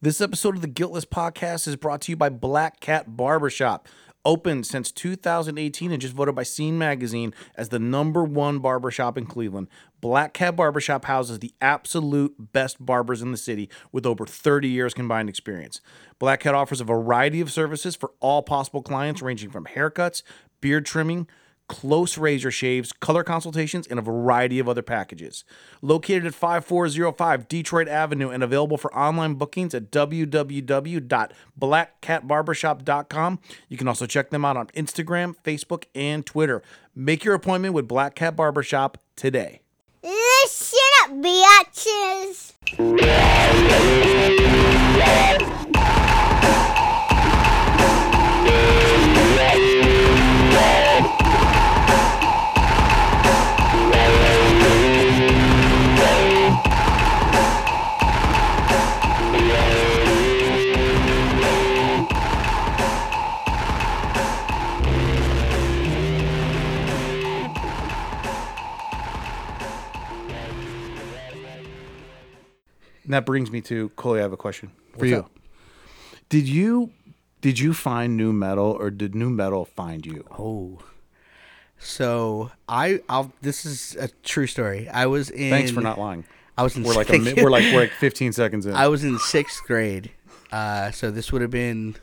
This episode of the Guiltless Podcast is brought to you by Black Cat Barbershop, open since 2018 and just voted by Scene Magazine as the number one barbershop in Cleveland. Black Cat Barbershop houses the absolute best barbers in the city with over 30 years combined experience. Black Cat offers a variety of services for all possible clients, ranging from haircuts, beard trimming, close razor shaves, color consultations, and a variety of other packages. Located at 5405 Detroit Avenue and available for online bookings at www.blackcatbarbershop.com. You can also check them out on Instagram, Facebook, and Twitter. Make your appointment with Black Cat Barbershop today. Listen up, biatches. And that brings me to Coley. I have a question for you. Did you did you find new metal or did new metal find you? So I, I'll. This is a true story. I was in. Thanks for not lying. I was in. We're like a, mi- sixth- we're like we're like 15 seconds in. I was in sixth grade. Uh, so this would have been,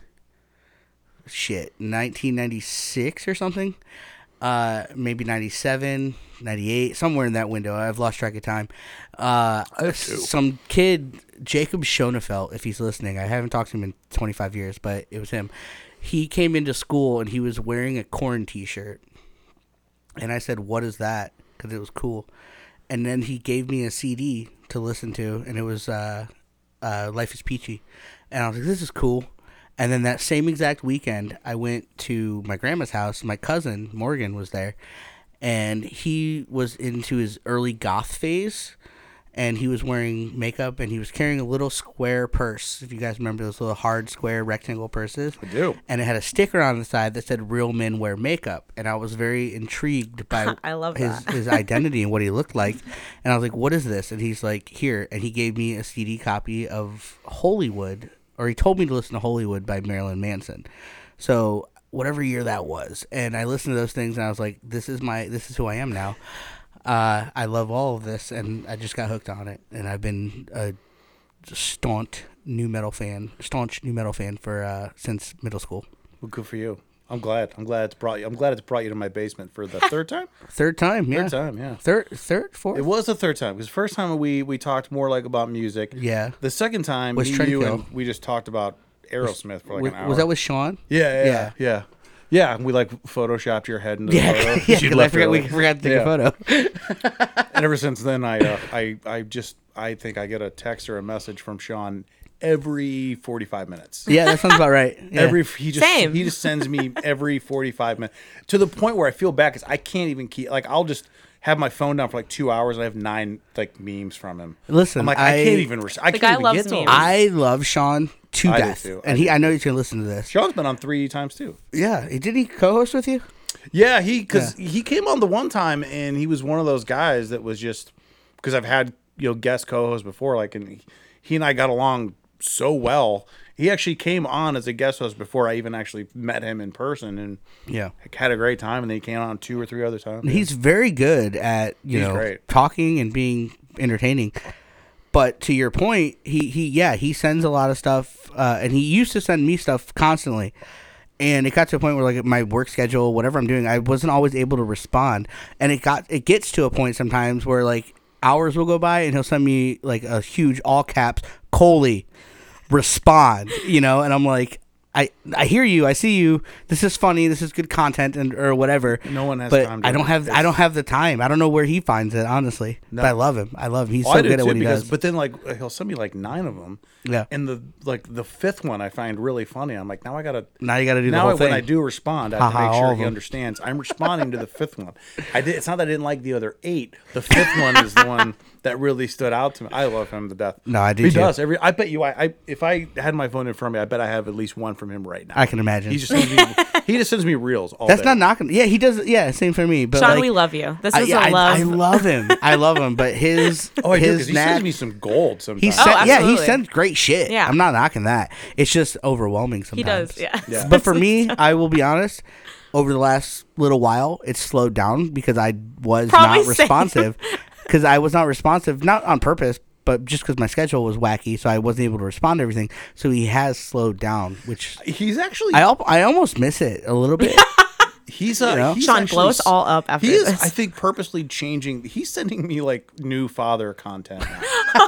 shit, 1996 or something. Uh, maybe 97, 98, somewhere in that window. I've lost track of time. Uh, some kid, Jacob Schonefeld, if he's listening, I haven't talked to him in 25 years, but it was him. He came into school and he was wearing a corn t shirt. And I said, "What is that?" Because it was cool. And then he gave me a CD to listen to, and it was uh, uh, "Life Is Peachy," and I was like, "This is cool." And then that same exact weekend, I went to my grandma's house. My cousin Morgan was there, and he was into his early goth phase. And he was wearing makeup, and he was carrying a little square purse. If you guys remember those little hard square rectangle purses, I do. And it had a sticker on the side that said "Real men wear makeup," and I was very intrigued by I love his that. his identity and what he looked like. And I was like, "What is this?" And he's like, "Here." And he gave me a CD copy of Hollywood, or he told me to listen to Hollywood by Marilyn Manson. So whatever year that was, and I listened to those things, and I was like, "This is my this is who I am now." Uh, I love all of this, and I just got hooked on it, and I've been a staunch new metal fan, staunch new metal fan for uh, since middle school. Well, good for you. I'm glad. I'm glad it's brought you. I'm glad it's brought you to my basement for the third time. Third time, yeah. Third time, yeah. Third, third, fourth. It was the third time because first time we we talked more like about music. Yeah. The second time Was me, Trent you Gill. and we just talked about Aerosmith for like was, an hour. was that with Sean? Yeah, yeah, yeah, Yeah. yeah. Yeah, and we like photoshopped your head into the Yeah, photo. 'cause 'cause you'd I left forgot we early. forgot to take "Oh, Yeah. a photo. And ever since then, I, uh, I, I just, I think I get a text or a message from Sean every forty-five minutes. yeah, that sounds about right. Yeah. Every he just Same. he just sends me every 45 minutes to the point where I feel bad because I can't even keep like I'll just have my phone down for like two hours and I have nine like memes from him. Listen, I'm like I, I- can't even. Res- I The can't guy even loves get to him. memes. I love Sean to I do death, too. I and do he I know he's gonna listen to this. Sean's been on three times too. Yeah, he- did he co-host with you? Yeah, he because he came on the one time and he was one of those guys that was just because I've had you know guest co-hosts before, like and he and I got along so well. He actually came on as a guest host before I even actually met him in person, and Yeah. like, had a great time. And then he came on two or three other times. He's very good at you He's know great. talking and being entertaining. But to your point, he he yeah he sends a lot of stuff, uh, and he used to send me stuff constantly. And it got to a point where like my work schedule, whatever I'm doing, I wasn't always able to respond. And it got it gets to a point sometimes where like hours will go by, and he'll send me like a huge all caps Coley respond, you know, and I'm like. I, I hear you. I see you. This is funny. This is good content and or whatever. No one has but time to- I don't have I don't have the time. I don't know where he finds it, honestly. But I love him. I love him. He's Well, Oh, so I do good at too, what he because- does. But then like he'll send me like nine of them. Yeah. And the like the fifth one I find really funny. I'm like now I gotta Now you gotta do the now whole I- when thing. I do respond I have Ha to ha, make all sure of he them. understands. I'm responding to the fifth one. I did. It's not that I didn't like the other eight. The fifth one is the one that really stood out to me. I love him to death. No, I do He too. does every. I bet you. I, I if I had my phone in front of me, I bet I have at least one from him right now. I can imagine. He just sends me, he just sends me reels. All That's day. not knocking. Yeah, he does. Yeah, same for me. But Sean, like, we love you. This I, is a yeah, I, love. I love him. I love him. But his Oh, I do, 'cause his he knack. sends me some gold sometimes. He sent, yeah, he Oh, absolutely. sends great shit. Yeah. I'm not knocking that. It's just overwhelming sometimes. he does. Yeah. Yeah. But for me, I will be honest. Over the last little while, it's slowed down because I was Probably not same. responsive. Because I was not responsive, not on purpose, but just because my schedule was wacky, so I wasn't able to respond to everything. So he has slowed down, which he's actually I al- I almost miss it a little bit. he's uh, you know? he's Sean, actually blow us s- all up after He is, this. I think, purposely changing. He's sending me like new father content. now.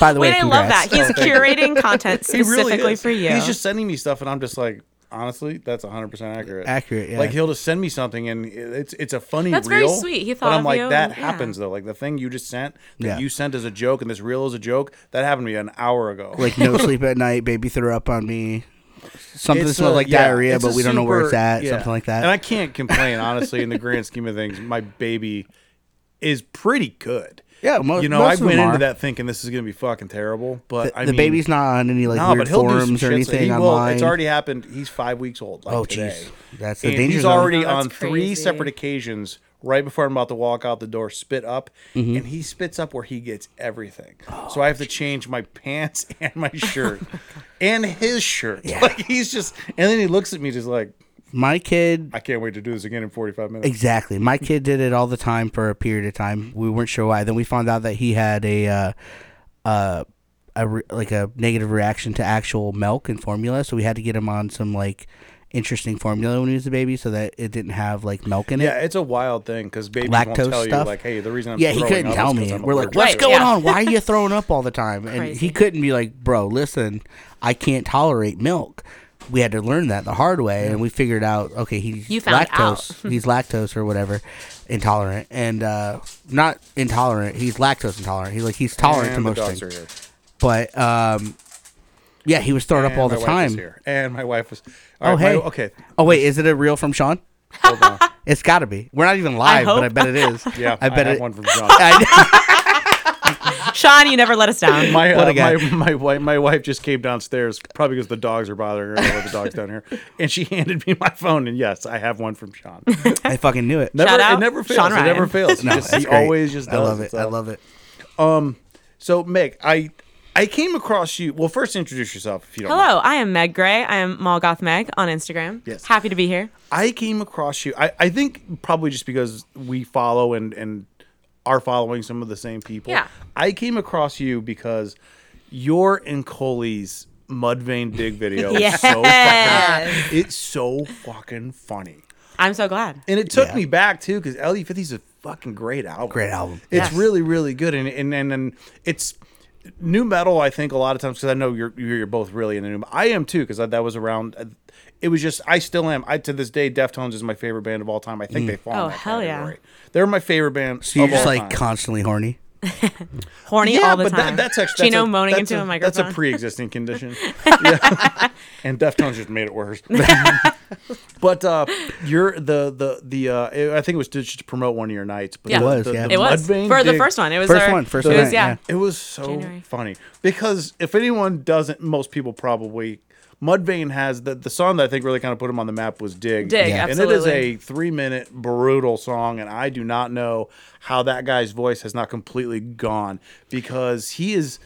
By the way, Wait, I love that. congrats. He's curating content He really specifically is. for you. He's just sending me stuff, and I'm just like, honestly, that's 100 percent accurate. Accurate, yeah. Like he'll just send me something, and it's it's a funny. That's very reel, sweet. He But thought I'm of like, you, that yeah. happens though. Like the thing you just sent, that Yeah. you sent as a joke, and this reel is a joke. That happened to me an hour ago. like no sleep at night, baby threw up on me. Something It's smells a- like yeah, diarrhea, it's but a we don't know where it's super- at. yeah. Something like that. And I can't complain, honestly, in the grand scheme of things. My baby is pretty good. Yeah, mo- you know, most I of them went into are. that thinking this is going to be fucking terrible, but the I the mean, baby's not on any like no, weird but he'll do forums some or shit. so anything he will. online. It's already happened. He's five weeks old. Like Oh, today. jeez. That's the and danger He's zone. already Oh, that's on three crazy. separate occasions. Right before I'm about to walk out the door, spit up, Mm-hmm. and he spits up where he gets everything. Oh, so I have to change my pants and my shirt, and his shirt. Like he's just, and then he looks at me just like, my kid I can't wait to do this again in 45 minutes. exactly. My kid did it all the time for a period of time. We weren't sure why. Then we found out that he had a uh, uh, a re- like a negative reaction to actual milk and formula, so we had to get him on some like interesting formula when he was a baby, so that it didn't have like milk in it. Yeah, it's a wild thing because babies Lactose won't tell you stuff? like, hey, the reason I'm yeah, he throwing couldn't up tell is 'cause me. I'm We're like, allergic what's to Right, it." going yeah. on? Why are you throwing up all the time? And Crazy. he couldn't be like, bro, listen, I can't tolerate milk. We had to learn that the hard way, and we figured out, okay, he's You found lactose. he's lactose or whatever, intolerant, and uh, not intolerant. He's lactose intolerant. He's like he's tolerant to And the most dogs things, are here. but um, yeah, he was throwing up And all my the wife is time. here. And my wife was. all Oh right, my- hey, okay. Oh wait, is it a reel from Sean? Hold on. It's got to be. We're not even live, but hope. I bet it is. Yeah, I bet have it. one from John. I- Sean, you never let us down. My, What uh, a guy. my my wife my wife just came downstairs probably because the dogs are bothering her. I love the dogs down here, and she handed me my phone. And yes, I have one from Sean. Never, I fucking knew it. Shout out it never fails. Sean it never Ryan. fails. He just, That's he great. always just does. I love it. So- I love it. So Meg, I I came across you. Well, first introduce yourself if you don't. mind. Hello, I am Meg Gray. I am Molgoth Meg on Instagram. Yes. Happy to be here. I came across you. I, I think probably just because we follow and and are following some of the same people. Yeah. I came across you because your and Coley's Mudvayne dig video is so Yes. fucking, it's so fucking funny. I'm so glad. And it took Yeah. me back too because LD 50's a fucking great album. Great album. It's Yes. really really good and and and, and it's new metal I think a lot of times because I know you're you're you're both really into new I am too because that was around uh, it was just I still am. I to this day Deftones is my favorite band of all time. I think they fall. in Oh, that hell yeah. category. They're my favorite band. So you're of just all like time. constantly horny. Horny yeah, all the but time. That, that's actually Chino that's a, moaning that's into a, a microphone. That's a pre-existing condition. Yeah. and Deftones just made it worse. but uh, you're the the the uh, I think it was just to promote one of your nights. But Yeah. the- It was, the- yeah. the it was Mudvayne for the dig- first one. It was First our- one, first it one, was, yeah. yeah. It was so January. funny because if anyone doesn't, most people probably. Mudvayne has the, the song that I think really kind of put him on the map was Dig. Dig, and it is absolutely. a three minute brutal song, and I do not know how that guy's voice has not completely gone because he is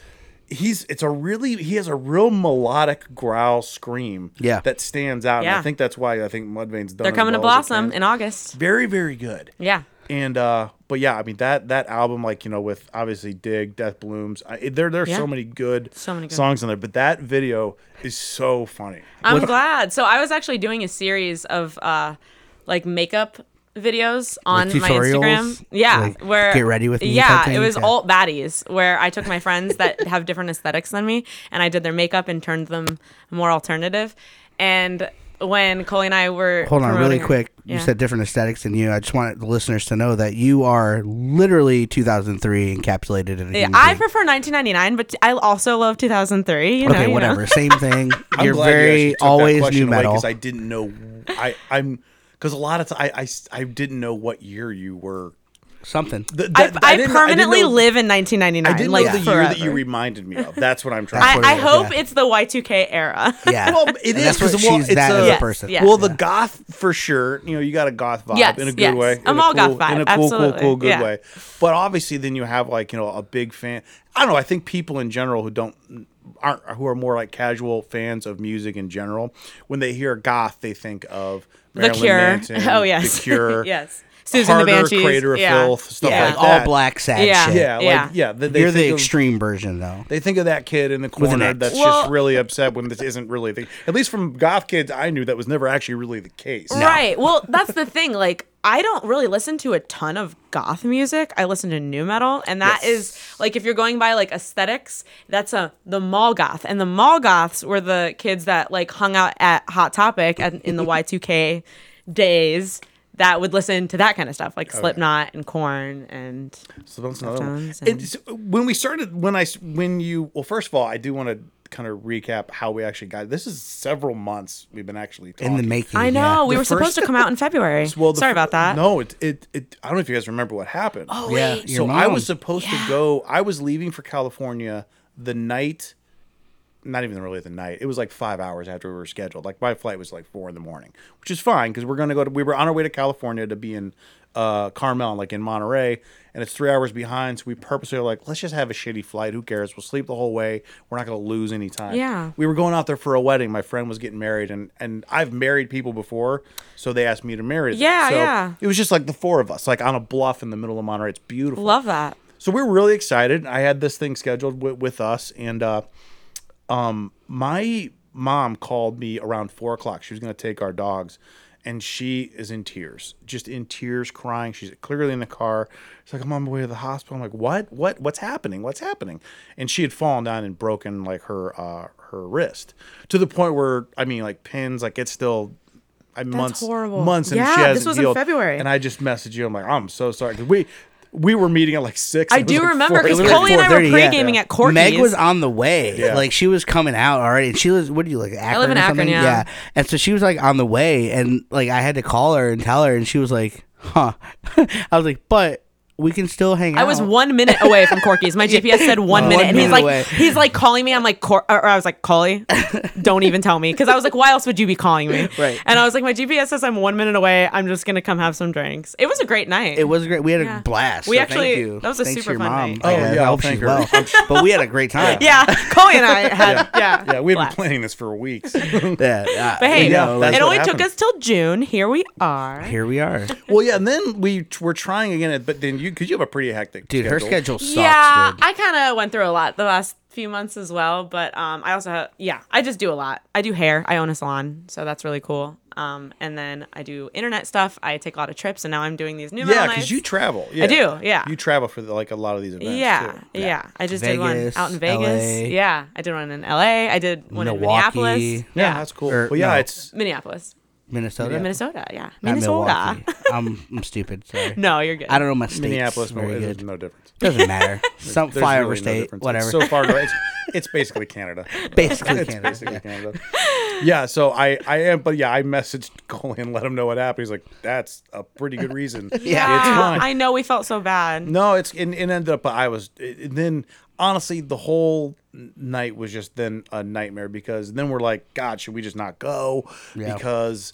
he's it's a really he has a real melodic growl scream Yeah. that stands out. And I Yeah. think that's why I think Mudvayne's done. They're as coming to well as it blossom can. in August. very very good Yeah. and uh but yeah i mean that that album like you know with obviously dig death blooms I, there there's Yeah. so many good So many good- songs on there but that video is so funny I'm glad. So I was actually doing a series of uh like makeup videos on Like my tutorials? Instagram. Yeah, Like, where get ready with me Yeah, type it was things? Yeah. alt baddies where I took my friends that have different aesthetics than me and I did their makeup and turned them more alternative. And when Coley and I were Hold on, really promoting- quick. You Yeah. said different aesthetics than you. I just want the listeners to know that you are literally 2003 encapsulated in a Yeah, human I being. prefer 1999, but I also love 2003. You know, okay, you know. whatever. Same thing. I'm You're glad you actually very took that always question new away metal. 'cause i didn't know i i'm because a lot of times I, I s- I didn't know what year you were something. Th- I, that- I, didn't- permanently I didn't know- live in 1999. I didn't like know the year forever. that you reminded me of. That's what I'm trying. I, to what it I is, hope yeah. it's the Y2K era. Yeah, Well, it And is, That's what 'cause, well, she's it's that as a- a Yes, person. yes. Well, the goth for sure. You know, you got a goth vibe Yes, in a good yes. way. I'm in a all goth cool, in vibe, a cool, cool, absolutely, cool, good yeah. way. But obviously, then you have like you know a big fan. I don't know. I think people in general who don't aren't who are more like casual fans of music in general, when they hear goth, they think of Marilyn Cure. Manson, Oh, yes. The Cure, Yes. Susan the Harder, Banshees, Crater of yeah. Filth, stuff yeah, like like all that. black sad Yeah. shit. Yeah, Yeah. like yeah. They, they You're the think of- extreme version though. They think of that kid in the corner X. that's Well- just really upset when this isn't really the. At least from goth kids, I knew that was never actually really the case. Right. Well, that's the thing. Like, I don't really listen to a ton of goth music. I listen to new metal, and that is like if you're going by like aesthetics, that's a the mall goth, and the mall goths were the kids that like hung out at Hot Topic at, in the Y2K days that would listen to that kind of stuff, Oh, like Slipknot and Corn and So that's another one. Jones And so when we started, when I s- when you well, first of all, I do want to kind of recap how we actually got. This is several months we've been actually talking. In the making. I know yeah. we were supposed to come out in February. Well, the Sorry fir- about that. No, it, it it. I don't know if you guys remember what happened. Oh, Yeah, wait. your so I mom. was supposed to go. I was leaving for California the night, not even really the night. It was like five hours after we were scheduled. Like my flight was like four in the morning, which is fine because we're gonna go. To, we were on our way to California to be in uh, Carmel, like in Monterey, and it's three hours behind. So we purposely were like, let's just have a shitty flight. Who cares? We'll sleep the whole way. We're not gonna lose any time. Yeah. We were going out there for a wedding. My friend was getting married, and and I've married people before, so they asked me to marry. them. Yeah, So yeah. It was just like the four of us, like on a bluff in the middle of Monterey. It's beautiful. Love that. So we were really excited. I had this thing scheduled with, with us, and uh, um, my mom called me around four o'clock. She was going to take our dogs, and she is in tears, just in tears, crying. She's clearly in the car. She's like, "I'm on my way to the hospital." I'm like, "What? What? What's happening? What's happening?" And she had fallen down and broken like her uh, her wrist to the point where I mean, like pins, like it's still. I, months, horrible. months, and Yeah, she this hasn't was in healed. February. And I just messaged you. I'm like, I'm so sorry. 'Cause we we were meeting at like six. I It was, do like, remember four- because it was, like, Coley and I were 4:30, yeah. pre-gaming at Corky's. Meg was on the way. Yeah. Like she was coming out already. And she was what do you like? Akron live in or Akron, something? yeah. And so she was like on the way and like I had to call her and tell her and she was like, "Huh." I was like, "But we can still hang out." I was one minute away from Corky's. My GPS said one minute, and he's minute like, away. he's like calling me. I'm like, Cor-, or I was like, Coley, don't even tell me, because I was like, why else would you be calling me? Right. And I was like, my GPS says I'm one minute away. I'm just gonna come have some drinks. It was a great night. It was great. We had Yeah. a blast. We so actually- thank you. that was a Thanks to super your fun mom. night. Oh, I yeah, hope thank she's her. well. but we had a great time. yeah, Coley and I had yeah. Yeah, we've been blast. planning this for weeks. Yeah, yeah. But hey, You know, that's it what only took happened. us till June. Here we are. here we are, well, yeah, and then we t- were trying again, but then you because you have a pretty hectic dude. Her schedule sucks, yeah, dude. I kind of went through a lot the last few months as well, but um, I also have, yeah, I just do a lot. I do hair. I own a salon, so that's really cool. Um, and then I do internet stuff. I take a lot of trips, and now I'm doing these new Yeah, because because you travel. Yeah. do, yeah. you travel for the, like a lot of these events. yeah, too. yeah, I just did Vegas, one out in Vegas. LA. Yeah, I did one in L.A. I did one in Milwaukee. Minneapolis. Yeah, yeah, Yeah, that's cool. Or- well, yeah, Er, no. it's Minneapolis, Minnesota, Minnesota. Yeah, Not Minnesota. Milwaukee. I'm, I'm stupid. Sorry. no, you're good. I don't know my states Minneapolis. very Milwaukee, good. There's no difference. Doesn't matter. Some There's flyover really no state, difference. It's whatever. so far away. It's, it's basically Canada. basically, Canada. Basically Canada. Yeah, so I I am, but yeah, I messaged Colin and let him know what happened. He's like, that's a pretty good reason. Yeah. it's Ah, fine. I know we felt so bad. No, it's it, it ended up. I was it, it- then honestly the whole n- night was just then a nightmare because then we're like, God, should we just not go? Yeah. Because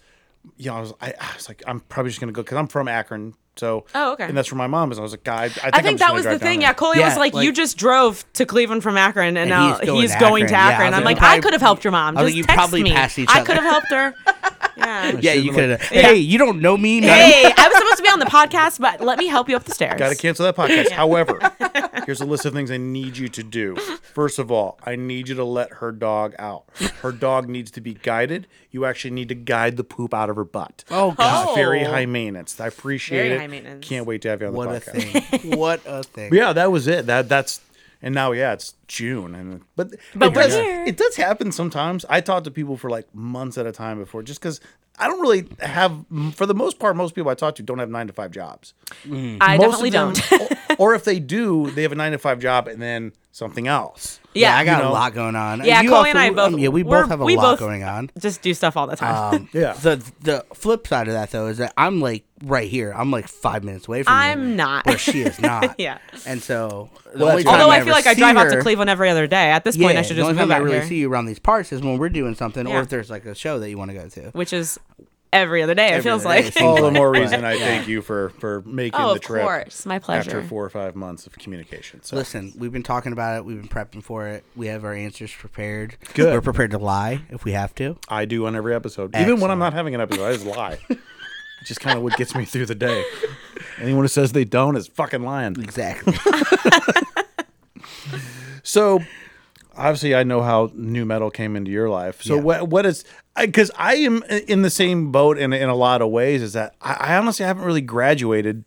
you know, I was I, I was like, I'm probably just gonna go because I'm from Akron, so Oh, okay. and that's where my mom is. I was like, God, I, I think, I I'm think just that gonna was the drive down thing. there. Yeah, Coley Yeah, was like, like- "You just drove to Cleveland from Akron, and, And now he's going he's to going Akron. to Yeah, I Akron." was I'm like, like, you "I probably- could have helped your mom. I was like, Just you text probably me. passed each I other." could have helped her." Yeah. Yeah, you could. have Hey, you don't know me. man. Hey, I was supposed to be on the podcast, but let me help you up the stairs. Got to cancel that podcast. However, here's a list of things I need you to do. First of all, I need you to let her dog out. Her dog needs to be guided. You actually need to guide the poop out of her butt. Oh, God. It's very Oh. high maintenance. I appreciate Very it. high maintenance. Can't wait to have you on What the a podcast. thing. What a thing. Yeah, that was it. That that's and now yeah, it's June and but But it we're does, here. it does happen sometimes. I talk to people for like months at a time before just because I don't really have for the most part most people I talk to don't have nine to five jobs. I Most definitely of them- don't. or, or if they do, they have a nine to five job and then something else. Yeah, I got you know. a lot going on. Yeah, You Chloe also- and I both- yeah, we we're- both have a we lot both- going on. Just do stuff all the time. Um, Yeah. The the flip side of that though is that I'm like right here. I'm like five minutes away from. you, I'm not. where she is not. Yeah. And so the Well, only that's- time Although I ever feel like I see drive out her- to Cleveland every other day. At this Yeah, point, I should the just only move time I out really here, see you around these parts is when we're doing something, or Yeah. if there's like a show that you want to go to. which is every other day. it Every feels other day, like. it seems All the like. more reason I thank you for for making Oh, the of trip. course, my pleasure. After four or five months of communication. So Listen, we've been talking about it. We've been prepping for it. We have our answers prepared. Good. We're prepared to lie if we have to. I do on every episode, even when I'm not having an episode, I just lie. It's just kind of what gets me through the day. Anyone who says they don't is fucking lying. Exactly. So, obviously, I know how new metal came into your life. So, Yeah. what what is because I, am in the same boat in in a lot of ways. Is that I, I honestly haven't really graduated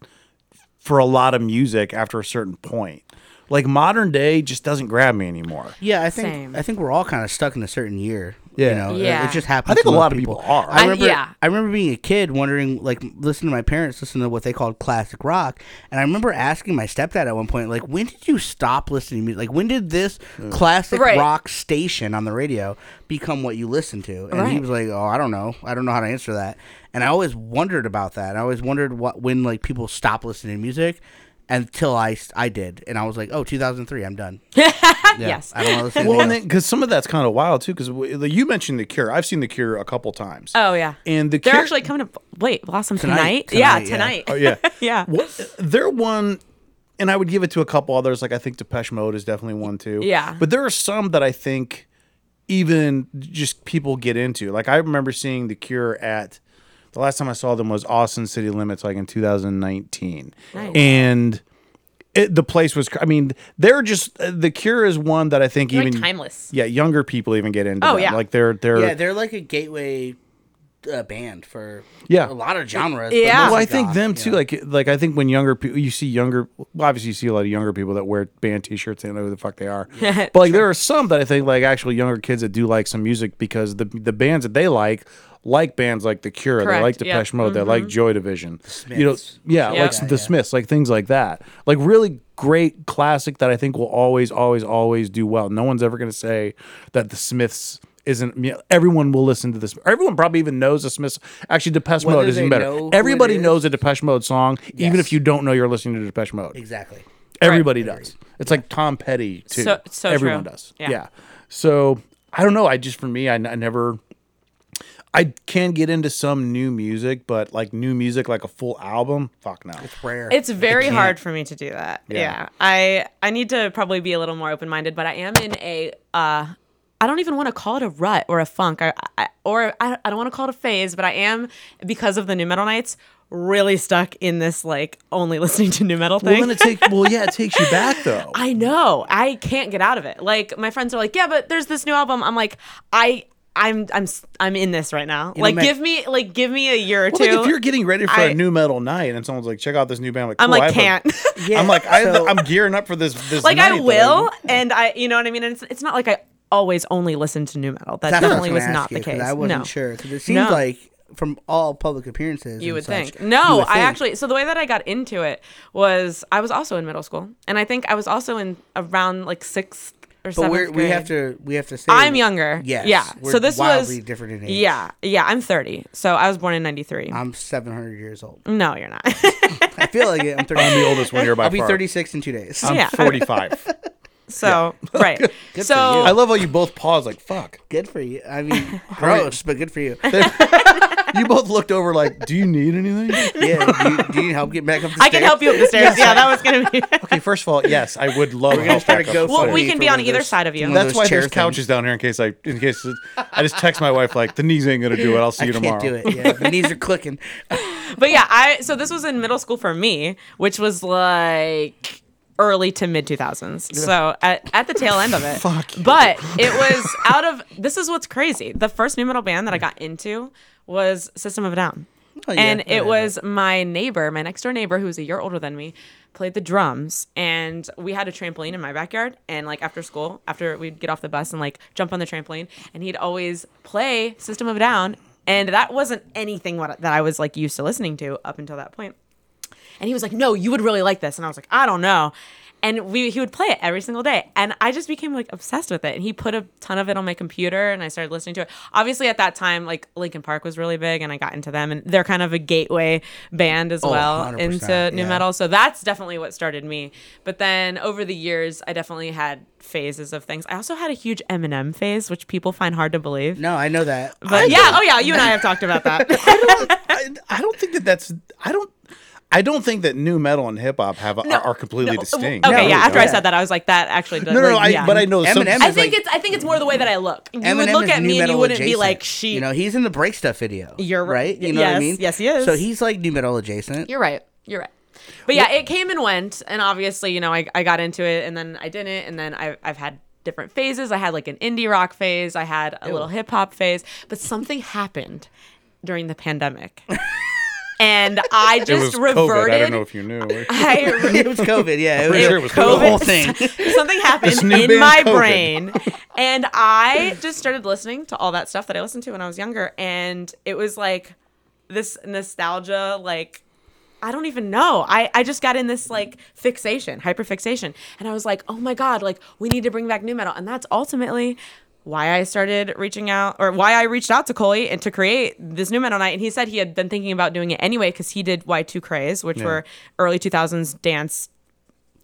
for a lot of music after a certain point. Like modern day just doesn't grab me anymore. yeah, I think Same. I think we're all kind of stuck in a certain year. Yeah. You know, It- Yeah. it just happens. I think to a lot of people are. I- I remember, yeah. I remember being a kid wondering, like, listening to my parents listen to what they called classic rock, and I remember asking my stepdad at one point, like, when did you stop listening to music? Like, when did this Mm. classic Right. rock station on the radio become what you listen to? And he Right. was like, oh, I don't know, I don't know how to answer that. And I always wondered about that. I always wondered what when like people stop listening to music. Until I, I did, and I was like, oh, 2003, I'm done. Yeah, Yes. I don't want to listen. to Well, anything else. because some of that's kind of wild too. Because you mentioned the Cure, I've seen the Cure a couple times. Oh yeah. And the they're Cure- actually coming to wait Blossom Tonight. tonight. Tonight, yeah. yeah, tonight. Oh yeah, yeah. Well, they're one, and I would give it to a couple others. Like I think Depeche Mode is definitely one too. Yeah. but there are some that I think even just people get into. Like I remember seeing The Cure at the last time I saw them was Austin City Limits, like in 2019, Nice. and. It, the place was. I mean, they're just uh, the Cure is one that I think They're, like, even timeless. Yeah, younger people even get into. Oh, them. yeah. like they're they're Yeah, they're like a gateway uh, band for Yeah. a lot of genres. Yeah. but mostly Well, Well, I think goth, them you too. know. Like, like I think when younger people, you see younger. Well, obviously, you see a lot of younger people that wear band T-shirts. They don't know who the fuck they are. but like, there are some that I think like actually younger kids that do like some music because the the bands that they like like bands like The Cure. They Correct, like yeah. Mm-hmm. Depeche Mode. They like Joy Division. You know, Smiths. yeah, Yeah. like Yeah, the Smiths, like things like that. Like really great classic that I think will always, always, always do well. No one's ever going to say that the Smiths. Isn't you know, everyone will listen to this? Everyone probably even knows the Smiths. Actually, Depeche Whether Mode is they even better. know who it Everybody is. knows knows a Depeche Mode song, even Yes. if you don't know you're listening to Depeche Mode. exactly. Everybody does. It's like Tom Petty too. So- so Everyone true. does. Yeah. Yeah. So I don't know. I just for me, I, n- I never. I can get into some new music, but like new music, like a full album, fuck no. Prayer. It's very can't. hard for me to do that. Yeah. I I need to probably be a little more open minded, but I am in a uh I don't even want to call it a rut or a funk I, I, or I, I don't want to call it a phase, but I am because of the new metal nights really stuck in this like only listening to new metal thing. Well, then it takes. Well, yeah, it takes you back though. I know. I can't get out of it. Like my friends are like, "Yeah, but there's this new album." I'm like, "I I'm I'm s- I'm in this right now." like man- give me like give me a year or Well, like, two. if you're getting ready for a I- new metal night and someone's like, check out this new band, I'm like, I'm cool, I like, have a- "Can't." Yeah, I'm like, I have the- so- I'm gearing up for this. This like night I that will, and I, you know what I mean. And it's, it's not like I always only listen to new metal. That That's what I definitely gonna was not ask the you, 'cause case. I wasn't no. sure because it seems No. like from all public appearances, You and would such, think. No, you would I think- actually. So the way that I got into it was I was also in middle school, and I think I was also in around like sixth or But seventh we're, grade. we have to. We have to say. I'm younger. Yes. Yeah. We're so this wildly was different in age. Um, Yeah. Yeah. I'm 30. So I was born in '93. I'm 700 years old. No, you're not. I feel like it. I'm 30. I'm the oldest one here by I'll be far. 36 in two days. I'm Yeah. 45. so right. so you. I love how you both pause like fuck. good for you. I mean, gross, but good for you. you both looked over like, do you need anything? Yeah. Do you, do you need help getting back up the I can help you up the stairs. yeah, that was gonna be. Okay, first of all, yes, I would love We're gonna start a well, we GoFundMe can for be one on of either those- side of you. one of That's those why chair there's couches down here in case I in case I just text my wife like the knees ain't gonna do it. I'll see you I tomorrow. can't do it. Yeah. My knees are clicking. but yeah, I so this was in middle school for me, which was like early to mid 2000s. So at, at the tail end of it. Fuck you. But it was out of this is what's crazy. The first new metal band that I got into was System of a Down. Oh, yeah, and yeah, yeah. it was my neighbor, my next door neighbor, who was a year older than me, played the drums. And we had a trampoline in my backyard. And like after school, after we'd get off the bus and like jump on the trampoline, and he'd always play System of a Down. And that wasn't anything what, that I was like used to listening to up until that point. And he was like, No, you would really like this. And I was like, I don't know. and we he would play it every single day and i just became like obsessed with it and he put a ton of it on my computer and i started listening to it obviously at that time like linkin park was really big and i got into them and they're kind of a gateway band Oh, as well 100%, into new yeah. metal so that's definitely what started me but then over the years i definitely had phases of things i also had a huge eminem phase which people find hard to believe No, I know that. but yeah oh yeah you and i have talked about that I, I don't think that that's. I don't. I don't think that new metal and hip hop have are, are completely No, distinct. okay No, yeah they after i don't. said that i was like that actually does, No, no, no. like, I, yeah. But I know some- Eminem I is think like- it's I think it's more the way that I look. You would Eminem look is at new me and you metal wouldn't be adjacent. like she. You know, he's in the break stuff video. You're r- right. You know what yes, I mean? yes, he is. So he's like new metal adjacent. You're right. You're right. But yeah, it came and went, and obviously, you know, I, I got into it, and then I didn't, and then I, I've had different phases. I had like an indie rock phase, I had a little hip hop phase, but something happened during the pandemic, and I It was just COVID. reverted. I don't know if you knew. I re- it was COVID. Yeah, pretty sure it was the COVID. whole thing. something happened This new in band, my COVID. brain and i just started listening to all that stuff that i listened to when i was younger and it was like this nostalgia like i don't even know i, I just got in this like fixation hyperfixation and i was like oh my god like we need to bring back new metal and that's ultimately why I started reaching out, or why I reached out to Coley and to create this new metal night, and he said he had been thinking about doing it anyway because he did Y2 Craze, which were early 2000s dance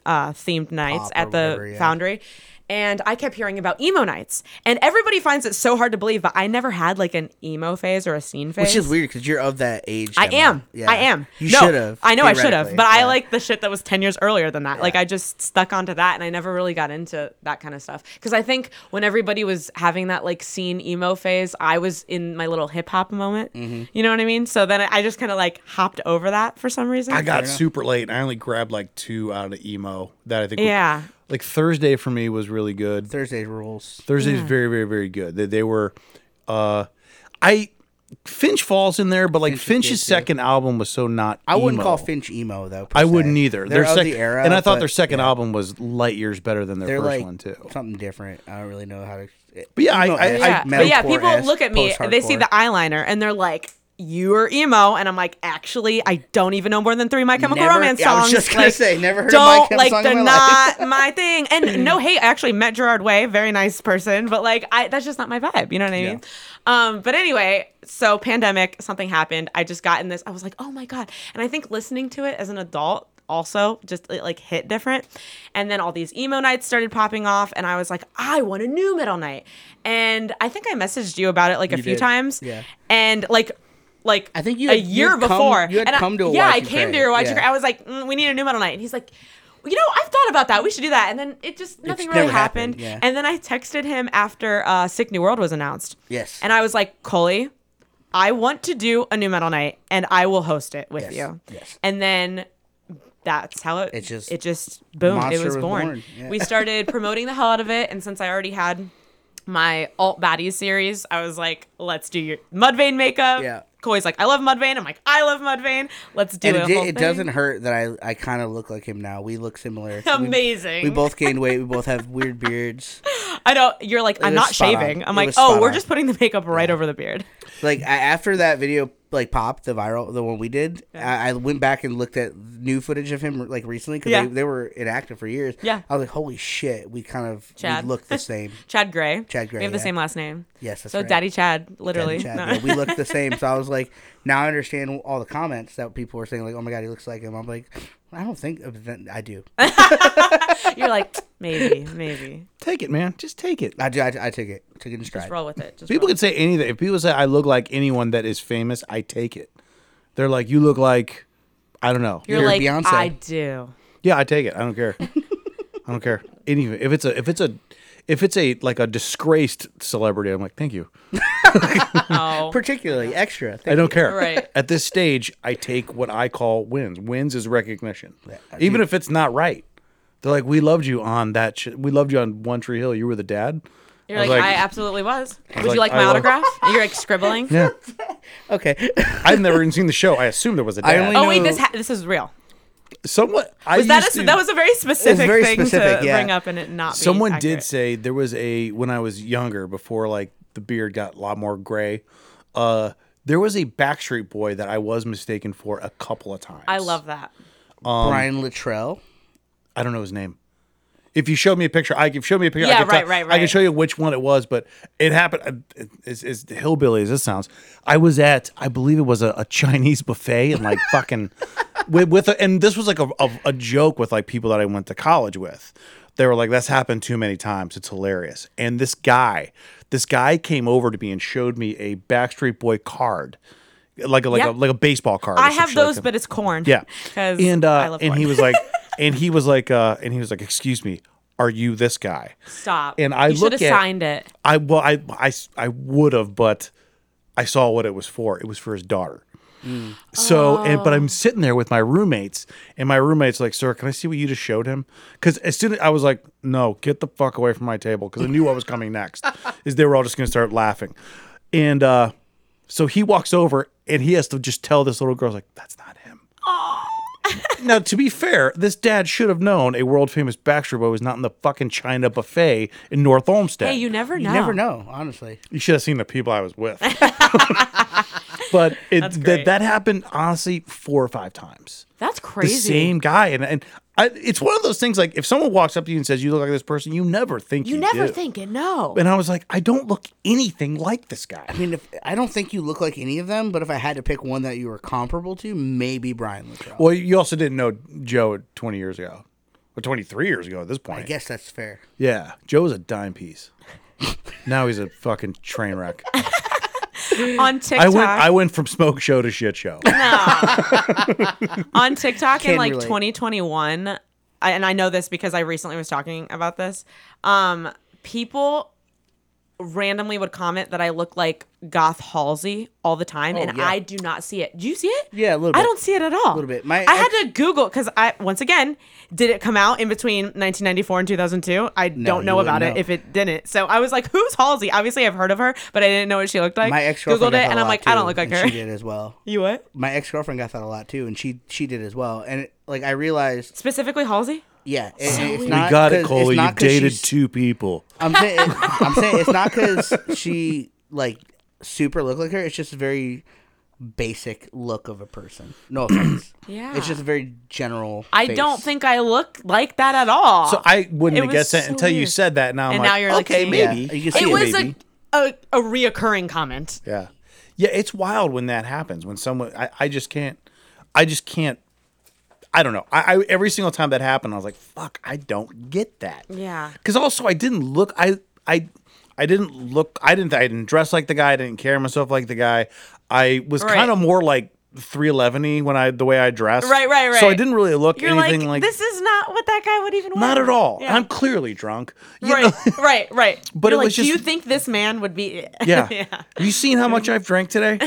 uh, themed nights Pop or at the whatever, yeah. Foundry. And I kept hearing about emo nights. And everybody finds it so hard to believe, but I never had like an emo phase or a scene phase. Which is weird because you're of that age. I demo. am. Yeah. I am. You No, should have. I know I should have, theoretically, but I yeah. like the shit that was 10 years earlier than that. Like I just stuck onto that and I never really got into that kind of stuff. Cuz I think when everybody was having that like scene emo phase, I was in my little hip hop moment. Mm-hmm. You know what I mean? So then I- I just kind of like hopped over that for some reason. I got super late. I only grabbed like two out of emo that I think. were- Yeah. like Thursday for me was really good. Thursday rules. Thursday's very, very, very good. They, they were, uh, I Finch falls in there, but like Finch's second album was so not. I wouldn't emo. call Finch emo though. per I se. wouldn't either. They're their of sec- the era, and I thought their but second album was light years better than their They're first like one too. something different. I don't really know how to. But yeah, I- I- yeah, but yeah, people look at me. They see the that. eyeliner and they're like, "You are emo," and I'm like, "Actually, I don't even know more than three My Chemical Never- Romance yeah, I songs." was just gonna like, say, never heard of My don't, Chem like, song in They're my life. not my thing. And no hate, I actually met Gerard Way, very nice person, but like, I that's just not my vibe. You know what I mean? Um, but anyway, so pandemic, something happened. I just got in this. I was like, "Oh my god!" And I think listening to it as an adult also just it, like hit different. And then all these emo nights started popping off, and I was like, I want a new metal night. And I think I messaged you about it like a few did, times. yeah. And like, like I think you a had- you year had come- before. you had and I- come to a yeah, Watch I and came to Pray, your watch. yeah. and Pray. I was like, mm, we need a new metal night. And he's like. You know, I've thought about that. We should do that. And then it just nothing really never happened, happened. yeah. And then I texted him after uh, Sick New World was announced. Yes. And I was like, Coley, I want to do a new metal night and I will host it with Yes, you. yes. And then that's how it, It just- it just boom, it Monster was was born. born, yeah. We started promoting the hell out of it, and since I already had my alt baddies series, I was like, let's do your Mudvayne makeup. Yeah. Coy's like, I love Mudvayne. I'm like, I love Mudvayne. Let's do And a it, whole did, thing. it doesn't hurt that I, I kind of look like him now. We look similar. Amazing. We, we both gained weight. We both have weird beards. I don't. You're like, I'm was not spot on. shaving. I'm It like, was oh, spot we're on. just putting the makeup right over the beard. Like I, after that video like popped, the viral, the one we did, I, I went back and looked at new footage of him like recently because Yeah. they, they were inactive for years. Yeah. I was like, holy shit, we kind of Chad. we look the same. Chad Gray. Chad Gray, We have the yeah. same last name. Yes, that's so right. Daddy Chad, literally. Chad, Chad, No. yeah, we look the same. So I was like, now I understand all the comments that people were saying, like, oh my God, he looks like him. I'm like, I don't think I do. You're like, maybe, maybe. Take it, man. Just take it. I do. I, I took it. Took it in stride. Just roll with it. Just People roll. could say anything. If people say I look like anyone that is famous, I take it. They're like, you look like, I don't know. You're You're like, Beyonce. I do. Yeah, I take it. I don't care. I don't care. Any if it's a if it's a if it's a like a disgraced celebrity, I'm like, thank you. Oh, Particularly extra. I don't care. Right. At this stage, I take what I call wins. Wins is recognition, even if it's not right. They're like, we loved you on that. Sh- we loved you on One Tree Hill. You were the dad. you're I was like, I absolutely was. Would you like, like my I love- autograph? You're like scribbling. yeah. Okay. I've never even seen the show. I assumed there was a I dad. only- Oh wait, No. this ha- this is real. Someone I Was that used a, to- that was a very specific very thing specific, to yeah. bring up and it not. be Someone accurate. did say there was a when I was younger, before like the beard got a lot more gray. Uh, there was a Backstreet Boy that I was mistaken for a couple of times. I love that. Um, Brian Luttrell. I don't know his name. If you showed me a picture, I can show me a picture. I Yeah, could tell- right, right, I can right. show you which one it was, but it happened. uh, It's, it's hillbilly as this sounds. I was at, I believe it was a, a Chinese buffet and like fucking with, with a, and this was like a, a, a joke with like people that I went to college with. They were like, "That's happened too many times. It's hilarious." And this guy, this guy came over to me and showed me a Backstreet Boy card, like a, like Yeah. a like a baseball card. or I some have shit like those, that. but it's corn. Yeah. 'Cause And uh I love and corn. he was like and he was like uh and he was like, "Excuse me, are you this guy?" stop. and I you should look have at- signed it. I well I I I would have, but I saw what it was for. It was for his daughter. So and but I'm sitting there with my roommates, and my roommates like, "Sir, can I see what you just showed him?" Because as soon as I was like, "No, get the fuck away from my table," because I knew what was coming next. is they were all just gonna start laughing, and uh, so he walks over and he has to just tell this little girl like, "That's not him." now, to be fair, this dad should have known a world famous Baxter Boy was not in the fucking China buffet in North Olmsted. Hey, you never You know. Oh. never know, honestly. You should have seen the people I was with. but it, that great. that happened honestly four or five times. That's The crazy. same guy, and and I, it's one of those things. Like if someone walks up to you and says you look like this person, you never think you, you never do. think it. No. And I was like, I don't look anything like this guy. I mean, if, I don't think you look like any of them, but if I had to pick one that you were comparable to, maybe Brian Luttrell. Well, you also didn't know Joe 20 years ago, or 23 years ago at this point. I guess that's fair. Yeah, Joe was a dime piece. now he's a fucking train wreck. on TikTok. I went I went from smoke show to shit show. on TikTok in Can like relate. 2021, I, and I know this because I recently was talking about this. Um, people randomly would comment that I look like Goth Halsey all the time, and Oh, yeah. I do not see it. Do you see it? Yeah, a little bit. I don't see it at all. A little bit. My I had to Google because I once again did it come out in between 1994 and 2002? I don't know you about wouldn't it know. if it didn't. So I was like, "Who's Halsey?" Obviously, I've heard of her, but I didn't know what she looked like. My ex Googled it, and I'm like, "I don't look like her." She did as well. You what? My ex girlfriend got that a lot too, and she she did as well. And it, like I realized, Specifically, Halsey. yeah, it, it's we not got 'cause- it, it's Coley. You not 'cause dated she's- two people. I'm saying, I'm saying it's not because she like super looked like her. It's just a very basic look of a person. No offense. Yeah. It's just a very general. I face. don't think I look like that at all. So I wouldn't It have was guessed that so until you weird. said that. Now I'm And like, now you're like okay, seeing it. maybe Yeah, you can it see was maybe. a, a a reoccurring comment. yeah, yeah. It's wild when that happens. When someone, I, I just can't, I just can't. I don't know. I, I every single time that happened, I was like, fuck, I don't get that. Yeah. Because also, I didn't look. I I. I didn't look. I didn't. I didn't dress like the guy. I didn't carry myself like the guy. I was Right. kind of more like 311y when I the way I dressed. Right, right, So I right. didn't really look You're like, anything like, this is not what that guy would even wear. Not at all. Yeah. I'm clearly drunk. You right, know? right, right. But You're it like, was do you just- think this man would be? Yeah. You seen how much I've drank today?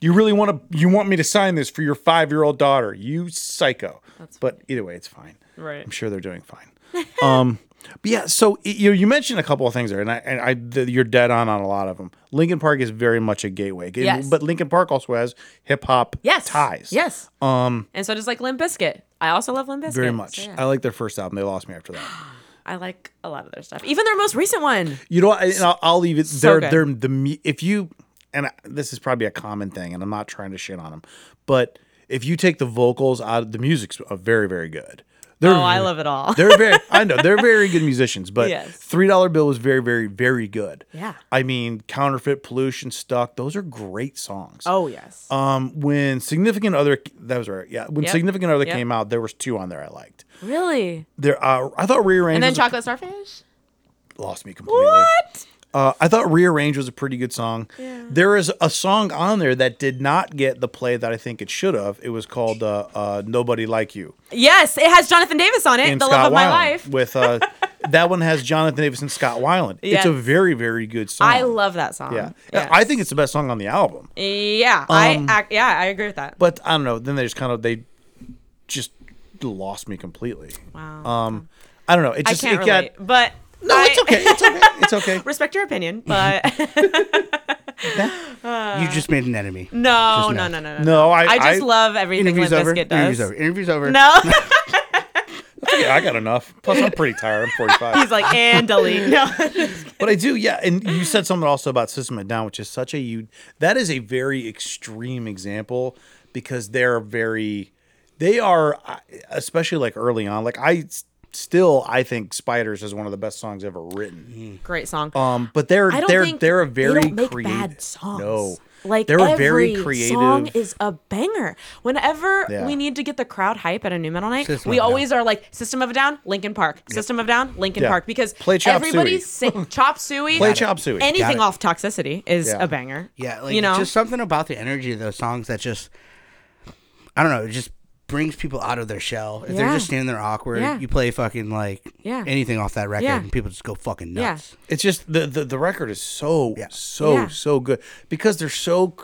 you really want to? You want me to sign this for your five-year-old daughter? You psycho. but either way, it's fine. Right. I'm sure they're doing fine. um. But yeah. So y- you you mentioned a couple of things there, and I and I th- you're dead on on a lot of them. Lincoln Park is very much a gateway. It- Yes. But Lincoln Park also has hip hop yes. ties. Yes. Um. And so does like Limp Bizkit. I also love Limp Bizkit. Very So, much. yeah. I like their first album. They lost me after that. I like a lot of their stuff, even their most recent one. You know, what, and I'll, I'll leave it. they're good. they're the mu- if you and I, this is probably a common thing, and I'm not trying to shit on them, but if you take the vocals out, of the music's uh, very very good. They're, Oh, I love it all. They're very I know they're very good musicians, but Yes. three dollar bill was very very very good. Yeah. I mean, counterfeit, pollution, stuck. Those are great songs. Oh yes. Um, when significant other that was right, yeah. When Yep. significant other Yep. came out, there was two on there I liked. really? There, uh, I thought rearrange And then was a- Chocolate Starfish. lost me completely. Uh, I thought Rearrange was a pretty good song. There is a song on there that did not get the play that I think it should have. It was called uh, uh, Nobody Like You. Yes, it has Jonathan Davis on it. and the Scott love of my Weiland life. With uh, that one has Jonathan Davis and Scott Weiland. It's a Yes. very, very good song. I love that song. Oh. Yeah. Yes. I think it's the best song on the album. Yeah, I ac- yeah, I agree with that. But I don't know. Then they just kind of they just lost me completely. Wow. Um, I don't know. It I just can't it relate, got but no. I It's okay. It's okay. It's okay. Respect your opinion, but you just made an enemy. no, Just no. no, no, no, no. No, I- I just I- love everything Limp Interview's over. Bizkit does. Interview's over. Interview's over. No, Yeah, I got enough. Plus, I'm pretty tired. I'm 45. he's like and delete. No, But I do, yeah. And you said something also about System of a Down, which is such a you. That is a very extreme example because they're very, they are, uh, especially like early on. Like I s- still I think Spiders is one of the best songs ever written. Great song. Um, but they're I don't they're think they're a they very don't make creative bad songs. No, like they're every a very creative. song is a banger. Whenever Yeah. we need to get the crowd hype at a new metal night, System we of a Down. always are like System of a Down, Linkin Park, System of a Down, Linkin Yeah. Park, because Play Chop everybody's sing- chop suey, Play Chop Suey. Got Anything it. off Toxicity is Yeah. a banger. Yeah, like you know, just something about the energy of those songs that just I don't know, it just brings people out of their shell. If they're Yeah. just standing there awkward, Yeah. you play fucking like Yeah. anything off that record Yeah. and people just go fucking Yeah. nuts. It's just the the, the record is so Yeah. so Yeah. so good because they're so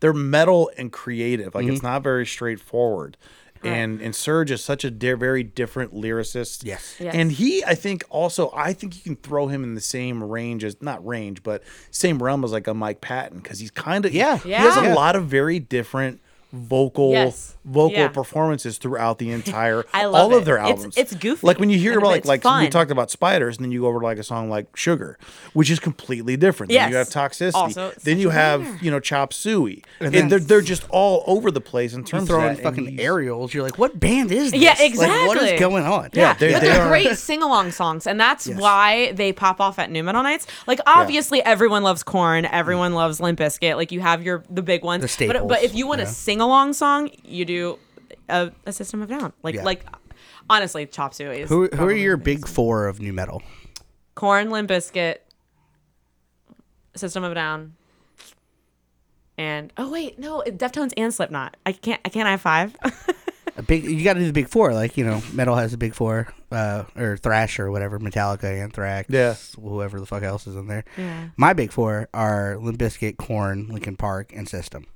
they're metal and creative. Like Mm-hmm. it's not very straightforward. And and Serge is such a di- very different lyricist. Yes. Yes. And he, I think, also, I think you can throw him in the same range as not range, but same realm as like a Mike Patton because he's kind of Yeah. He has a Yeah. lot of very different vocal Yes. vocal Yeah. performances throughout the entire I love all of it. their It's- albums. it's goofy Like when you hear and about like it's like we fun. talked talked about spiders, and then you go over to like a song like Sugar, which is completely different. Then you have Yes. toxicity. Also, it's then such you a have banger. you know Chop Suey, and, then- they're they're just all over the place in You terms throw of in that, and fucking he's- aerials, you're like, what band is this? Yeah, Like, what exactly. is going on? Yeah, they- but they they are are- great sing along songs, and that's why they pop off at New Metal Nights. Like, obviously, everyone loves Corn, everyone loves Limp Bizkit. Like, you have your the big ones, Mm. The But, staples, but if you want a yeah. sing along song, you do a, a System of a Down. Like, Yeah. like honestly, Chop Suey is Who who are your big four of new metal? Corn, Limp Bizkit, System of a Down, and oh wait, no, Deftones and Slipknot. I can't, I can't. I have five. A big you gotta do the big four, like, you know, metal has the big four, uh, or thrash or whatever, Metallica, Anthrax, Yeah. whoever the fuck else is in there. My big four are Limp Bizkit, Corn, Linkin Park, and System.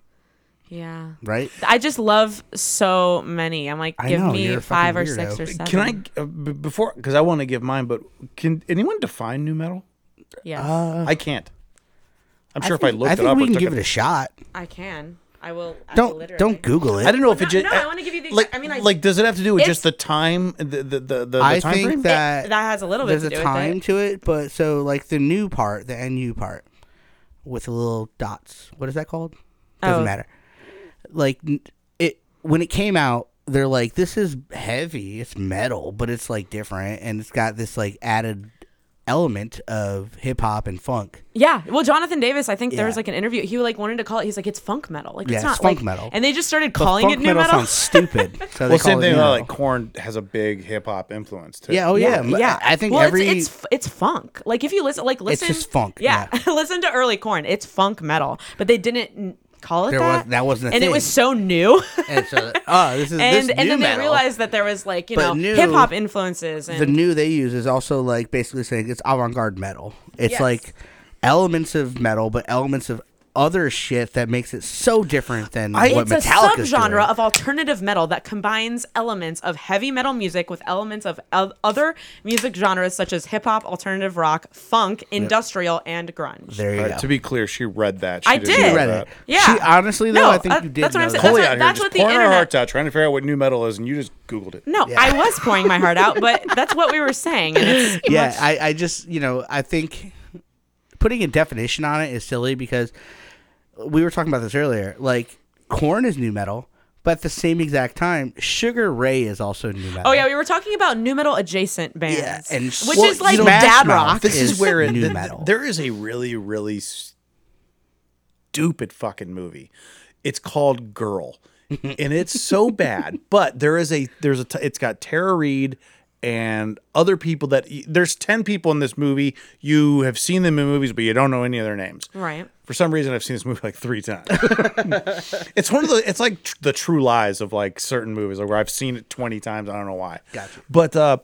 yeah. Right? I just love so many. I'm like, I give know, me you're a five or fucking six weirdo. or seven. Can I uh, b- before because I want to give mine, but can anyone define new metal? Yes, Uh, I can't. I'm sure if I looked I it think up, we or can took give a- it a shot. I can. I will. I will Don't literally. don't Google it. I don't know if No, it just. no, I wanna give you the like. exact- I mean, I- like, does it have to do with It's- just the time? The the the, the I time think frame? that It- that has a little bit there's to a do with time it. to it, but so like the new part, the NU part, with the little dots. What is that called? Doesn't Oh. matter. Like n- it when it came out, they're like, this is heavy. It's metal, but it's like different, and it's got this like added element of hip hop and funk. Yeah. Well, Jonathan Davis, I think there was Yeah. like an interview. He like wanted to call it. He's like, it's funk metal. Like Yeah, it's it's not funk like, metal. And they just started But calling funk it new metal. sounds stupid. So they Well, call same it thing. uh, new Like, metal. Corn has a big hip hop influence too. yeah, oh yeah, m- yeah. I think well, it's- every it's, f- it's funk. Like if you listen, like listen, just funk, Yeah, listen to early corn. It's funk metal, but they didn't n- call it There was- that. that wasn't a and it was thing. so new. and so oh, this is and this and new then metal. they realized that there was like you But know new- hip hop influences and the new they use is also like basically saying it's avant-garde metal. It's Yes. like elements of metal, but elements of other shit that makes it so different than what it's a Metallica's subgenre doing. of alternative metal that combines elements of heavy metal music with elements of el- other music genres such as hip hop, alternative rock, funk, industrial, and grunge. there you All right, go. to be clear, she read that. She I didn't did. know Read that. it. Yeah. She, honestly though, No, I think uh, you did. that's what I'm know saying. that. Chloe what- out here that's just what the pouring her internet- hearts out, trying to figure out what new metal is, and you just Googled it. No, I was pouring my heart out, but that's what we were saying. And it's yeah, I, I just you know I think putting a definition on it is silly because we were talking about this earlier. Like corn is new metal, but at the same exact time, Sugar Ray is also new metal. oh yeah, we were talking about new metal adjacent bands, Yeah, and which well, is like you know, dad Smash Mouth rock. This is, is where it, new th- metal. there is a really, really stupid fucking movie. It's called Girl, and it's so bad. But there is a there's a t- it's got Tara Reid and other people that there's ten people in this movie. You have seen them in movies, but you don't know any of their names. Right. For some reason, I've seen this movie like three times. it's one of the. It's like tr- the true lies of like certain movies, like where I've seen it twenty times. I don't know why. Gotcha. But uh,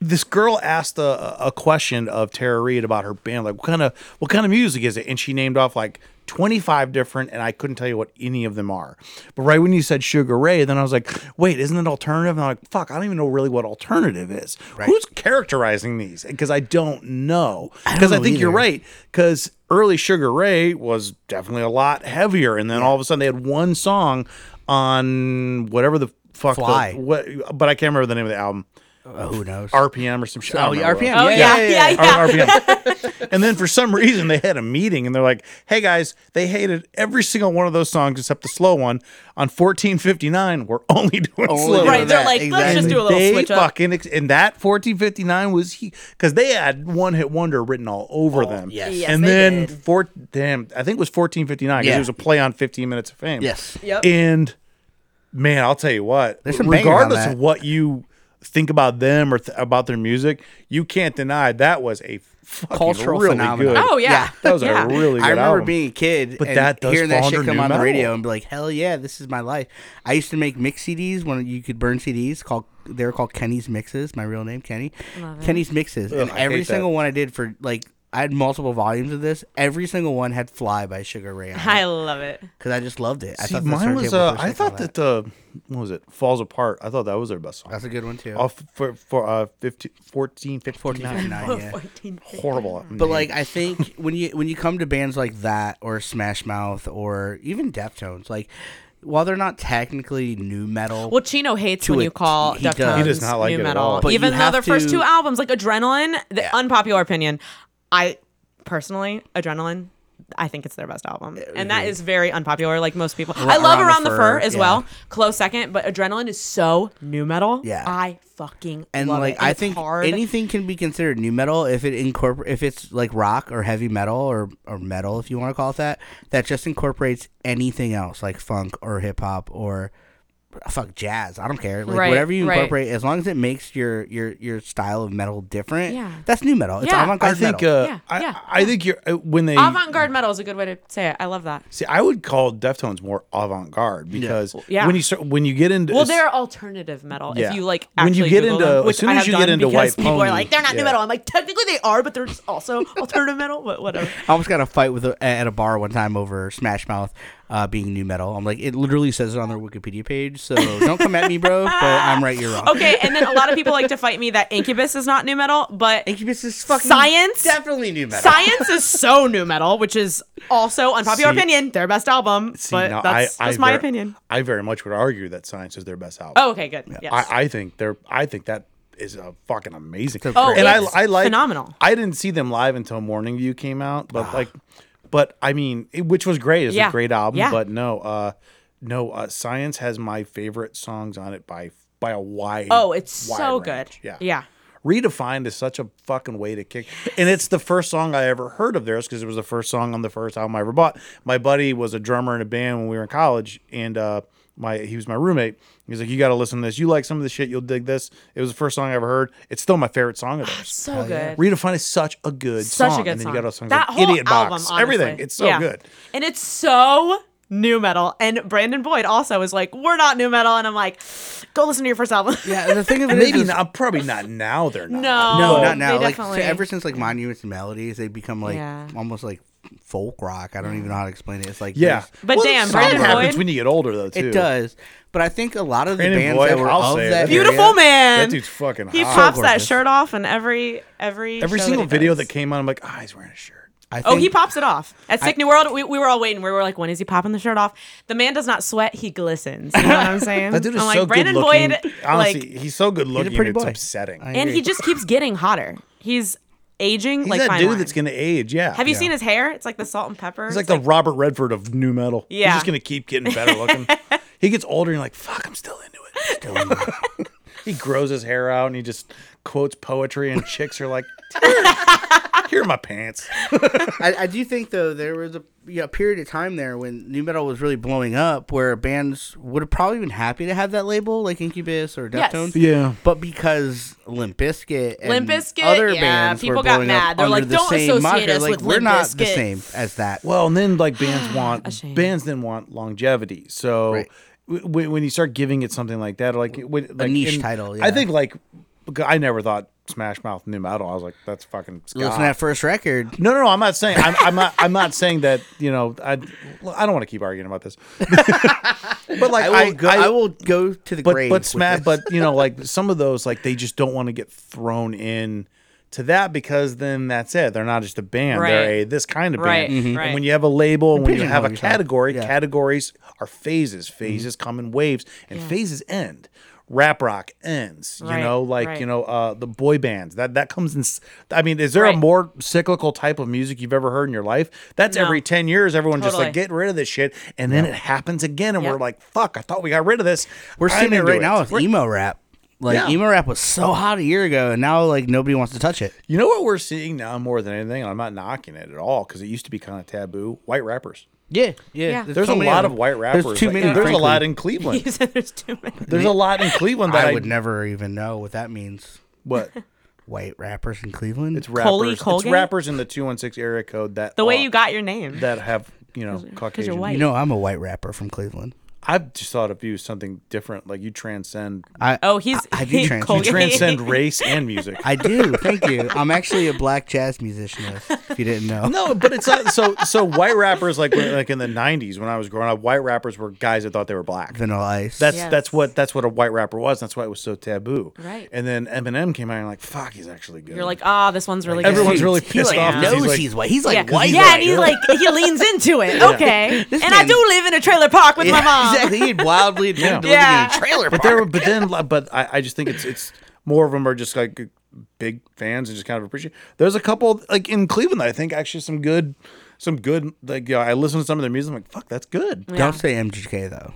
this girl asked a, a question of Tara Reid about her band, like what kind of what kind of music is it? And she named off like twenty five different, and I couldn't tell you what any of them are. But right when you said Sugar Ray, then I was like, wait, isn't it alternative? And I'm like, fuck, I don't even know really what alternative is. Who's characterizing these? Because I don't know. Because I, know think you're either. right right because early Sugar Ray was definitely a lot heavier, and then all of a sudden they had one song on whatever the fuck the- Fly. what, but I can't remember the name of the album. Uh, who knows? RPM or some shit. I oh, don't yeah, know. RPM. Oh, yeah, yeah, yeah. R- RPM. and then for some reason they had a meeting and they're like, "Hey guys, they hated every single one of those songs except the slow one. On 1459, we're only doing Only slow. doing ones." Right, they're that, like, let's just exactly. do a little they switch up. fucking ex- and that 1459 was because they had one hit wonder written all over them. Oh, yes. Yes, and they then did. four damn, I think it was 1459 because Yeah. it was a play on 15 Minutes of Fame. Yes. Yep. And man, I'll tell you what, There's some bangers on regardless that. of what you think about them or th- about their music, you can't deny that was a fucking Cultural really phenomenon. good. Oh, yeah. that was Yeah. a really good I remember album. being a kid, But and that does hearing fall that shit under come new on the metal. radio and be like, "Hell yeah, this is my life." I used to make mix CDs when you could burn CDs. Called they were called Kenny's Mixes. My real name Kenny. Kenny's Mixes, and I every hate that. single one I did for like I had multiple volumes of this. Every single one had "Fly" by Sugar Ray I love it. because I just loved it. I See, thought this mine was. turntable Uh, first I had thought all that the what was it? Falls apart. I thought that was their best song. that's a good one too. off for for uh 15 14 14.99, 59 yeah. 14. horrible But like I think when you when you come to bands like that or Smash Mouth or even Deftones, like while they're not technically new metal, Well, Chino hates To when a- you call he does. Deftones He does not like new it at metal. all. But Even you though have their first to- two albums, like Adrenaline, the unpopular opinion, I personally, Adrenaline, I think it's their best album, and Mm-hmm. that is very unpopular. Like most people, I love Around, the Fur, as yeah. well, close second. But Adrenaline is so new metal. Yeah. I fucking and love like it. I it's think hard. anything can be considered new metal if it incorporate if it's like rock or heavy metal or or metal if you want to call it that that just incorporates anything else like funk or hip hop or fuck jazz I don't care like Right, whatever you right. incorporate as long as it makes your your your style of metal different Yeah. that's new metal it's Yeah. avant i garde think metal. uh Yeah, I, yeah, I think you're uh, when they avant-garde metal is a good way to say it. I love that. see i would call deftones more avant-garde because Yeah. when you start when you get into Well, they're alternative metal. Yeah. If you like, When actually you get Google into- them, as which soon I as have you get done into because White people are Pony- like, they're not new yeah. metal. I'm like, technically they are, but they're just also alternative metal. But whatever. I almost got in a fight with a, at a bar one time over Smash Mouth uh, being new metal. I'm like, it literally says it on their Wikipedia page, so don't come at me, bro. But I'm right, you're wrong. Okay, and then a lot of people like to fight me that Incubus is not new metal, but Incubus is fucking Science? Definitely new metal. Science is so new metal, which is also unpopular See- opinion. Their best album, See, but now, that's I, just I my ver- opinion. i very much would argue that science is their best album Oh, okay, good. Yes. I, I think they're I think that is a fucking amazing. Oh, and it's I I like phenomenal. I didn't see them live until Morning View came out, but like, but I mean, it- which was great. It's Yeah. a great album, Yeah. but no, uh, no, uh, Science has my favorite songs on it by by a wide. oh, it's wide so range. good. Yeah, yeah. Redefined is such a fucking way to kick. And it's the first song I ever heard of theirs because it was the first song on the first album I ever bought. My buddy was a drummer in a band when we were in college, and uh, my he was my roommate. He's like, You got to listen to this. You like some of this shit, you'll dig this. It was the first song I ever heard. It's still my favorite song of theirs. So good. Redefined is such a good Ah, Such song. a good and then song. you got those songs that like whole Idiot album, Box, honestly. everything. It's so Yeah. good. and it's so new metal. And Brandon Boyd also is like, "We're not new metal," and I'm like, "Go listen to your first album." Yeah, and the thing of it is, Maybe is- not, probably not now they're not. No. No, Oh, not they now. Like so definitely- ever since like Monuments and Melodies, they become like Yeah. almost like folk rock. I don't even know how to explain it. It's like Yeah. there's- But damn, that Brandon happens Boyd- when you get older, though, too. it does. But I think a lot of the Brandon bands Boyd, that were I'll of say it. that Beautiful area- man. That dude's fucking He hot. pops that gorgeous. shirt off in every every Every show single that he video does. that came on, I'm like, ah, he's wearing a shirt. I think, Oh, he pops it off at Sick New World. We, we were all waiting. We were like, "When is he popping the shirt off?" The man does not sweat; he glistens. You know what I'm saying? That dude is I'm so like, Brandon good looking. Boyd, Honestly, like, he's so good looking. pretty it's boy. upsetting. I- and he just keeps getting hotter. He's aging he's like that fine dude wine. that's gonna age. Yeah. Have you Yeah. seen his hair? It's like the salt and pepper. He's like the Robert Redford of new metal. Yeah. He's just gonna keep getting better looking. he gets older and you're like, fuck, I'm still into it. Still into it. he grows his hair out and he just quotes poetry and chicks are like, here are my pants. I, I do think though there was a you know, a period of time there when new metal was really blowing up, where bands would have probably been happy to have that label, like Incubus or Yes. Deftones. Yeah. But because Limp Bizkit and Limp Bizkit, other yeah, bands people were got blowing mad. up They're under like, the "Don't same associate moniker, us like with we're Limp not the Bizkit." same as that. Well, and then like bands want shame. bands then want longevity. So Right. w- when when you start giving it something like that, or like, it- when- like niche title, I yeah. think like I never thought Smash Mouth new metal. I was like, that's fucking. Ska. Listen to that first record. No, no, no. I'm not saying. I'm, I'm not. I'm not saying that. You know, I. I don't want to keep arguing about this. but like, I will, I, go, I, will go to the But grave. but with smash. this. But you know, like some of those, like they just don't want to get thrown in to that because then that's it. They're not just a band. They're Right. a this kind of Right, band. Mhm. And right. when you have a label, and when you have a Mm-hmm. pigeonhole yourself. category, Yeah. Mm-hmm. categories are phases. Phases come in waves, and phases end. rap rock ends. You Right, know, like right. you know, uh, the boy bands that that comes in. s- I mean, is there Right. a more cyclical type of music you've ever heard in your life? That's No. every ten years, everyone just like Totally. get rid of this shit, and then it happens again, and Yep. we're like, fuck, I thought we got rid of this. We're I'm seeing it into right now with We're- emo rap. Like Yeah. emo rap was so hot a year ago, and now like nobody wants to touch it. You know what we're seeing now more than anything, and I'm not knocking it at all because it used to be kind of taboo. White rappers. Yeah, yeah. Yeah. There's a lot of white rappers. There's too that- many. There's a lot frankly. in You Cleveland. said there's too many. There's a lot in Cleveland that I would never even know what that means. What? White rappers in Cleveland. It's Coley rappers. It's Colgate? rappers in the 216 area code that The way are- you got your name. that have, you know, you're Caucasian. white. you know, I'm a white rapper from Cleveland. I've just thought of you as something different. Like you transcend I oh, he's I, I do he- trans- Colgate. you transcend race and music. I do. Thank you. I'm actually a black jazz musician. If you didn't know, No, but it's not so so white rappers like when- like in the 90s when I was growing up, white rappers were guys that thought they were black. Vanilla Ice. That's Yes. that's what that's what a white rapper was. That's why it was so taboo. Right. And then Eminem came out and like, fuck, he's actually good. You're like, ah, this one's really Everyone's good. really He, pissed like, off 'cause Knows he's he's, like- white. He's like yeah, white. yeah, white. and he's like he leans into it. Okay, and I man- do live in a trailer park with my mom. Exactly. He wildly Yeah. lived in Yeah. a trailer but park. there, but then, like, but I, I just think it's it's more of them are just like big fans and just kind of appreciate. There's a couple like in Cleveland that I think actually some good, some good. Like you know, I listen to some of their music. I'm like, fuck, that's good. Don't say MGK though.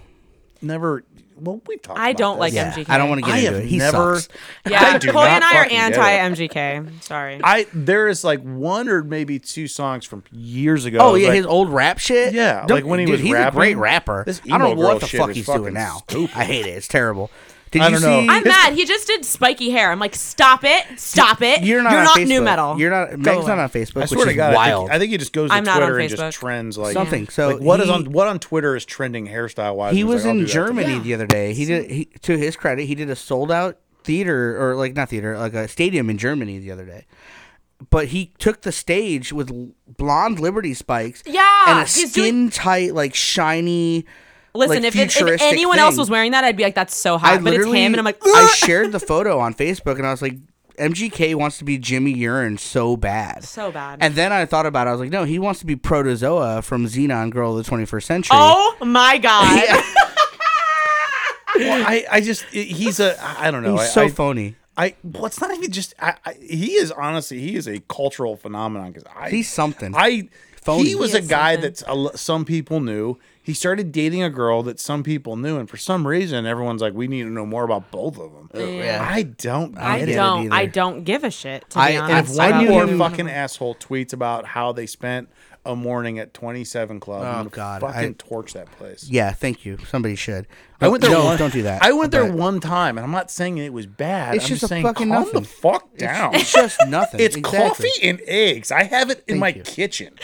Never. Well, we talked. I about don't this. like Yeah, MGK. I don't want to get I into have it. He never. sucks. Yeah, do Chloe not and I are fucking get it. anti-MGK. Sorry. I there is like one or maybe two songs from years ago. Oh yeah, like, his old rap shit. Yeah, Don't- like when he dude, was he's rapping. a great rapper. This I emo don't know girl what the shit fuck is he's fucking doing now. stupid. I hate it. It's terrible. Did I you don't know. see? I'm mad. He just did spiky hair. I'm like, stop it, stop it. You're not. on Facebook. new metal. You're not. Meg's away. not on Facebook. I swear which to is God, I wild. think, I think he just goes to I'm not on Twitter and Facebook. just trends like Something. So Like what is he- on what on Twitter is trending hairstyle wise? he was in Germany the other day. He did. He, to his credit, he did a sold out theater or like not theater, like a stadium in Germany the other day. But he took the stage with l- blonde Liberty spikes. Yeah, and a he's skin doing- tight, like shiny. Listen, like, if, it, if futuristic anyone else thing. was wearing that, I'd be like, that's so I hot. But it's literally- him, and I'm like, I "Ugh." shared the photo on Facebook, and I was like, MGK wants to be Jimmy Urine so bad, So bad. And then I thought about, it. I was like, no, he wants to be Protozoa from Xenon Girl of the 21st Century. oh my god. Well, I I just he's a I I don't know. he's I, so I- phony. I well, it's not even just. I, I he is honestly he is a cultural phenomenon because I He's something. I Phony. he was He a is guy something. that uh, some people knew. He started dating a girl that some people knew, and for some reason, everyone's like, "We need to know more about both of them." yeah. I don't. Get I it. don't. either. I don't give a shit. To be I- and And honest, if about one it. more fucking asshole tweets about how they spent a morning at 27 Club, I'm Oh, gonna God, fucking I- torch that place. Yeah, thank you. Somebody should. I went there. No, one, don't do that. I went there But one time, and I'm not saying it was bad. It's I'm just just, a saying, fucking calm nothing. the fuck down. It's just nothing. It's Exactly. coffee and eggs. I have it in my you. kitchen.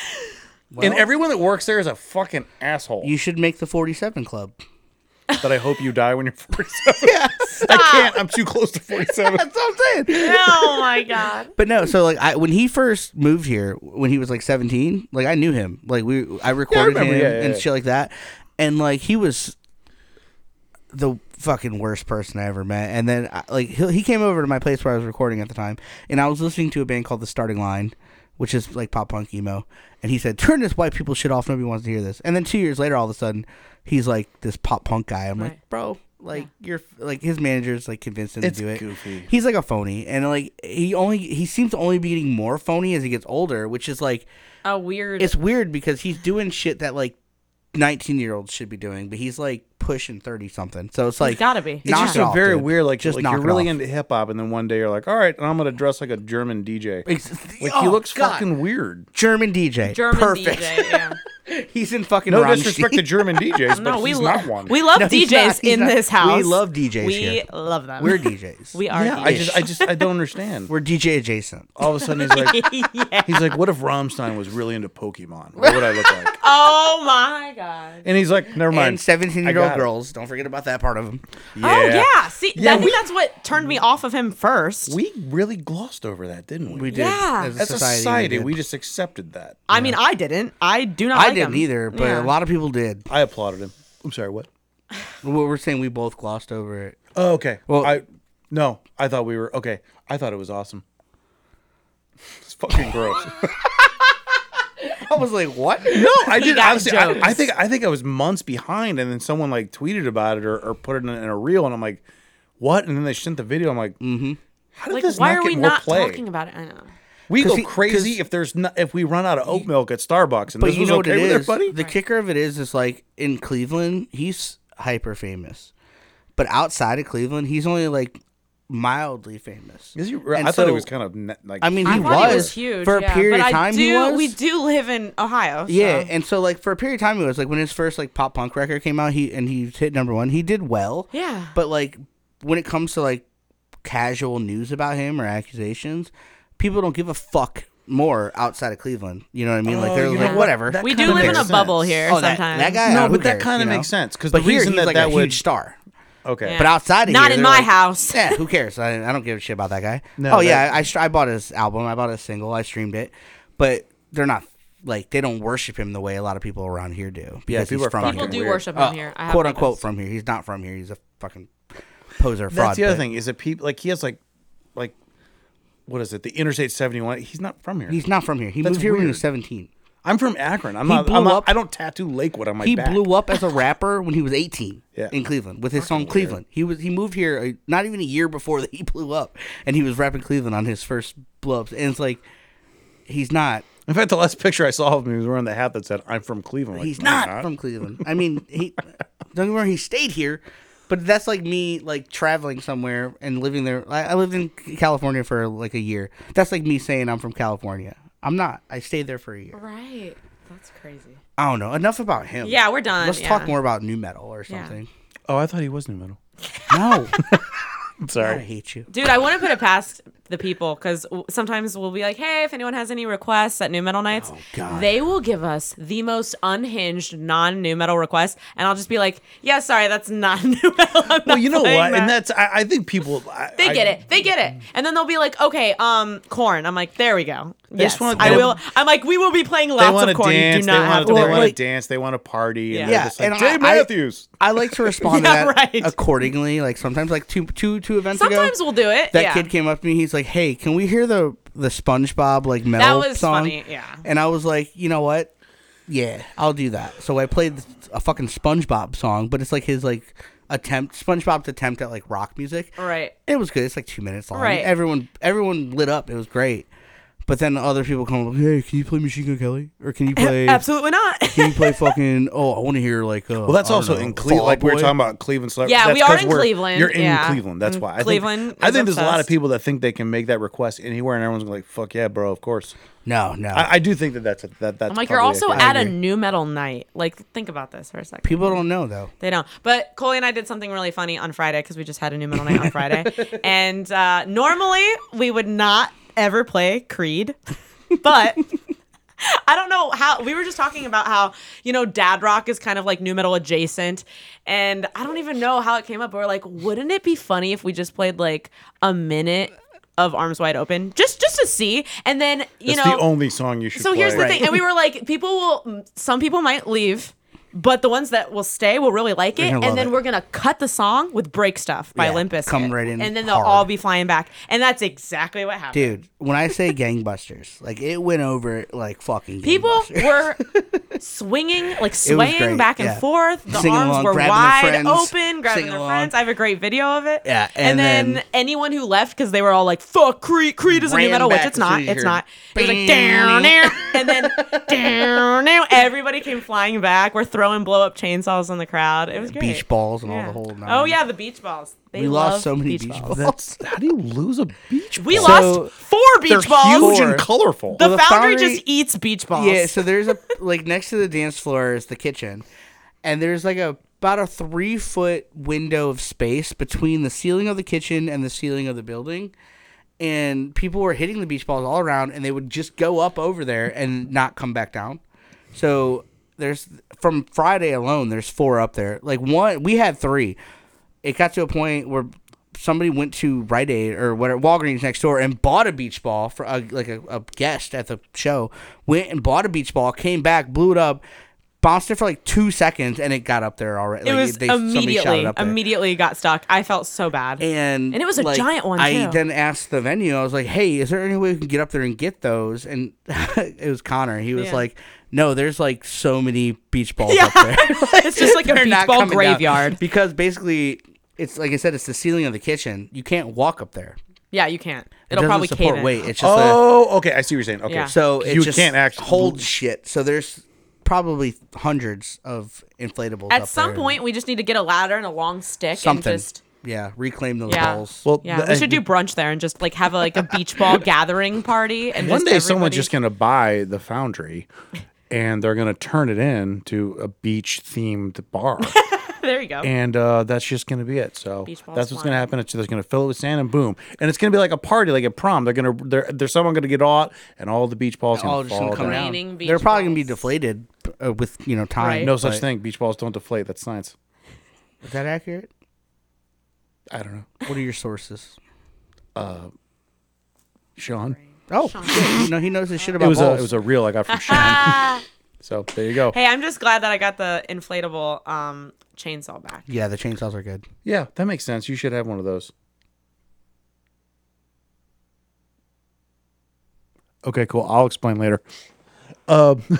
Well- and everyone that works there is a fucking asshole. You should make the 47 Club. that I hope you die when you're 47. I can't. I'm too close to 47. That's what I'm saying. Oh my god. But no, so like I when he first moved here when he was like 17, like I knew him. Like we I recorded remember. him Yeah, yeah, and yeah. shit like that. And like he was the fucking worst person I ever met. And then I- like he, he came over to my place where I was recording at the time and I was listening to a band called The Starting Line, which is like pop punk emo. And he said, "Turn this white people shit off. Nobody wants to hear this." And then 2 years later all of a sudden he's like this pop punk guy. I'm like, Right. "Bro, like you're like his manager's like convinced him It's to do it." goofy. he's like a phony and like he only he seems to only be getting more phony as he gets older which is like A weird. it's weird because he's doing shit that like 19 year olds should be doing but he's like pushing 30 something so it's like gotta be. It's It's knock just it a off, very dude. weird, like, just like knock you're it really off. into hip hop, and then one day you're like, all right, and I'm going to dress like a German DJ. Ex- Like, he oh, looks God. fucking weird. german dj German perfect DJ. Yeah. he's in fucking No Rammstein. disrespect to German DJs, No, but we he's love. not one. We love No, he's DJs not. He's in not. this house. We love DJs We here. love them. we're djs We are. yeah, I DJs. just, I just, I don't understand. we're dj adjacent All of a sudden, he's like, he's like, what if Rammstein was really into Pokemon? What would I look like? oh my god. And he's like, never mind. and 17 year I old got it. girls don't forget about that part of them Oh yeah. See, Yeah, I think we- that's what turned me off of him first. We really glossed over that, didn't we? we did Yeah. as a As a society, society, did. we just accepted that. I mean, I didn't. I do not. i like didn't him. either but Yeah. a lot of people did I applauded him. I'm sorry, what? Well, we're saying we both glossed over it. Oh, okay. Well- Well, I no, I thought we were okay. I thought it was awesome. It's fucking gross. I was like, what? no, I did. got Honestly, I, jokes. I think I think I was months behind, and then someone like tweeted about it or, or put it in, in a reel, and I'm like, what? And then they sent the video. I'm like, mm-hmm. how did Like, this why not are get we more not play? talking about it? I know. we 'Cause go he- 'cause- crazy if there's not, if we run out of oat milk at Starbucks. And But this you was know okay what it with is. everybody? The kicker of it is, is like in Cleveland, he's hyper famous, but outside of Cleveland, he's only like mildly famous. Is he, I And thought it so- was kind of ne- like I mean, I he thought was, he was huge for a yeah, period but of I time. he do- was. We do live in Ohio. so- Yeah, and so like for a period of time, it was like when his first like pop punk record came out, he and he hit number one. He did well. Yeah. But like when it comes to like casual news about him or accusations, people don't give a fuck more outside of Cleveland. You know what I mean? like Oh, they're you know like what? whatever. That we kinda do live in a makes bubble sense. here Oh, that, sometimes. that guy. No, uh, who but that cares, kinda you know? makes sense, 'cause But the here, reason he's, that like that a would- huge star. okay. Yeah. But outside of Not here, in they're my like, house. Yeah, who cares? I, I don't give a shit about that guy. No, oh yeah, that- I, I str- I bought his album. I bought his single. I streamed it, but they're not like they don't worship him the way a lot of people around here do. Because people he's are from fucking here. People do Weird. worship him Uh, here. I have quote noticed. unquote from here. He's not from here. He's a fucking poser fraud. That's the other but thing is that people like he has like, like, what is it? The Interstate 71. He's not from here. He's not from here. He That's moved here when he weird. was 17. I'm from Akron. I'm He not. blew I'm not up- I don't tattoo Lakewood on my He back. blew up as a rapper when he was 18 Yeah. in Cleveland with his song Cleveland. He was he moved here uh, not even a year before that he blew up and he was rapping Cleveland on his first blow ups. And it's like he's not In fact, the last picture I saw of him he was wearing the hat that said "I'm from Cleveland." Like, He's no, you're not from Cleveland. I mean, he don't get me wrong, he stayed here, but that's like me like traveling somewhere and living there. I, I lived in California for like a year. That's like me saying I'm from California. I'm not. I stayed there for a year. Right. That's crazy. I don't know. Enough about him. Yeah, we're done. Let's yeah. talk more about new metal or something. Oh, I thought he was new metal. No, I Sorry. hate you. Dude, I want to put it past the people because sometimes we'll be like, hey, if anyone has any requests at New Metal Nights, Oh, God. they will give us the most unhinged non New Metal request. And I'll just be like, yeah, sorry, that's not New Metal. I'm Well, not you know playing what? That. And that's I, I think people I, They I- get it. They get it. And then they'll be like, okay, um, corn. I'm like, there we go. just Yes, want- I they- will. I'm like, we will be playing They lots want of to corn. you dance. do They not have want to to. They worry want to like- dance. They want to party. And Yeah. yeah. Just like, and Dave I- Matthews. I like to respond Yeah, to that right. accordingly. Like sometimes, like two two two events ago. Sometimes we'll do it. that yeah. kid came up to me. He's like, "Hey, can we hear the the SpongeBob like metal was song?" funny, yeah. And I was like, "You know what? Yeah, I'll do that." So I played a fucking SpongeBob song, but it's like his like attempt SpongeBob's attempt at like rock music. Right. It was good. It's like two minutes long. Right. Everyone everyone lit up. It was great. But then other people come up, "Hey, can you play Machine Gun Kelly? Or can you play?" Absolutely not. Can you play fucking? Oh, I want to hear like. Uh, Well, that's also in Cleveland. Like we were are talking about Cleveland celebrities. Yeah, That's we are 'cause in we're- Cleveland, You're in yeah. Cleveland. That's Mm, why. I Cleveland Think, I is think there's a lot of obsessed. people that think they can make that request anywhere, and everyone's gonna like, "Fuck yeah, bro! Of course." No, no. I, I do think that that's a, that that's. I'm like, you're probably also a thing. at a new metal night. Like, think about this for a second. people don't know though. They don't. But Coley and I did something really funny on Friday because we just had a new metal night on Friday. And uh, normally we would not ever play Creed, but. I don't know how we were just talking about how you know dad rock is kind of like new metal adjacent, and I don't even know how it came up. But we're like, wouldn't it be funny if we just played like a minute of Arms Wide Open just just to see, and then you That's know the only song you should. so here's play. the thing, and we were like, people will, some people might leave, but the ones that will stay will really like it, gonna love and then it. we're gonna cut the song with "Break Stuff" by Yeah, Olympus, come right in and then they'll hard. all be flying back, and that's exactly what happened. Dude, when I say gangbusters, like it went over like fucking People gangbusters. were swinging, like great, swaying back and yeah. forth. The Singing arms along, were grabbing their wide friends, open, grabbing singing their along. friends. I have a great video of it. Yeah, and, and then, then- anyone who left because they were all like, "Fuck Creed, Creed is a new Ran metal," which back it's as soon not. as you It's heard not. It was like "Bing." down, down, and then down, down. Everybody came flying back. We're throwing blow up chainsaws on the crowd. It was great. beach balls and all Yeah. the whole nine. Oh yeah, the beach balls. They We lost love so many beach balls. That's how do you lose a beach? We ball? lost four They're beach balls. huge Four. and colorful. The, Well, the foundry, foundry- just eats beach balls. Yeah, so there's a like next to the dance floor is the kitchen. And there's like a about a three foot window of space between the ceiling of the kitchen and the ceiling of the building. And people were hitting the beach balls all around and they would just go up over there and not come back down. So there's from Friday alone, there's four up there. Like one, we had three. It got to a point where somebody went to Rite Aid or whatever Walgreens next door and bought a beach ball for a, like a, a guest at the show. Went and bought a beach ball, came back, blew it up, bounced it for like two seconds, and it got up there already. It like, was they- somebody shot it immediately, up there. immediately got stuck. I felt so bad. And And it was a like, giant one, I too. then asked the venue. I was like, "Hey, is there any way we can get up there and get those?" And it was Connor. He was Yeah. like, "No, there's like so many beach balls Yeah. up there." it's just like a They're beach not ball coming down. graveyard. because basically it's like I said, it's the ceiling of the kitchen. You can't walk up there. Yeah, you can't. It It'll doesn't probably support cave in. weight. It's just a, Oh, okay. I see what you're saying. Okay. Yeah. so it You just can't act- hold shit. So there's probably hundreds of inflatables At up some there. point, we just need to get a ladder and a long stick something. and just yeah, reclaim those yeah. balls. Well, yeah, the- we should do brunch there and just like have a, like a beach ball gathering party. And One just day someone's everybody- just going to buy the foundry and they're going to turn it into a beach themed bar. there you go. and uh, that's just going to be it. So Beach balls that's what's flying. going to happen. It's they're going to fill it with sand and boom. And it's going to be like a party, like a prom. They're going to, they're, there's someone going to get out and all the beach balls all going to just gonna fall come down. down. Raining beach They're probably gonna be balls. deflated uh, with you know time. Right. No such but- thing. Beach balls don't deflate. That's science. Is that accurate? I don't know. What are your sources? Sean. Oh, shit, you know he knows his shit about It was, a, balls. it was a reel I got from Sean. so there you go. hey, I'm just glad that I got the inflatable um chainsaw back. yeah, the chainsaws are good. Yeah, that makes sense. You should have one of those. Okay, cool. I'll explain later. Um,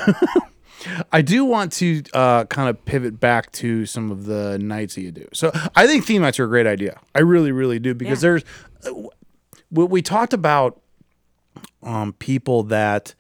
I do want to uh, kind of pivot back to some of the nights that you do. So I think theme nights are a great idea. I really, really do because Yeah. there's we, we talked about um, people that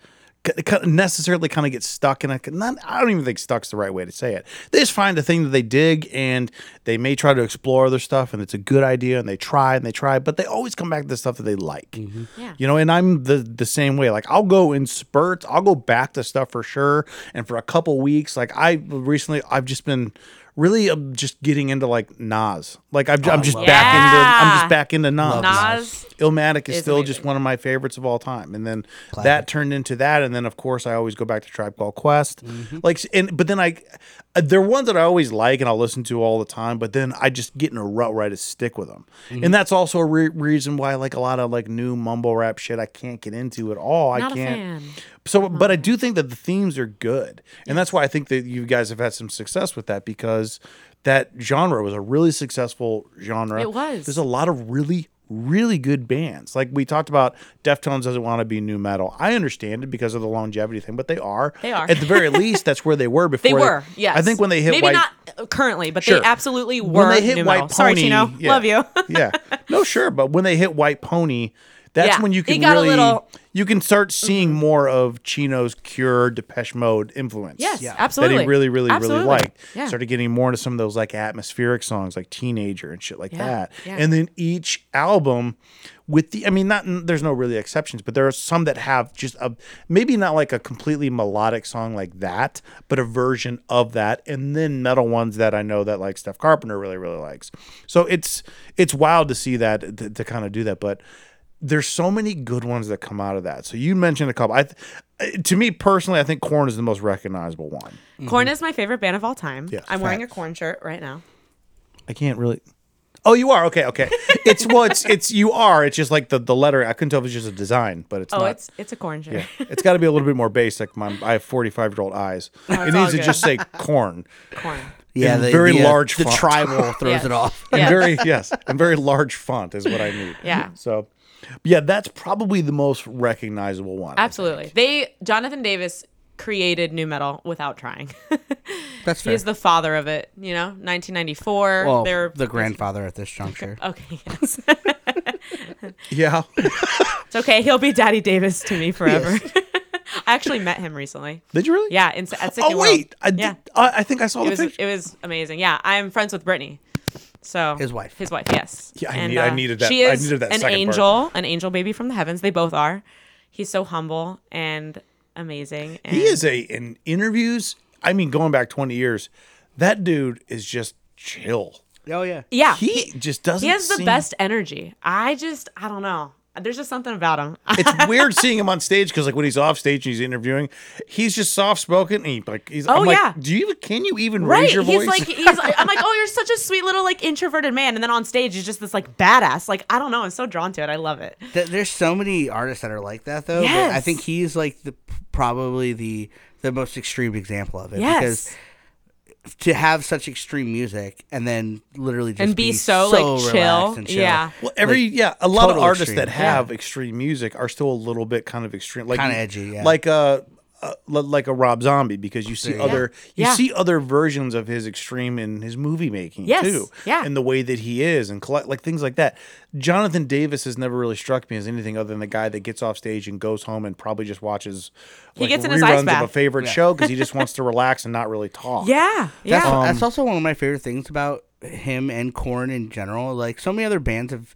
c- c- necessarily kind of get stuck in a not, I don't even think stuck's the right way to say it. They just find a thing that they dig and they may try to explore other stuff and it's a good idea and they try and they try, but they always come back to the stuff that they like. Yeah. You know, and I'm the the same way. Like I'll go in spurts. I'll go back to stuff for sure. And for a couple weeks, like I recently, I've just been really um, just getting into like Nas. Like I've, I'm just love back into I'm Yeah. just back into Nas. Nas. Illmatic is Is still amazing. just one of my favorites of all time. And then that turned into that. And then of course I always go back to Tribe Called Quest. Like and but then I uh, they're ones that I always like and I'll listen to all the time, but then I just get in a rut where I just stick with them. And that's also a re- reason why like a lot of like new mumble rap shit I can't get into at all. Not I a can't fan. so, but I do think that the themes are good, and that's why I think that you guys have had some success with that because that genre was a really successful genre. It was. There's a lot of really, really good bands. Like we talked about, Deftones doesn't want to be new metal. I understand it because of the longevity thing, but they are. They are. At the very least, that's where they were before. They were, yes. I think when they hit maybe White, not currently, but Sure. they absolutely were. when they hit nu White metal. Pony, Sorry, Chino. yeah. Love you. yeah. No, sure, but when they hit White Pony. That's Yeah, when you it can got a really little- Mm-hmm. you can start seeing more of Chino's Cure Depeche Mode influence. yes, Yeah. absolutely. That he really, really, Absolutely. really liked. Yeah. Started getting more into some of those like atmospheric songs, like Teenager and shit like Yeah, that. yeah. And then each album, with the, I mean, not there's no really exceptions, but there are some that have just a maybe not like a completely melodic song like that, but a version of that, and then metal ones that I know that like Steph Carpenter really, really likes. So it's it's wild to see that to, to kind of do that, but there's so many good ones that come out of that. So you mentioned a couple. I, th- to me personally, I think Corn is the most recognizable one. Corn is my favorite band of all time. Yes. I'm wearing a corn shirt right now. I can't really. Oh, you are okay. Okay, it's well, it's it's you are. It's just like the the letter. I couldn't tell if it's just a design, but it's Oh, not. it's it's a corn shirt. yeah. it's got to be a little bit more basic. My I have forty five year old eyes. it needs Oh, all to good. just say corn. Corn. Yeah, In the, very the, uh, large The font. tribal throws Yes. it off. And Yeah. very yes, and very large font is what I need. Yeah. So, yeah, that's probably the most recognizable one. Absolutely. They Jonathan Davis created new metal without trying. That's fair. He's the father of it, you know. 1994. well, they're the grandfather at this juncture. Okay, Oh, yes. Yeah. it's okay. He'll be Daddy Davis to me forever. I actually met him recently. Did you really? Yeah, in, at Sick Oh and World. wait, I did, yeah. I, I think I saw It the was picture. it was amazing. Yeah, I'm friends with Brittany. So His wife. His wife. Yes. uh, Yeah, I need- I needed that- She I is needed that an second part. angel, an angel baby from the heavens. They both are. He's so humble and amazing. And He is a in interviews. I mean, going back twenty years, that dude is just chill. Oh yeah. Yeah. He just doesn't. He has the seem- best energy. I just, I don't know. There's just something about him. It's weird seeing him on stage because, like, when he's off stage and he's interviewing, he's just soft spoken and he like he's. Oh, I'm like, yeah. Do you even can you even right? raise your He's voice? like, he's. Like, I'm like, oh, you're such a sweet little like introverted man, and then on stage he's just this like badass. Like I don't know. I'm so drawn to it. I love it. Th- there's so many artists that are like that though. But I Yes. think he's like the probably the the most extreme example of it Yes. because to have such extreme music and then literally just And be so, like, relaxed chill. Yeah. well, every yeah, a lot of total artists extreme. that have extreme music are still a little bit kind of extreme, like Kinda edgy, yeah. Like uh, uh, li- like a Rob Zombie because you see other you Yeah. see other versions of his extreme in his movie making Yes. too, Yeah. and the way that he is and collect like things like that. Jonathan Davis has never really struck me as anything other than the guy that gets off stage and goes home and probably just watches like, gets in his ice reruns of a bath. favorite show because he just wants to relax and not really talk. Yeah. Yeah. That's, that's Um, also one of my favorite things about him and Korn in general. Like so many other bands have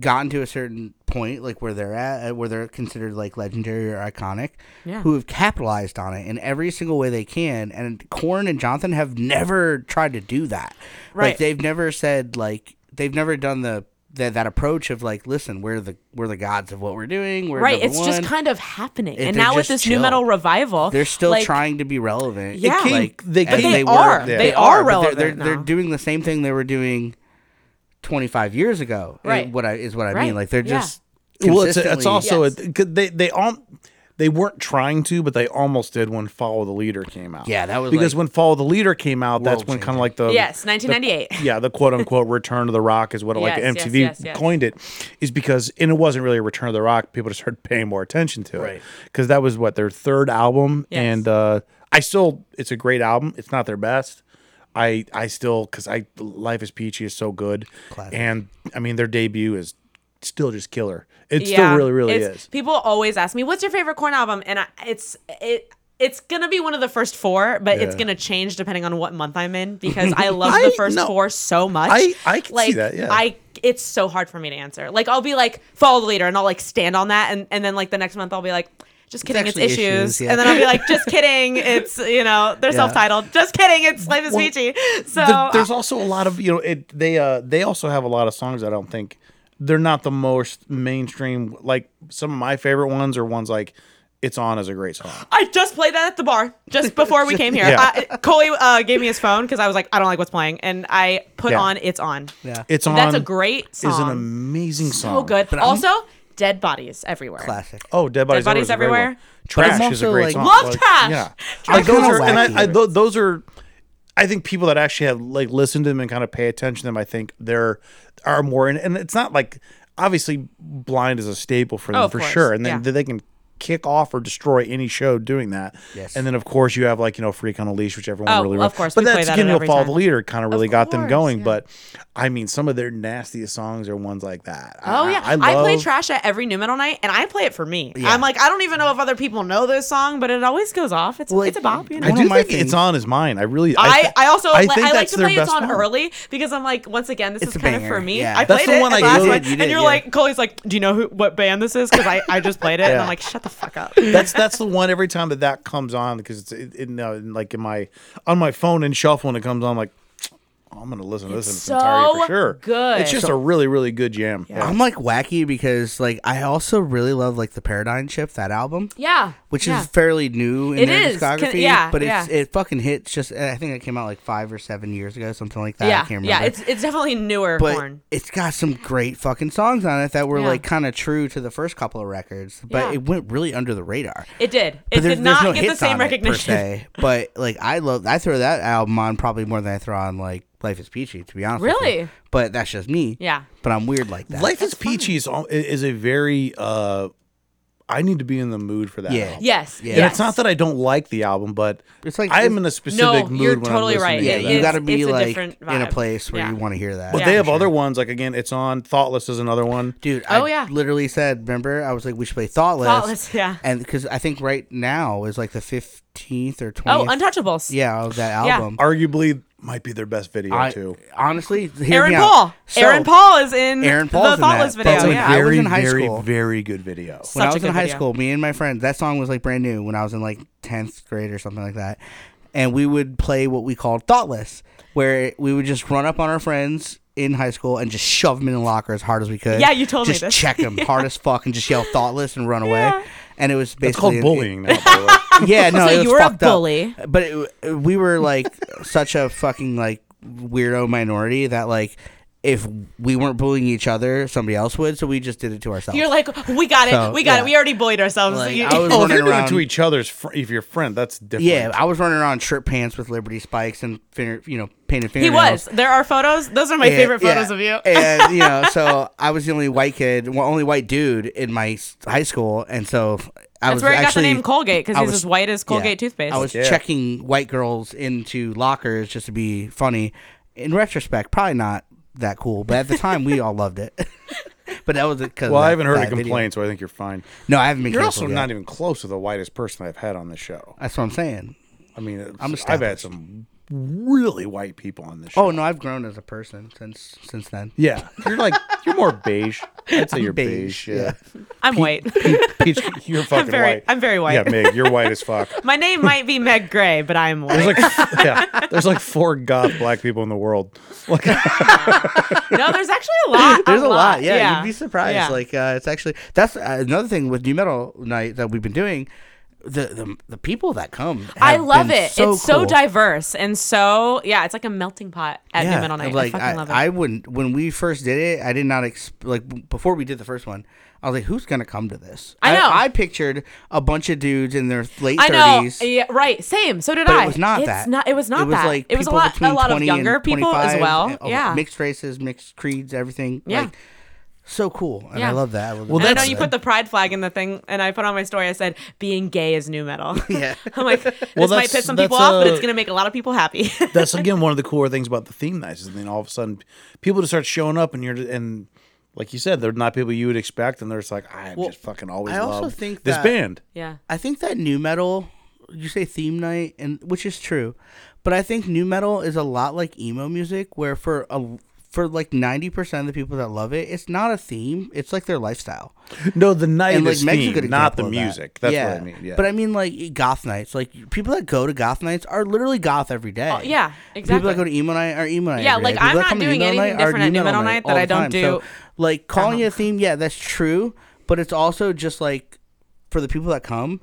gotten to a certain point, like where they're at, uh, where they're considered like legendary or iconic, Yeah. who have capitalized on it in every single way they can. And Korn and Jonathan have never tried to do that. Like Right. they've never said like they've never done the. That, that approach of like, listen, we're the we're the gods of what we're doing. We're right. number It's just one. kind of happening. It- and they're now just with this chill. new metal revival, They're still like, trying to be relevant. Yeah. It came- they and came- They were- are. They but are they're- relevant They're, they're now. doing the same thing they were doing 25 years ago. is Right. What I is what I mean. Right. Like they're Yeah. just Well, it's, it's consistently- also Yes. it- 'cause they they all they weren't trying to, but they almost did when Follow the Leader came out. Yeah, that was because like when Follow the Leader came out, that's when world-changing. kind of like the Yes, 1998. yeah, the quote unquote return of the rock is what like Yes, MTV yes, yes, yes. coined it, is because and it wasn't really a return of the rock. People just started paying more attention to Right. it because that was what their third album, Yes. and uh, I still it's a great album. It's not their best. I I still because I Life is Peachy is so good, Classic. and I mean their debut is still just killer. It Yeah, still really really it's- is. People always ask me, "What's your favorite Corn album?" And I, it's it. It's gonna be one of the first four, but it's Yeah. gonna change depending on what month I'm in because I love the I- first no. four so much. I- I can see like, that, yeah. I it's so hard for me to answer. Like I'll be like follow the leader, and I'll like stand on that, and and then like the next month I'll be like. Just kidding, it's, actually issues. Issues, yeah. And then I'll be like, just kidding, it's, you know, they're self titled. Just kidding, it's Life is Well, Peachy. So, Th- there's also a lot of you know it they uh they also have a lot of songs I don't think they're not the most mainstream like some of my favorite ones are ones like it's on is a great song. I just played that at the bar just before we came here. Yeah. I, Coley uh, gave me his phone because I was like, I don't like what's playing, and I put Yeah. on "It's On." Yeah. It's on That's a great song. is an amazing song. so good. But I'm- also, dead bodies everywhere. classic. Oh, Dead Bodies, Dead Bodies Everywhere. is Everywhere. a great one. But I'm Trash is a also, great like- song. Love Like, Trash! Yeah. Trash Like, those is are and wacky. I, I tho- those are I think people that actually have like listened to them and kind of pay attention to them I think they're are more in and it's not like obviously blind is a staple for them Oh, of for course. sure and then Yeah. they can kick off or destroy any show doing that. Yes. And then of course you have like you know Freak on a Leash which everyone Oh, really of loves. course, But we play that's that again at you'll every follow the time. leader kind of really got them course, going yeah. but I mean some of their nastiest songs are ones like that. Oh I, yeah, I, I, love, play trash at every new metal night, and I play it for me. I'm like, I don't even know if other people know this song, but it always goes off. It's Well, it's a bop, you know. I One do of my think things- it's on is mine. I really. I, th- I also li- I, like that's to their play it's best on one. early because I'm like once again this It's is a kind of banger, for me. yeah. I That's played the it one at I last did, night, you did, and you're yeah. like Coley's like, do you know who what band this is? Because I, I just played it and Yeah. I'm like shut the fuck up. That's that's the one every time that that comes on because it's it, it, no, in, like in my on my phone and shuffle when it comes on I'm like "Oh, I'm gonna listen to this in its so entirety for sure. good. It's just a really really good jam. Yeah. I'm like wacky because like I also really love like the Paradigm Shift that album. Yeah, Which yeah. is fairly new in It their is. Can- discography, yeah, but it's yeah. it fucking hits. Just eh, I think it came out like five or seven years ago, something like that. I yeah, can't remember. yeah. It's it's definitely newer but corn. it's got some great fucking songs on it that were Yeah. like kind of true to the first couple of records, but Yeah. it went really under the radar. It did. It But there- did not no get the hits same on it, per recognition. se. But like I love, I throw that album on probably more than I throw on like Life is Peachy, to be honest. with you. Really? But that's just me. Yeah. But I'm weird like that. Life is Peachy is, al- is a very. uh I need to be in the mood for that. Yeah. album. Yes. Yeah. Yeah. And it's not that I don't like the album, but It's like- I am in a specific mood. No, you're when totally I'm listening right. to yeah, that. it you is- got to be it's a like different in a vibe. place where Yeah. you want to hear that. But Yeah. they for have other ones like again, it's on. Thoughtless is another one. Dude, Oh, I yeah. literally said, remember, I was like, we should play Thoughtless. Thoughtless, yeah. And because I think right now is like the 15th or 20th. Oh, Untouchables. Yeah, of that Yeah. album. Arguably, might be their best video I- too. Honestly, hear Aaron me Paul. Out. So, Aaron Paul is in Aaron the Paul's in that, Thoughtless but video. when Yeah. I was in high very, school. very good video. When I Such a was in good high video. school, me and my friends, that song was like brand new when I was in like 10th grade or something like that. And we would play what we called Thoughtless, where we would just run up on our friends in high school and just shove them in the locker as hard as we could. Yeah, you told me just this. check them hard as fuck and just yell Thoughtless and run away. And it was basically It's called an- bullying now. By the way. yeah, no, So it was you were a fucked up. bully. But it, we were like such a fucking like weirdo minority that like if we weren't bullying each other, somebody else would. So we just did it to ourselves. You're like, we got it, So, we got yeah. it. We already bullied ourselves. Like, You- I was Oh, if running you're doing it around. to each other's, fr- if you're a friend, that's different. yeah, I was running around in shirt pants with Liberty spikes and finger, you know, painted he fingernails. was. There are photos. Those are my And- favorite yeah. photos of you. and you know, so I was the only white kid, well, only white dude in my s- high school, and so I was That's where I got the actually- name Colgate because I he's was- as white as Colgate yeah. toothpaste. I was Yeah. checking white girls into lockers just to be funny. In retrospect, probably not that cool, but at the time we all loved it. but that was because Well, I haven't heard a complaint, so I think you're fine. No, I haven't been. You're also canceled yet. not e- even close to the whitest person I've had on this show. That's what I'm saying. I mean, i I'm have had some really white people on this show. Oh no, I've grown as a person since since then. yeah, you're like you're more beige. I'd say I'm you're beige. beige, Yeah, I'm white. Peach, you're fucking very- white. I'm very white. Yeah, Meg, you're white as fuck. My name might be Meg Gray, but I'm white. There's like yeah, there's like four goth black people in the world. Like, no, there's actually a lot. There's a lot. Yeah, you'd be surprised. Yeah. Like uh, it's actually that's uh, another thing with new metal night that we've been doing. The the, the people that come, I have love been it. So it's so cool. diverse and so yeah, it's like a melting pot at Yeah, New Metal Night. Like I fucking I, love it. I wouldn't when we first did it. I did not ex- like b- before we did the first one. I was like, who's gonna come to this? I know. I, pictured a bunch of dudes in their late I know. thirties. Yeah, right. Same. So did But I. it was not it's that. Not, it was not it was that. Like it was a people lot. between A lot of 20 and younger people as 25, well. uh, yeah. Mixed races, mixed creeds, everything. Yeah. Like, so cool. And Yeah. I love that. I love Well, that. And I that's- know you put the pride flag in the thing, and I put on my story. I said, "Being gay is new metal." Yeah. I'm like, this might that's- piss some that's, people off, but it's uh, gonna make a lot of people happy. that's again one of the cooler things about the theme nights is then all of a sudden people just start showing up and you're and like you said they're not people you would expect and they're just like I just fucking always I also loved think this that- band. yeah. I think that new metal, you say theme night, and which is true, but I think new metal is a lot like emo music, where for a for like ninety percent of the people that love it, it's not a theme; it's like their lifestyle. No, the night And like is Meg's a good themed, not the example of that. music. That's yeah. what I mean. Yeah. But I mean like goth nights. Like people that go to goth nights are literally goth every day. Oh, yeah, People exactly. that go to emo night are emo night. Yeah, every like, day. People I'm that not come to doing emo anything night are different at new metal night that all the I don't time. So, do. like calling it a theme, yeah, that's true. But it's also just like for the people that come,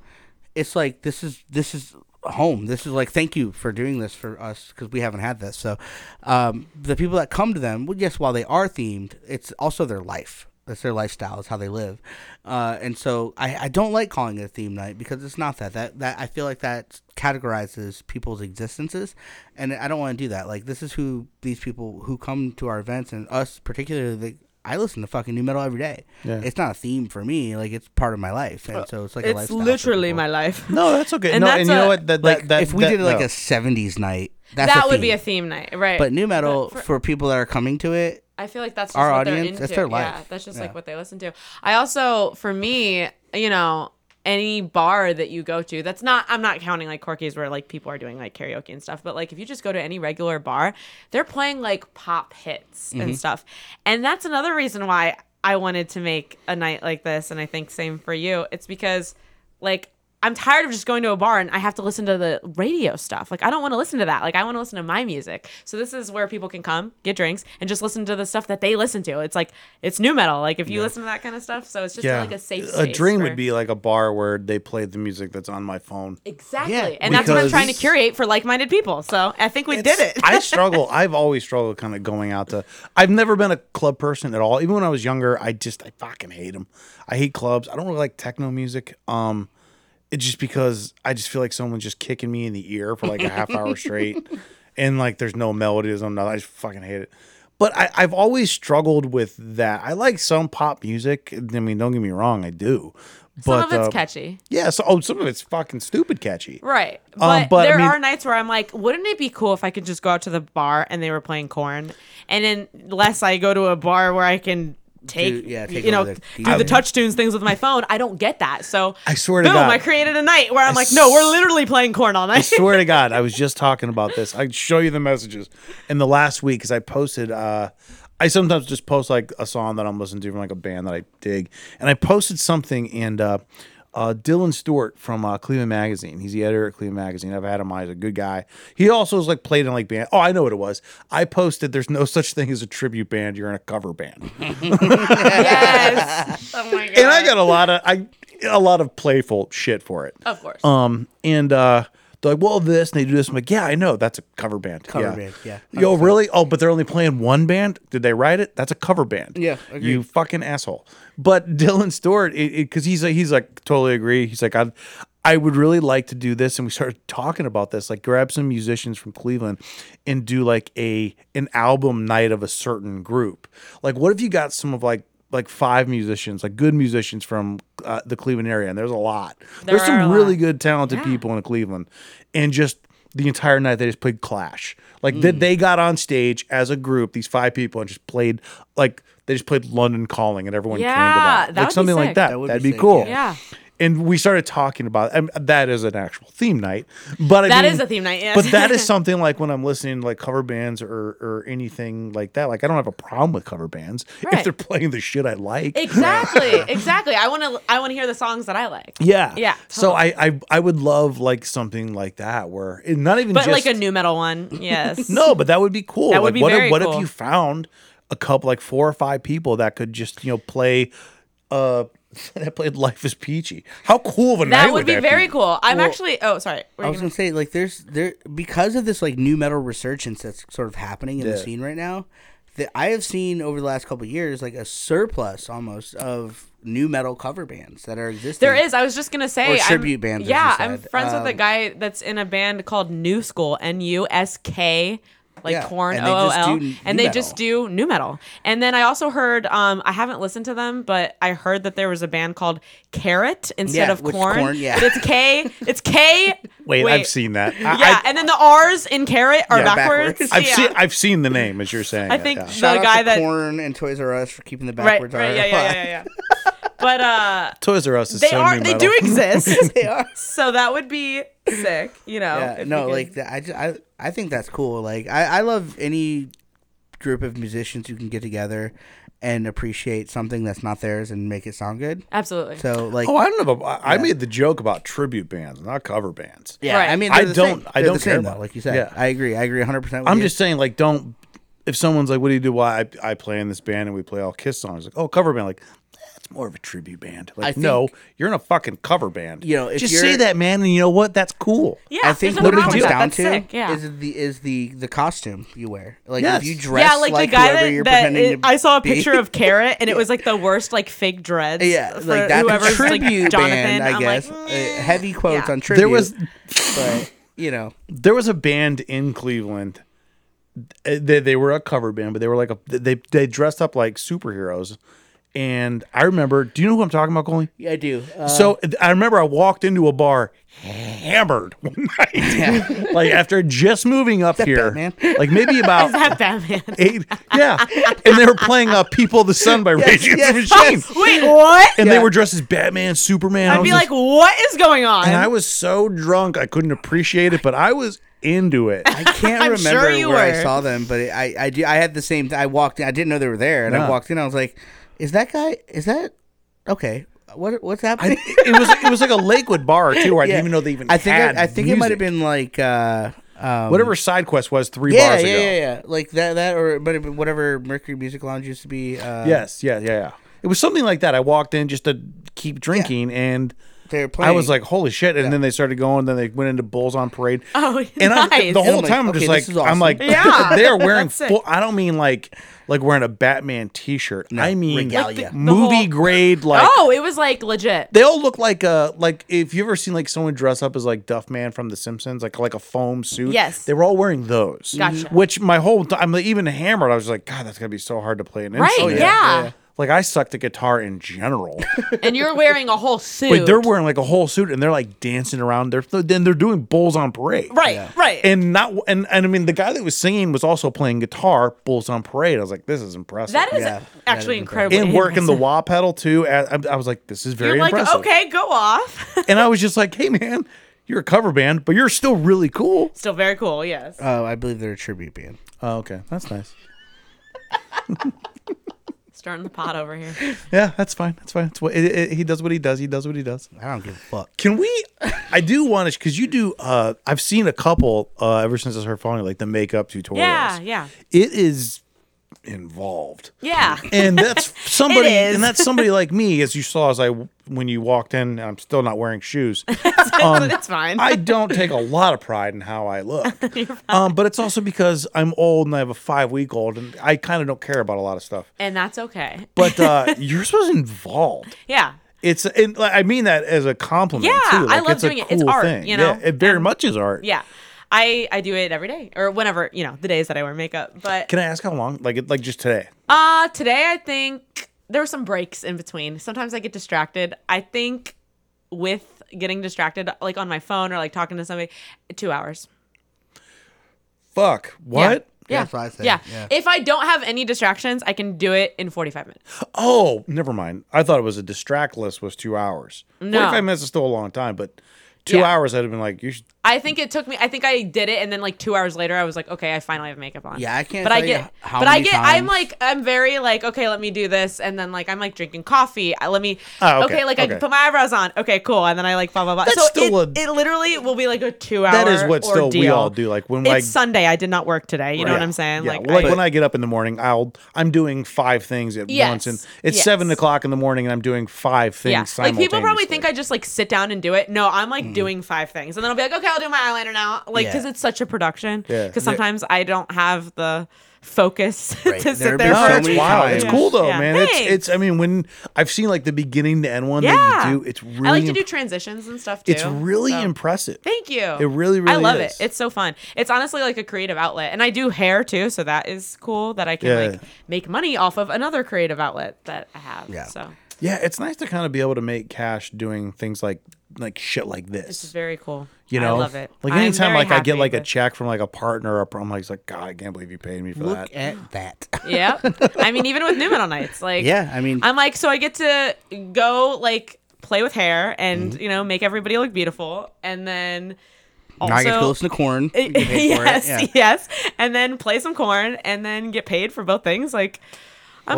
it's like this is this is home. This is like thank you for doing this for us because we haven't had this. So um, the people that come to them, well, yes, while they are themed, it's also their life. That's their lifestyle. It's how they live. Uh, and so I, I don't like calling it a theme night because it's not that. That that I feel like that categorizes people's existences, and I don't want to do that. Like this is who these people who come to our events and us particularly. Like, I listen to fucking new metal every day. Yeah. It's not a theme for me. Like it's part of my life, and so it's like a It's lifestyle for literally people. my life. no, that's okay. And no, that's and you a- know what? That, Like that, that if we that- did like no. a '70s night, that's that would be a theme. theme night, right? But new metal But for people that are coming to it, I feel like that's just our what they're audience, into. that's their Yeah, life. that's just like Yeah. what they listen to. I also, for me, you know, any bar that you go to, that's not. I'm not counting like Corky's where like people are doing like karaoke and stuff. But like if you just go to any regular bar, they're playing like pop hits Mm-hmm. and stuff. And that's another reason why I wanted to make a night like this. And I think same for you. It's because like I'm tired of just going to a bar and I have to listen to the radio stuff. Like I don't want to listen to that. Like I want to listen to my music. So this is where people can come, get drinks, and just listen to the stuff that they listen to. It's like it's new metal. Like if you listen to that kind of stuff, so it's just like a safe. A Space dream for- would be like a bar where they played the music that's on my phone. exactly, Yeah, and that's what I'm because- trying to curate for like-minded people. So I think we did it. I struggle. I've always struggled kind of going out to. I've never been a club person at all. Even when I was younger, I just I fucking hate them. I hate clubs. I don't really like techno music. Um, it's just because I just feel like someone's just kicking me in the ear for like a half hour straight, and like there's no melodies on nothing. I just fucking hate it. But I, I've always struggled with that. I like some pop music. I mean, don't get me wrong, I do. But Some of it's uh, catchy. Yeah, so oh, some of it's fucking stupid catchy. Right. But, Um, but, I there mean- are nights where I'm like, wouldn't it be cool if I could just go out to the bar and they were playing corn? And then less I go to a bar where I can take, Do- yeah, take you know, over the do the DJ. touch tunes things with my phone. I don't get that. So I swear to boom, God. I created a night where I'm like, no, we're literally playing corn all I night. swear to God, I was just talking about this. I show you the messages in the last week because I posted. Uh, I sometimes just post like a song that I'm listening to from like a band that I dig, and I posted something and. Uh, uh, Dylan Stewart from uh, Cleveland Magazine. He's the editor at Cleveland Magazine. I've had him on. He's a good guy. He also was like played in like band. Oh, I know what it was. I posted. There's no such thing as a tribute band. You're in a cover band. yes. oh my god. and I got a lot of I a lot of playful shit for it. of course. Um, and uh, they're like, well, this, and they do this. I'm like, yeah, I know. That's a cover band. Cover yeah. band, yeah. Yo, really? Oh, but they're only playing one band? Did they write it? That's a cover band. Yeah, agreed. You fucking asshole. But Dylan Stewart, because he's like, he's like, totally agree. He's like, I, I would really like to do this. And we started talking about this, like, grab some musicians from Cleveland and do like a an album night of a certain group. Like, what if you got some of like like five musicians, like good musicians from uh, the Cleveland area, and there's a lot. There there's are a some lot. really good, talented people in Cleveland, and just the entire night they just played Clash. Like they, Mm. they got on stage as a group, these five people, and just played like they just played London Calling, and everyone came to Yeah, that, that like would be something like sick. that. That would be That'd be, sick, cool. Yeah. And we started talking about and that is an actual theme night, but I That mean- is a theme night, yes. But that is something like when I'm listening to like cover bands or or anything like that. Like I don't have a problem with cover bands if Right. they're playing the shit I like. Exactly. exactly. I want to. I want to hear the songs that I like. Yeah. Yeah, So I, I I would love like something like that where it, not even But just, like a new metal one. Yes. no, but that would be cool. That like, would be what if, very what if cool. you found a couple like four or five people that could just you know play uh that played Life is Peachy. How cool of a night That would be that very cool. I'm actually. Oh, sorry. Were I you was gonna- gonna say like there's there because of this like new metal resurgence that's sort of happening in the Yeah. scene right now. That I have seen over the last couple of years like a surplus almost of new metal cover bands that are existing. There is. I was just gonna Or say. I'm- tribute bands, as you Yeah, I'm said. friends with a Um, guy that's in a band called New School. N U S K. Like Yeah, corn, and they just do OOL, n- and nu they just do new metal. And then I also heard, um, I haven't listened to them, but I heard that there was a band called Carrot instead Yeah, of which corn. Korn, yeah. but it's K. It's K. Wait, I've seen that. I, Yeah, and then the R's in Carrot are Yeah, backwards. backwards. I, have yeah. seen I've seen the name as you're saying. I it, think yeah. Shout the out guy to that Corn and Toys R Us for keeping the right, backwards right, R yeah, yeah, yeah, yeah. yeah. but uh, Toys R Us is they so are new they metal. do exist, They are. so that would be sick. You know, Yeah, Oh, if no, we could- like the, I, ju- I, I think that's cool. Like I, I love any group of musicians who can get together and appreciate something that's not theirs and make it sound good. absolutely. So like, Oh, I don't know. About, I, I made the joke about tribute bands, not cover bands. yeah, Right. I mean, I they're the don't- same. I They're don't the care same, about though, it. like you said. Yeah. I agree. I agree, hundred percent. I'm just saying, like, don't. If someone's like, "What do you do? Why I, I play in this band and we play all Kiss songs?" Like, oh, cover band. Like, that's more of a tribute band. Like, think- no, you're in a fucking cover band. You know, if just you're- say that, man, and you know what? That's cool. yeah, I think there's what nothing it wrong with comes that. down That's to sick, yeah. is the is the the costume you wear. Like Yes. if you Yeah, dress yeah, like, the guy whoever that, you're that pretending is- to I saw a be. picture of Carrot, and it was like the worst, like fake dreads. Yeah, for like that's whoever's a tribute like Jonathan. band, I I'm guess. like, "Mm, Uh, heavy quotes Yeah. on tribute. There was but you know, there was a band in Cleveland. uh, They, they were a cover band, but they were like a they they dressed up like superheroes. And I remember, do you know who I'm talking about, Coley? yeah, I do. Uh, So th- I remember I walked into a bar hammered one night, like after just moving up here, Batman? like maybe about "Mm, that Batman. eight, yeah. And they were playing uh, "People of the Sun" by Rage Against yes, the Machine, Wait, what? and they Yeah. were dressed as Batman, Superman. I I'd was be just- like, what is going on? and I was so drunk I couldn't appreciate it, but I was into it. I can't I'm sure remember you where I were. saw them, but it, I I do, I had the same. Th- I walked in. I didn't know they were there, and I No. walked in. I was like, "Is that guy? Is that okay? What what's happening?" It was it was like a Lakewood bar too, where I Yeah. didn't even know they even. I think had I, I think it might have music. been like uh, um, whatever side quest was three Yeah, bars yeah, ago. yeah, yeah, like that that or but it- whatever Mercury Music Lounge used to be. Uh, Yes, yeah, yeah, yeah. It was something like that. I walked in just to keep drinking and. they were playing. I was like, holy shit. And then they started going, then they went into Bulls on Parade. Oh, and I, nice. the whole And I'm like, time I'm okay, just this like, is I'm awesome. like, Yeah. they're wearing That's it. full, I don't mean like, like wearing a Batman t shirt. I mean, regalia. Like the- the movie whole- grade, like, oh, it was like legit. they all look like uh like if you ever seen like someone dress up as like Duff Man from The Simpsons, like like a foam suit. Yes. they were all wearing those. Mm-hmm. Gotcha. Which my whole time, I'm like, even hammered. I was like, God, that's gonna be so hard to play an Right, instrument. yeah. Yeah. Like I sucked at guitar in general. and you're wearing a whole suit. Wait, they're wearing like a whole suit and they're like dancing around. They're then they're doing bulls on parade. right, right. And not and, and I mean the guy that was singing was also playing guitar, bulls on parade. I was like, this is impressive. that is Yeah, actually that is incredible. and working the wah pedal too. I, I- I was like, this is very You're like, impressive. okay, go off. And I was just like, hey man, you're a cover band, but you're still really cool. Still very cool. Yes. Uh, oh, I believe they're a tribute band. Oh, okay, that's nice. Starting the pot over here. Yeah, that's fine. That's fine. It's what, it, it- he does what he does. He does what he does. I don't give a fuck. Can we? I do want to because you do. Uh, I've seen a couple uh, ever since I started following you, like the makeup tutorials. Yeah, yeah, it is involved yeah. and that's somebody is. and that's somebody like me as you saw as i when you walked in i'm still not wearing shoes um, That's fine. i don't take a lot of pride in how i look um, but it's also because i'm old and i have a five week old and i kind of don't care about a lot of stuff and that's okay. but uh, yours was involved Yeah. it's and like, i mean that as a compliment Yeah, too. I Like, love it's a doing it. It's cool art, thing. you know? yeah, it very much is art Yeah. I, I do it every day or whenever, you know, the days that I wear makeup. But can i ask how long like it like just today uh today I think there were some breaks in between. Sometimes I get distracted. I think with getting distracted, like on my phone or like talking to somebody, two hours. Fuck. What? Yeah. That's what I said, yeah. yeah. If I don't have any distractions, I can do it in 45 minutes. Oh, never mind. I thought it was a distract list was two hours. No. 45 minutes is still a long time, but two Yeah. hours I'd have been like, you should. I think it took me, I think I did it. And then like two hours later, I was like, okay, I finally have makeup on. Yeah, I can't But I tell you get, how but I many get, I'm times- like, I'm very like, okay, let me do this. And then like, I'm like drinking coffee. I, let me, Oh, okay, like okay. I put my eyebrows on. Okay, cool. And then I like, blah, blah, blah. That's so still it, a- it literally will be like a two hour That is what still we all do. Like when It's like Sunday. I did not work today. You know what Yeah. I'm saying? Yeah. Like, Well, like, I- when I get up in the morning, I'll I'm doing five things at Yes. once, and it's Yes. seven o'clock in the morning, and I'm doing five things. yeah, like simultaneously. Mm. people probably think I just like sit down and do it. No, I'm like doing five things, and then I'll be like, okay, I'll do my eyeliner now, like Yeah. because it's such a production. Yeah. Because sometimes I don't have the focus Right. to There sit have there. been No, for so it's many wild. times. It's cool though, Yeah. man. Thanks. It's it's. I mean, when I've seen like the beginning to end one that yeah, you do, it's really I like to do imp- transitions and stuff too. it's really so. impressive. Thank you. It really, I really love is. it. It's so fun. It's honestly like a creative outlet, and I do hair too, so that is cool that I can Yeah. like make money off of another creative outlet that I have. Yeah. So Yeah, it's nice to kind of be able to make cash doing things like like shit like this is this. very cool. You know, I love it. Like I'm anytime, very like I get happy like a with- check from like a partner, or a, pro- I'm like, it's like God, I can't believe you paid me for that. Look at that. Yeah. I mean, even with New Metal Nights, like Yeah, I mean- I'm like, so I get to go like play with hair and Mm-hmm. you know make everybody look beautiful, and then also Now I get to go listen to corn. You get paid for it, yes, yeah. yes, and then play some corn, and then get paid for both things. Like, I'm,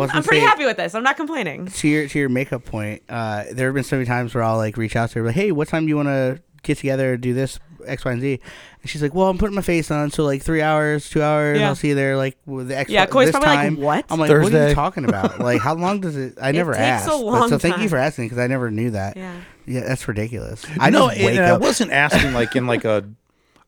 Well, I was gonna I'm pretty say- happy with this. I'm not complaining. to your to your makeup point, uh, there have been so many times where I'll like reach out to her like, "Hey, what time do you want to get together, do this X, Y, and Z?" And she's like, "Well, I'm putting my face on, so like three hours, two hours, Yeah. I'll see you there like with the X." Yeah, Coy's this probably like, time." "What?" I'm like, "What are Thursday. you talking about? like, how long does it?" I never takes a asked. but- long so thank time. you for asking because I never knew that. Yeah. yeah, that's ridiculous. I no, just and- uh, wake and I up. wasn't asking like in like a,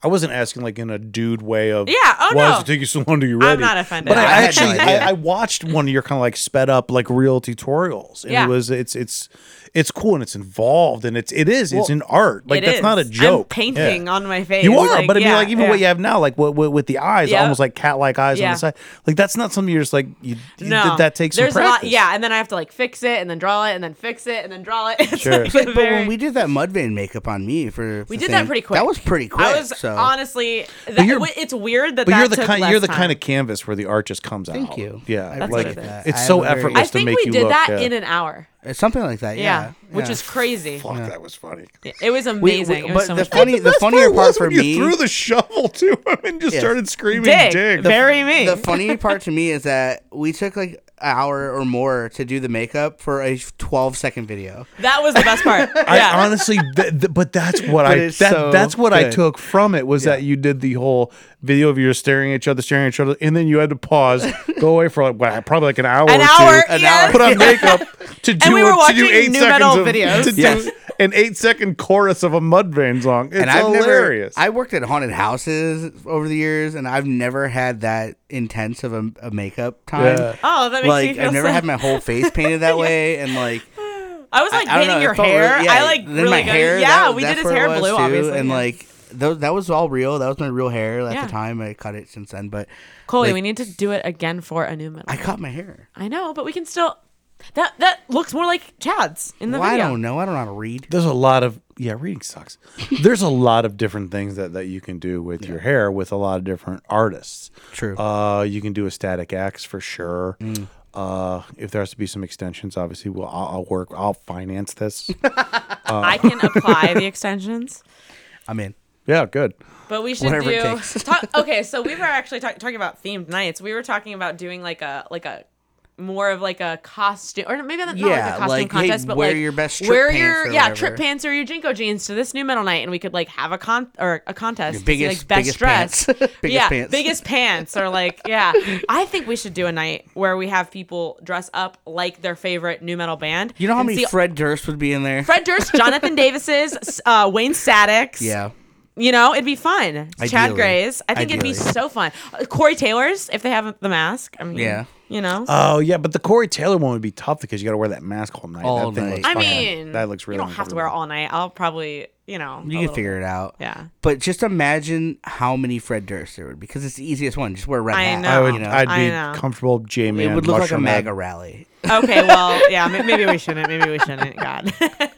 I wasn't asking like in a dude way of Yeah, oh, why no. does it take you so long to get ready? not offended. But I, I had no actually idea. I, I watched one of your kind of like sped up like real tutorials, and Yeah. it was it's it's it's cool and it's involved and it's it is it's an art like It that's is. not a joke. I'm painting Yeah. on my face. You are, but I mean, yeah, like even yeah. what you have now, like what, what with the eyes, Yeah. almost like cat-like eyes on Yeah. the side, like that's not something you're just like you, you- No, that, that takes some There's a lot, practice. yeah, and then I have to like fix it, and then draw it, and then fix it, and then draw it. It's Sure. like But- a but when very- we did that mud vein makeup on me for we the did that thing, pretty quick. That was pretty quick. I was so honestly, that, you're- wa- it's weird that But that you're the took kind less you're the time. kind of canvas where the art just comes out. Thank you. Yeah, I like appreciate that. it's I so have a very- effortless I just to think make we you did look. that yeah. in an hour. something like that. Yeah, Yeah, which yeah. is crazy. Fuck, that was funny. It was We- amazing. we- but it was so the much fun. funny, the funnier part for you me threw the shovel to him and just Yeah. started screaming, Dig, "Dig!" bury me. the funny part to me is that we took like an hour or more to do the makeup for a 12 second video. that was the best part. I yeah. honestly, th- th- but that's what I that, it's so that's what I good. took from it was that you did the whole video of you staring at each other, staring at each other, and then you had to pause, go away for like what, probably like an hour, An or hour, two, yes. put on makeup to do we a- were to do watching eight nu seconds metal of videos. to do Yes. an eight second chorus of a Mudvayne song. It's And I've hilarious. never, I worked at haunted houses over the years, and I've never had that intense of a, a makeup time. Yeah. Oh, that makes like me feel I've never sad. had my whole face painted that way, and like I was like I don't painting know, it your felt hair. really- yeah, I like then really my good. hair, yeah, that- we that's did his where it hair was, blue, too, obviously. and yeah. like those, that was all real. That was my real hair at Yeah. the time. I cut it since then, but Coley, like- we need to do it again for a new metal. I cut my hair. I know, but we can still. That that looks more like Chad's in the Well, I video. don't know. I don't know how to read. there's a lot of yeah reading sucks there's a lot of different things that, that you can do with your hair with a lot of different artists True. uh you can do a static x for sure uh if there has to be some extensions obviously we'll i'll, I'll work i'll finance this I can apply the extensions, I'm in. yeah good but we should Whatever do. it takes. Talk, okay, so we were actually talk, talking about themed nights. We were talking about doing like a like a more of like a costume, or maybe not, not like a Yeah, costume like, hey, contest, but wear like your best trip wear pants or your yeah whatever. trip pants or your jinko jeans to this new metal night, and we could like have a con or a contest, to see, biggest- like best biggest dress, pants. Biggest yeah, pants. biggest pants, or like yeah. I think we should do a night where we have people dress up like their favorite new metal band. You know how and many see Fred Durst would be in there? Fred Durst, Jonathan Davis's, uh, Wayne Static's. Yeah. You know, it'd be fun. Chad Ideally. Gray's. I think it'd be Ideally. so fun. Uh, Corey Taylor's, if they have the mask. I mean, Yeah. Uh, You know? oh yeah but the corey taylor one would be tough because you gotta wear that mask all night All that thing night. looks I fucking- mean, that looks really You don't have to wear it all night. I'll probably, you know. a You little- can figure it out. Yeah. But just imagine how many Fred Durst there would be, because it's the easiest one. Just wear a red I hat. know. I would, You know? I'd I be know. comfortable J-Man. It would look like a mushroom head. MAGA rally. Okay, well, yeah, ma- maybe we shouldn't. Maybe we shouldn't. God.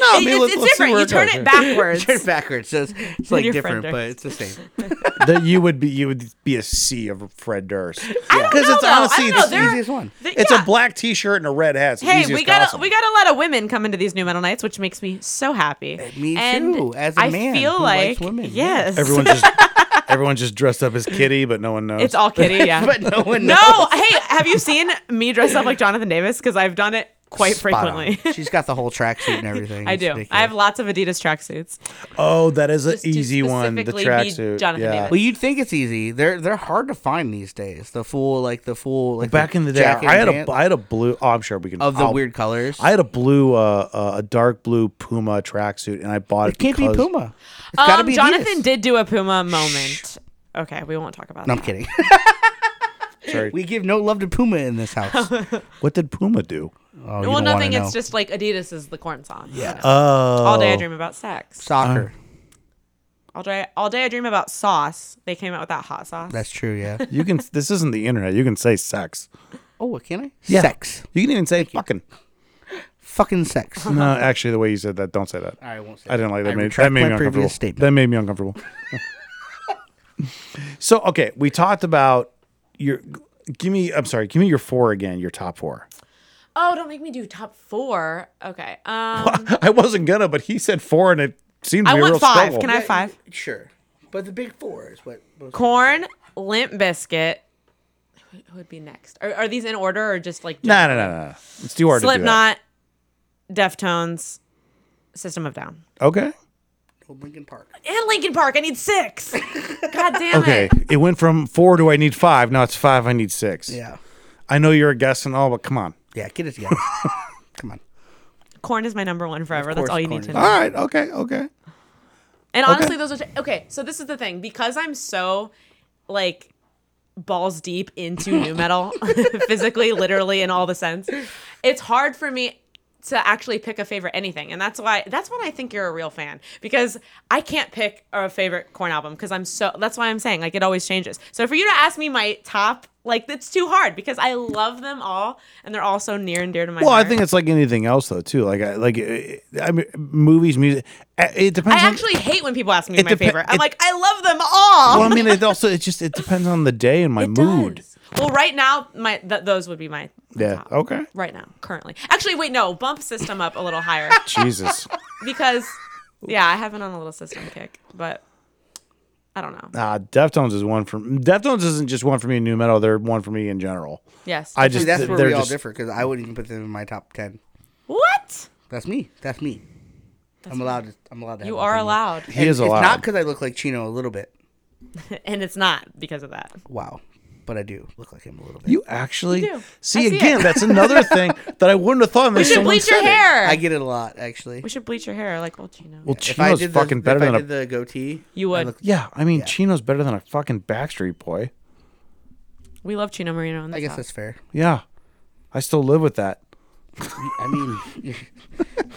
No, It- it's- it's different. You turn it backwards. turn it backwards. So it's, it's like Your different, friend but Durst. it's the same. that you would be you would be a sea of Fred Durst. Because know, it's though. I honestly don't know. it's There- easy- Easiest one. Th- It's yeah. a black T-shirt and a red hat. It's the Hey, easiest we got a, costume. we got a lot of women come into these new metal nights, which makes me so happy. Me and too, as a I man feel who like likes women, yes, everyone just everyone just dressed up as Kitty, but no one knows. it's all kitty. Yeah, But no one knows. no. Hey, have you seen me dress up like Jonathan Davis? Because I've done it quite Spot on. frequently. She's got the whole tracksuit and everything. I It's do. ridiculous. I have lots of Adidas tracksuits. oh, that is an Just to easy one. The specifically be tracksuit. Jonathan Yeah. Davis. Well, you'd think it's easy. They're they're hard to find these days. The full like the full like Back in the day, jacket I had pant a I had a blue. Oh, I'm sure we can. of the I'll- weird colors. I had a blue, uh, uh, a dark blue Puma tracksuit, and I bought it. it can't be because- Puma. It's gotta um, be Jonathan Adidas. did do a Puma moment. Okay, we won't talk about No, I'm that. kidding. Sorry, we give no love to Puma in this house. Oh, what did Puma do? you well, don't wanna nothing. know. It's just like Adidas is the corn song. Yeah. Oh, all day I dream about sex. soccer. All day, all day I dream about sauce. They came out with that hot sauce. That's true. Yeah. you can. This isn't the internet. You can say sex. oh, what can I? Yeah. Sex. You can even say fucking. Fucking sex. No, actually, the way you said that, don't say that. I won't say I didn't like that. Made, retract that made my me uncomfortable. previous statement. That made me uncomfortable. so okay, we talked about your. Give me. I'm sorry. Give me your four again. Your top four. oh, don't make me do top four. Okay. Um, I wasn't gonna, but he said four, and it seemed to I be a want real five. struggle. Can I have five? Sure. But the big four is what. Corn, limp biscuit. Who- Who would be next? Are, are these in order or just like No, no, no, no. no. It's too hard Slipknot, Deftones, System of to Down, do that. Okay. Lincoln Park. and Linkin Park? I need six. God damn Okay. it! It went from four to I need five. Now it's five. I need six. Yeah. I know you're a guest and all, but come on. Yeah. Get it together. Come on. Corn is my number one forever. That's course all you Korn need is to my know. All right. Okay. Okay. And honestly, those are t- okay. So this is the thing because I'm so like balls deep into new metal, physically, literally, in all the sense. It's hard for me to actually pick a favorite anything, and that's why that's when I think you're a real fan because I can't pick a favorite Corn album because I'm so. That's why I'm saying like it always changes. So for you to ask me my top. Like that's too hard because I love them all, and they're all so near and dear to my Well, I heart. think it's like anything else though too. Like I like I I mean, movies, music. uh, It I depends. on- actually hate when people ask me my depe- favorite. I'm it- like, I love them all. Well, I mean, it also it just it depends on the day and my It mood. does. Well, right now, my th- those would be my, my Yeah. Oh. top. Okay. Right now, currently. Actually, wait, no, bump system up a little higher Jesus. because, yeah, I have been on a little system kick, but I don't know. Nah, Ah, Deftones is one for Deftones isn't just one for me in new metal. They're one for me in general. Yes. I See, just that's where they're we all just- differ because I wouldn't even put them in my top ten. what? That's me. That's me. I'm allowed. To, I'm allowed to. You have an are opinion. allowed, He is it's allowed. not because I look like Chino a little bit. and it's not because of that. Wow, but I do look like him a little bit. you actually You do. see, I see again. it. that's another thing that I wouldn't have thought. We unless should someone bleach your said it. hair. I get it a lot actually. we should bleach your hair, like old Chino. Well, If I Chino's did fucking the, better if than I a did the goatee, you would. yeah. I mean, Chino's better than a fucking Backstreet Boy. we love Chino Marino. On the I guess top. that's fair. Yeah, I still live with that. I mean,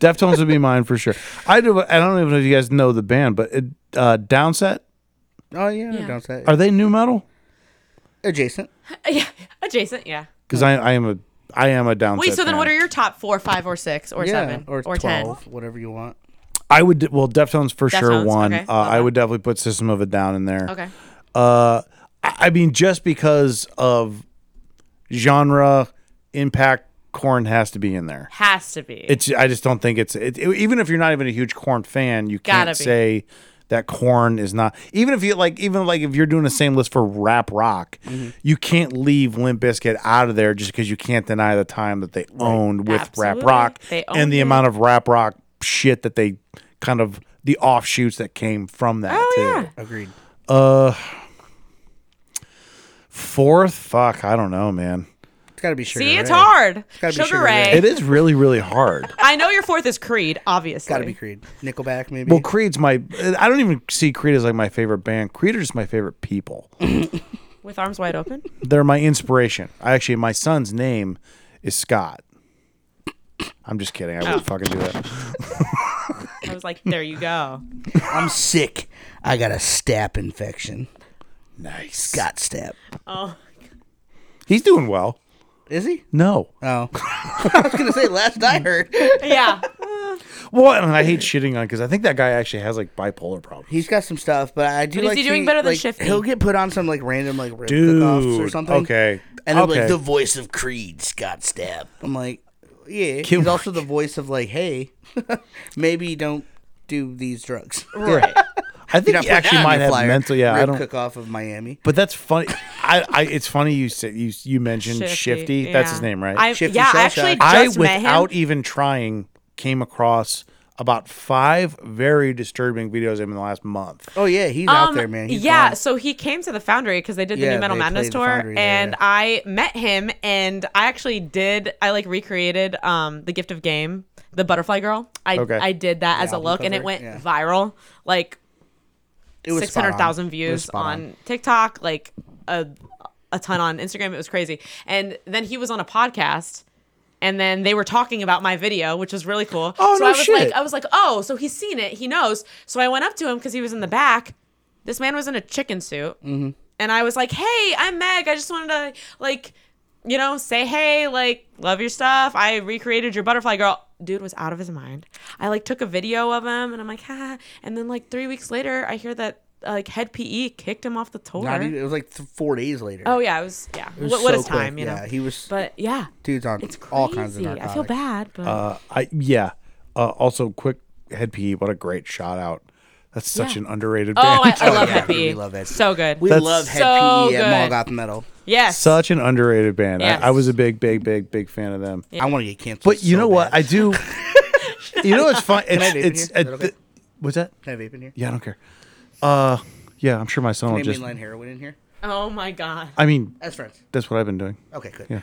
Deftones would be mine for sure. I do. I don't even know if you guys know the band, but it, uh, Downset oh yeah, Yeah. don't say are they new metal? adjacent. yeah, adjacent. Yeah. Because I, I am a I am a Downset. Wait. So then, fan. what are your top four, five, or six, or yeah, seven, or, ten? twelve, whatever you want. I would well Deftones for sure Deftones, one. okay. Uh, I would definitely put System of a Down in there. Okay. Uh, I I mean, just because of genre impact, Corn has to be in there. Has to be. It's I just don't think it's it, even if you're not even a huge Corn fan, you can't Gotta be. say that Corn is not. Even if you like, even like if you're doing the same list for rap rock, Mm-hmm. you can't leave Limp Bizkit out of there just because you can't deny the time that they owned with Absolutely. rap rock They and the owned it. amount of rap rock shit that they kind of the offshoots that came from that oh too. yeah. Agreed. Fourth, fuck, I don't know, man. It's got to be sugar. See, it's Ray. hard. gotta be Sugar, Sugar Ray. Ray. It is really, really hard. I know your fourth is Creed, obviously. Got to be Creed, Nickelback, maybe. Well, Creed's my. I don't even see Creed as like my favorite band. Creed are just my favorite people. With arms wide open. They're my inspiration. I actually, my son's name is Scott. I'm just kidding. I wouldn't fucking do that. I was like, there you go. I'm sick. I got a stap infection. Nice. Got stap. Oh, He's doing well. Is he? No. Oh, I was gonna say last I heard, Yeah. Well, and I hate shitting on because I think that guy actually has like bipolar problems. he's got some stuff, but I do. But is like he doing seeing, better than like, Shifty? He'll get put on some like random like rib cook-offs Dude. or something. Okay. and I'm okay. like the voice of Creed, Scott Stapp. I'm like, yeah, Kim- he's also the voice of like, hey, maybe don't do these drugs. Right. I think he actually might have mental. Yeah, I rib don't. cook off of Miami. But that's funny. I, I it's funny you say, you you mentioned Shifty. That's his yeah. name, right? I, Shifty yeah, I Shell actually Shock. I just met him. without even trying came across about five very disturbing videos of him in the last month. Oh yeah, he's out there, man. He's Um, yeah, gone. so he came to the Foundry because they did the Yeah, New Metal they Madness played the tour, Foundry, yeah, and yeah. I met him, and I actually did. I like recreated um the Gift of Game, the Butterfly Girl. I Okay. I did that as a album look, and it cover, went yeah. viral, like It was six spot on. hundred thousand It was views spot on, TikTok, like a a ton on Instagram. It was crazy, and then he was on a podcast. And then they were talking about my video, which was really cool. Oh, so no I was like, shit. I was like, oh, so he's seen it, he knows. So I went up to him because he was in the back. This man was in a chicken suit, and I was like, hey, I'm Meg. I just wanted to like, you know, say hey, like, love your stuff. I recreated your butterfly girl. Dude was out of his mind. I like took a video of him, and I'm like, ha. And then like three weeks later, I hear that uh, like head PE kicked him off the tour. Not even, it was like th- four days later. oh yeah, it was yeah. It was what what so is time? quick. You know. Yeah, he was. but yeah, dude's on it's crazy. all kinds of narcotics. I feel bad, but Uh, I yeah. Uh, also, quick head PE. What a great shout out. That's such Yeah. an underrated oh, I, band. I love yeah, head PE. we love it. So good. We That's love head so PE at good. Mall Goth Metal. yes. such an underrated band. Yes. I, I was a big, big, big, big fan of them. I want to get canceled. But you so know what? bad. I do. you know what's fun? It's, vape in it's here? Is that uh, okay? th- what's that? Can I vape in here? Yeah, I don't care. Uh, yeah, I'm sure my son will Can I just. mainline heroin in here? oh my god. I mean, As friends. that's what I've been doing. Okay, good. Yeah.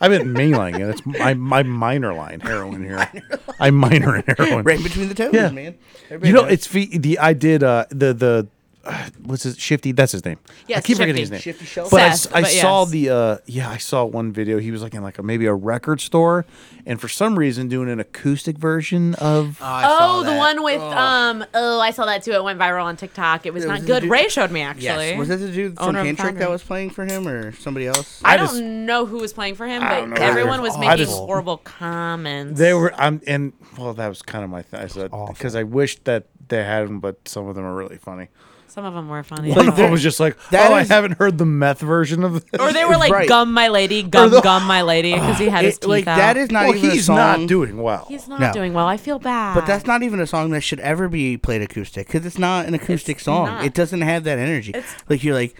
I've been mainlining it. That's my my minor line heroin here. I minor in heroin. Right in between the toes, Yeah. man. Everybody You know, knows. it's fe- the I did uh, the the uh, what's his shifty? That's his name. I Yes, keep forgetting Shifty. his name. Shifty Shelf. But I, Seth, s- I but saw yes. the uh, yeah, I saw one video. He was like in like a, maybe a record store, and for some reason doing an acoustic version of. I saw Oh, the that. one with Oh. um. Oh, I saw that too. It went viral on TikTok. It was Yeah, not was it the good. dude- Ray showed me actually. Yes. Was that the dude from Owner of Tantric Foundry. that was playing for him or somebody else? I, I don't just- know who was playing for him, don't but know everyone either. was Oh, I making just- horrible comments. they were, I'm, and well, that was kind of my thing. I said because I wished that they had them, but some of them are really funny. Some of them were funny. One of them was just like, that "Oh, is- I haven't heard the meth version of this." or they were like Right. "Gum my lady, gum the- gum my lady" because he had his It- teeth like out. that is not well, even a he's song. not doing well. He's not No. doing well. I feel bad. but that's not even a song that should ever be played acoustic because it's not an acoustic It's song. not. It doesn't have that energy. It's- like you're like,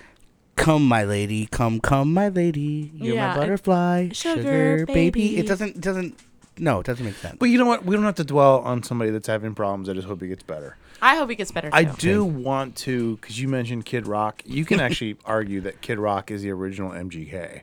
come my lady, come come my lady, you're Yeah, it- my butterfly, sugar sugar, baby. baby. It doesn't it doesn't. No, it doesn't make sense. But you know what? We don't have to dwell on somebody that's having problems. I just hope he gets better. I hope he gets better. Too. I do want to, because you mentioned Kid Rock. You can actually argue that Kid Rock is the original MGK.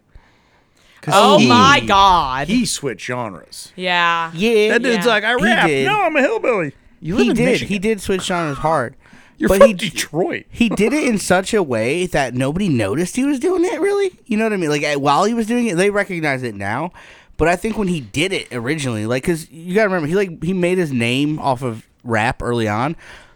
'Cause Oh he- my god. He switched genres. yeah. yeah, That dude's Yeah. like, I He rap. did. No, I'm a hillbilly. You live he in did. Michigan. He did switch genres hard. You're but from he, Detroit. he did it in such a way that nobody noticed he was doing it. Really, you know what I mean? Like uh, while he was doing it, they recognize it now. But I think when he did it originally, like, cause you gotta remember, he like he made his name off of rap early on.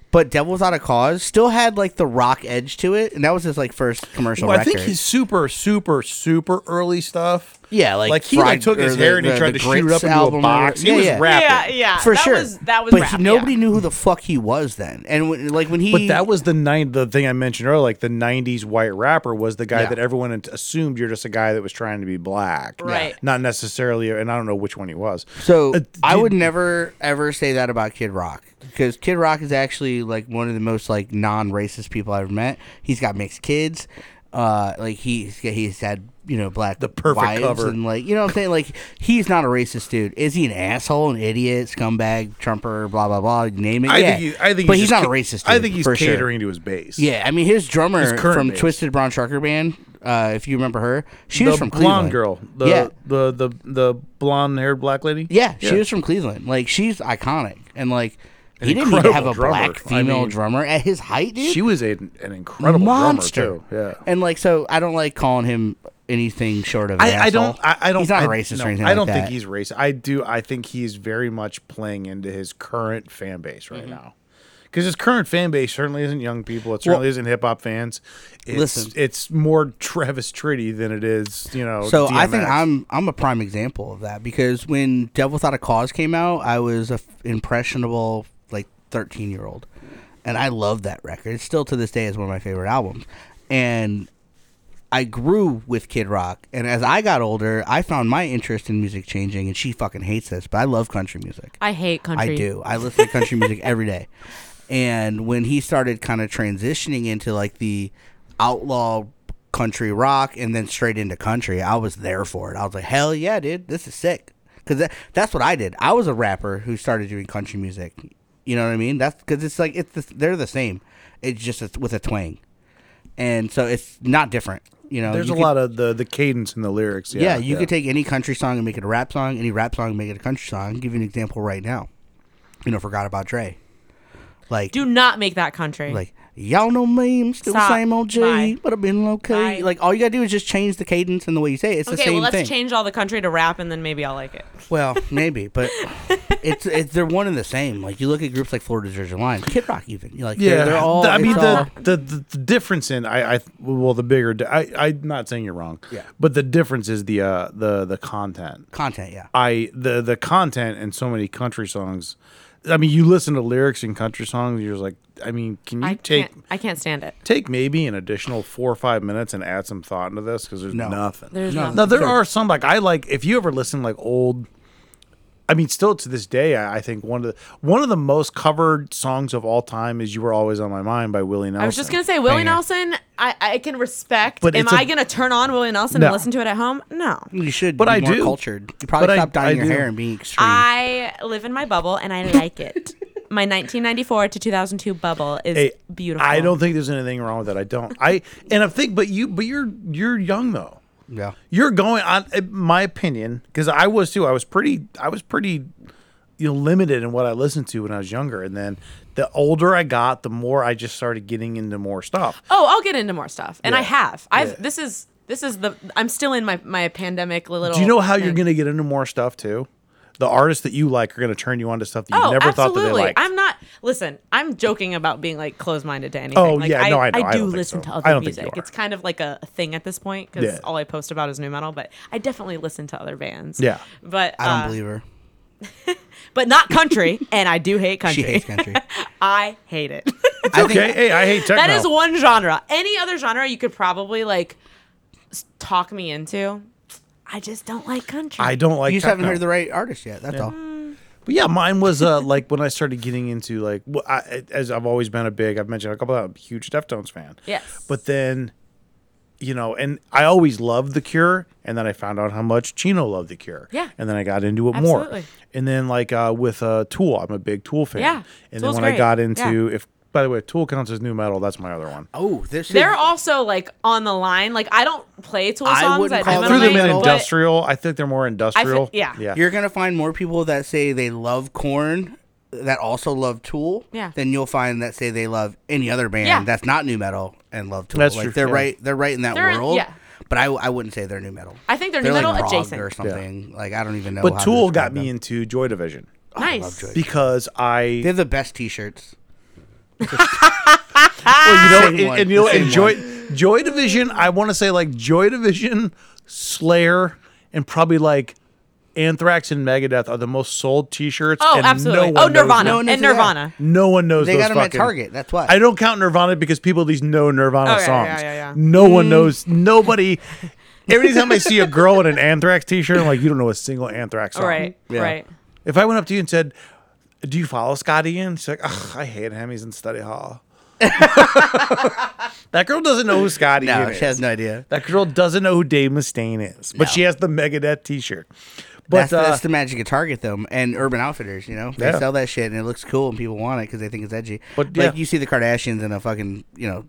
But Devil's Out of Cause still had like the rock edge to it, and that was his like first commercial Well, I record. think his super, super, super early stuff. yeah, like Like, he like Fried- took his or the- hair and he the- tried the to shoot it Grits up into a album or- box. Yeah, he was yeah. rapping. Yeah, yeah. for that sure. Was, that was but rap, he- nobody yeah. knew who the fuck he was then. And when, like when he, But that was the nine. The thing I mentioned earlier, like the '90s white rapper, was the guy Yeah. that everyone int- assumed you're just a guy that was trying to be black, Right. Not necessarily, and I don't know which one he was. So Uh, I did- would never ever say that about Kid Rock because Kid Rock is actually like one of the most like non-racist people I've ever met. He's got mixed kids. Uh, like he's he's had you know black the perfect wives cover. and like you know what I'm saying like he's not a racist dude. Is he an asshole, an idiot, scumbag, trumper, blah blah blah? You name it. I yeah. think he, I think, but he's, he's, just not a ca- racist. Dude, I think he's for sure. catering to his base. Yeah, I mean his drummer His current from base. Twisted Brown Trucker Band. Uh, if you remember her, she the was from blonde Cleveland. girl, the, yeah, the the the blonde haired black lady. yeah, she was from Cleveland. Like she's iconic, and like he didn't need to incredible have a drummer. black I female mean- drummer at his height, dude. she was a, an incredible monster. Drummer too. Yeah. and like so, I don't like calling him anything short of. an I, I asshole. don't. I, I don't. He's not I, racist no, or anything. I don't like think that. he's racist. I do. I think he's very much playing into his current fan base right now. because his current fan base certainly isn't young people. It certainly Mm-hmm. Well- isn't hip hop fans. It's, Listen. it's more Travis Tritty than it is you know. So I think DMX. I'm I'm a prime example of that because when Devil Without a Cause came out, I was a f- impressionable like 13 year old, and I love that record. It's still to this day is one of my favorite albums, and I grew with Kid Rock. And as I got older, I found my interest in music changing. And she fucking hates this, but I love country music. I hate country. I do. I listen to country music every day. And when he started kind of transitioning into like the outlaw country rock and then straight into country, I was there for it. I was like, hell yeah, dude, this is sick. Because that, that's what I did. I was a rapper who started doing country music. You know what I mean? That's because it's like, it's the, they're the same. It's just a, with a twang. And so it's not different. You know, There's You a could- lot of the the cadence in the lyrics. Yeah, yeah, you could take any country song and make it a rap song, any rap song and make it a country song. give you an example right now. You know, forgot about Dre. Like Do not make that country. like y'all know me, I'm still Stop. the same old G, Bye. but I've been okay. Bye. Like all you gotta do is just change the cadence and the way you say it. It's the okay, same well let's thing. change all the country to rap and then maybe I'll like it. Well, maybe, but it's, it's they're one and the same. Like you look at groups like Florida Georgia Line, Kid Rock, even You're like Yeah, they're, they're all. The- I mean it's all- the, the the the difference in I I well the bigger di- I I'm not saying you're wrong. Yeah. but the difference is the uh the the content. content, yeah. I the the content in so many country songs. I mean, you listen to lyrics in country songs, you're just like, I mean, can you I take can't I can't stand it. take maybe an additional four or five minutes and add some thought into this because there's No. nothing. There's No. no. now there Sure. are some like I like if you ever listen like old. I mean, still to this day, I, I think one of the one of the most covered songs of all time is "You Were Always on My Mind" by Willie Nelson. I was just gonna say Willie Banger. Nelson. I, I can respect. But Am it's a- I gonna turn on Willie Nelson No. and listen to it at home? No. You should, But be I more do. cultured. You probably But I- stop dyeing I your do. hair and being extreme. I live in my bubble and I like it. my 1994 to 2002 bubble is Hey, beautiful. I don't think there's anything wrong with that. I don't. I and I think, but you, but you're you're young though. yeah, You're going on. In my opinion, because I was too. I was pretty. I was pretty, you know, limited in what I listened to when I was younger. And then the older I got, the more I just started getting into more stuff. Oh, I'll get into more stuff, and I Yeah. have. I've. Yeah. This is. This is the. I'm still in my my pandemic little. Do you know how you're thing. going to get into more stuff too? The artists that you like are going to turn you on to stuff that you Oh, never absolutely. thought that they liked. I'm not. Listen, I'm joking about being like closed minded to anything. Oh, like, yeah, no, I know. I do don't think so. listen to I other don't think you music. are. It's kind of like a thing at this point because Yeah. all I post about is new metal. But I definitely listen to other bands. Yeah. but I don't uh, believe her. but not country, and I do hate country. She hates country. I hate it. I think- okay, hey, I hate techno. That is one genre. Any other genre you could probably like s- talk me into. I just don't like country. I don't like. you just haven't techno. heard the right artist yet. That's all. Mm. But yeah, mine was uh, like when I started getting into like well, I, as I've always been a big I've mentioned a couple of I'm a huge Deftones fan. Yes. But then, you know, and I always loved The Cure, and then I found out how much Chino loved The Cure. Yeah. And then I got into it more. Absolutely. And then like uh, with uh, Tool, I'm a big Tool fan. Yeah, And Tool's then when I great. got into if by the way, if Tool counts as new metal. That's my other one. Oh, this They're is, also like on the line. Like I don't play Tool I songs. wouldn't I call Threw never them like, in metal. but industrial. I think they're more industrial. yeah. Yeah. You're gonna find more people that say they love corn that also love Tool. Yeah. Than you'll find that say they love any other band Yeah. that's not new metal and love Tool. That's like true, they're yeah. right they're right in that They're- world. yeah. But I, I wouldn't say they're new metal. I think they're they're new metal like prog adjacent. or something. Like I don't even know. But how to Tool describe got me them. into Joy Division nice. Joy. because I They're the best T-shirts. Well, you Same know, one, and, and you know, the same and Joy, Joy Division. I want to say like Joy Division, Slayer, and probably like Anthrax and Megadeth are the most sold T-shirts. oh, and absolutely. No oh, one knows Nirvana them. one and knows who they are. Nirvana. No one knows. They those got them at fucking- Target. That's why. I don't count Nirvana because people at least know Nirvana Oh, yeah, songs. yeah, yeah, yeah. Mm. No one knows. Nobody. Every time I see a girl in an Anthrax T-shirt, I'm like, you don't know a single Anthrax song. Right. Yeah. Right. If I went up to you and said, "Do you follow Scott Ian?" She's like, Ugh, "I hate him. He's in study hall." that girl doesn't know who Scott Ian No, is. she has no idea. that girl doesn't know who Dave Mustaine is, but she has the Megadeth T-shirt. But that's, the, uh, that's the magic of Target, though, and Urban Outfitters. You know, they Yeah. sell that shit, and it looks cool, and people want it because they think it's edgy. But, like yeah. you see the Kardashians in a fucking you know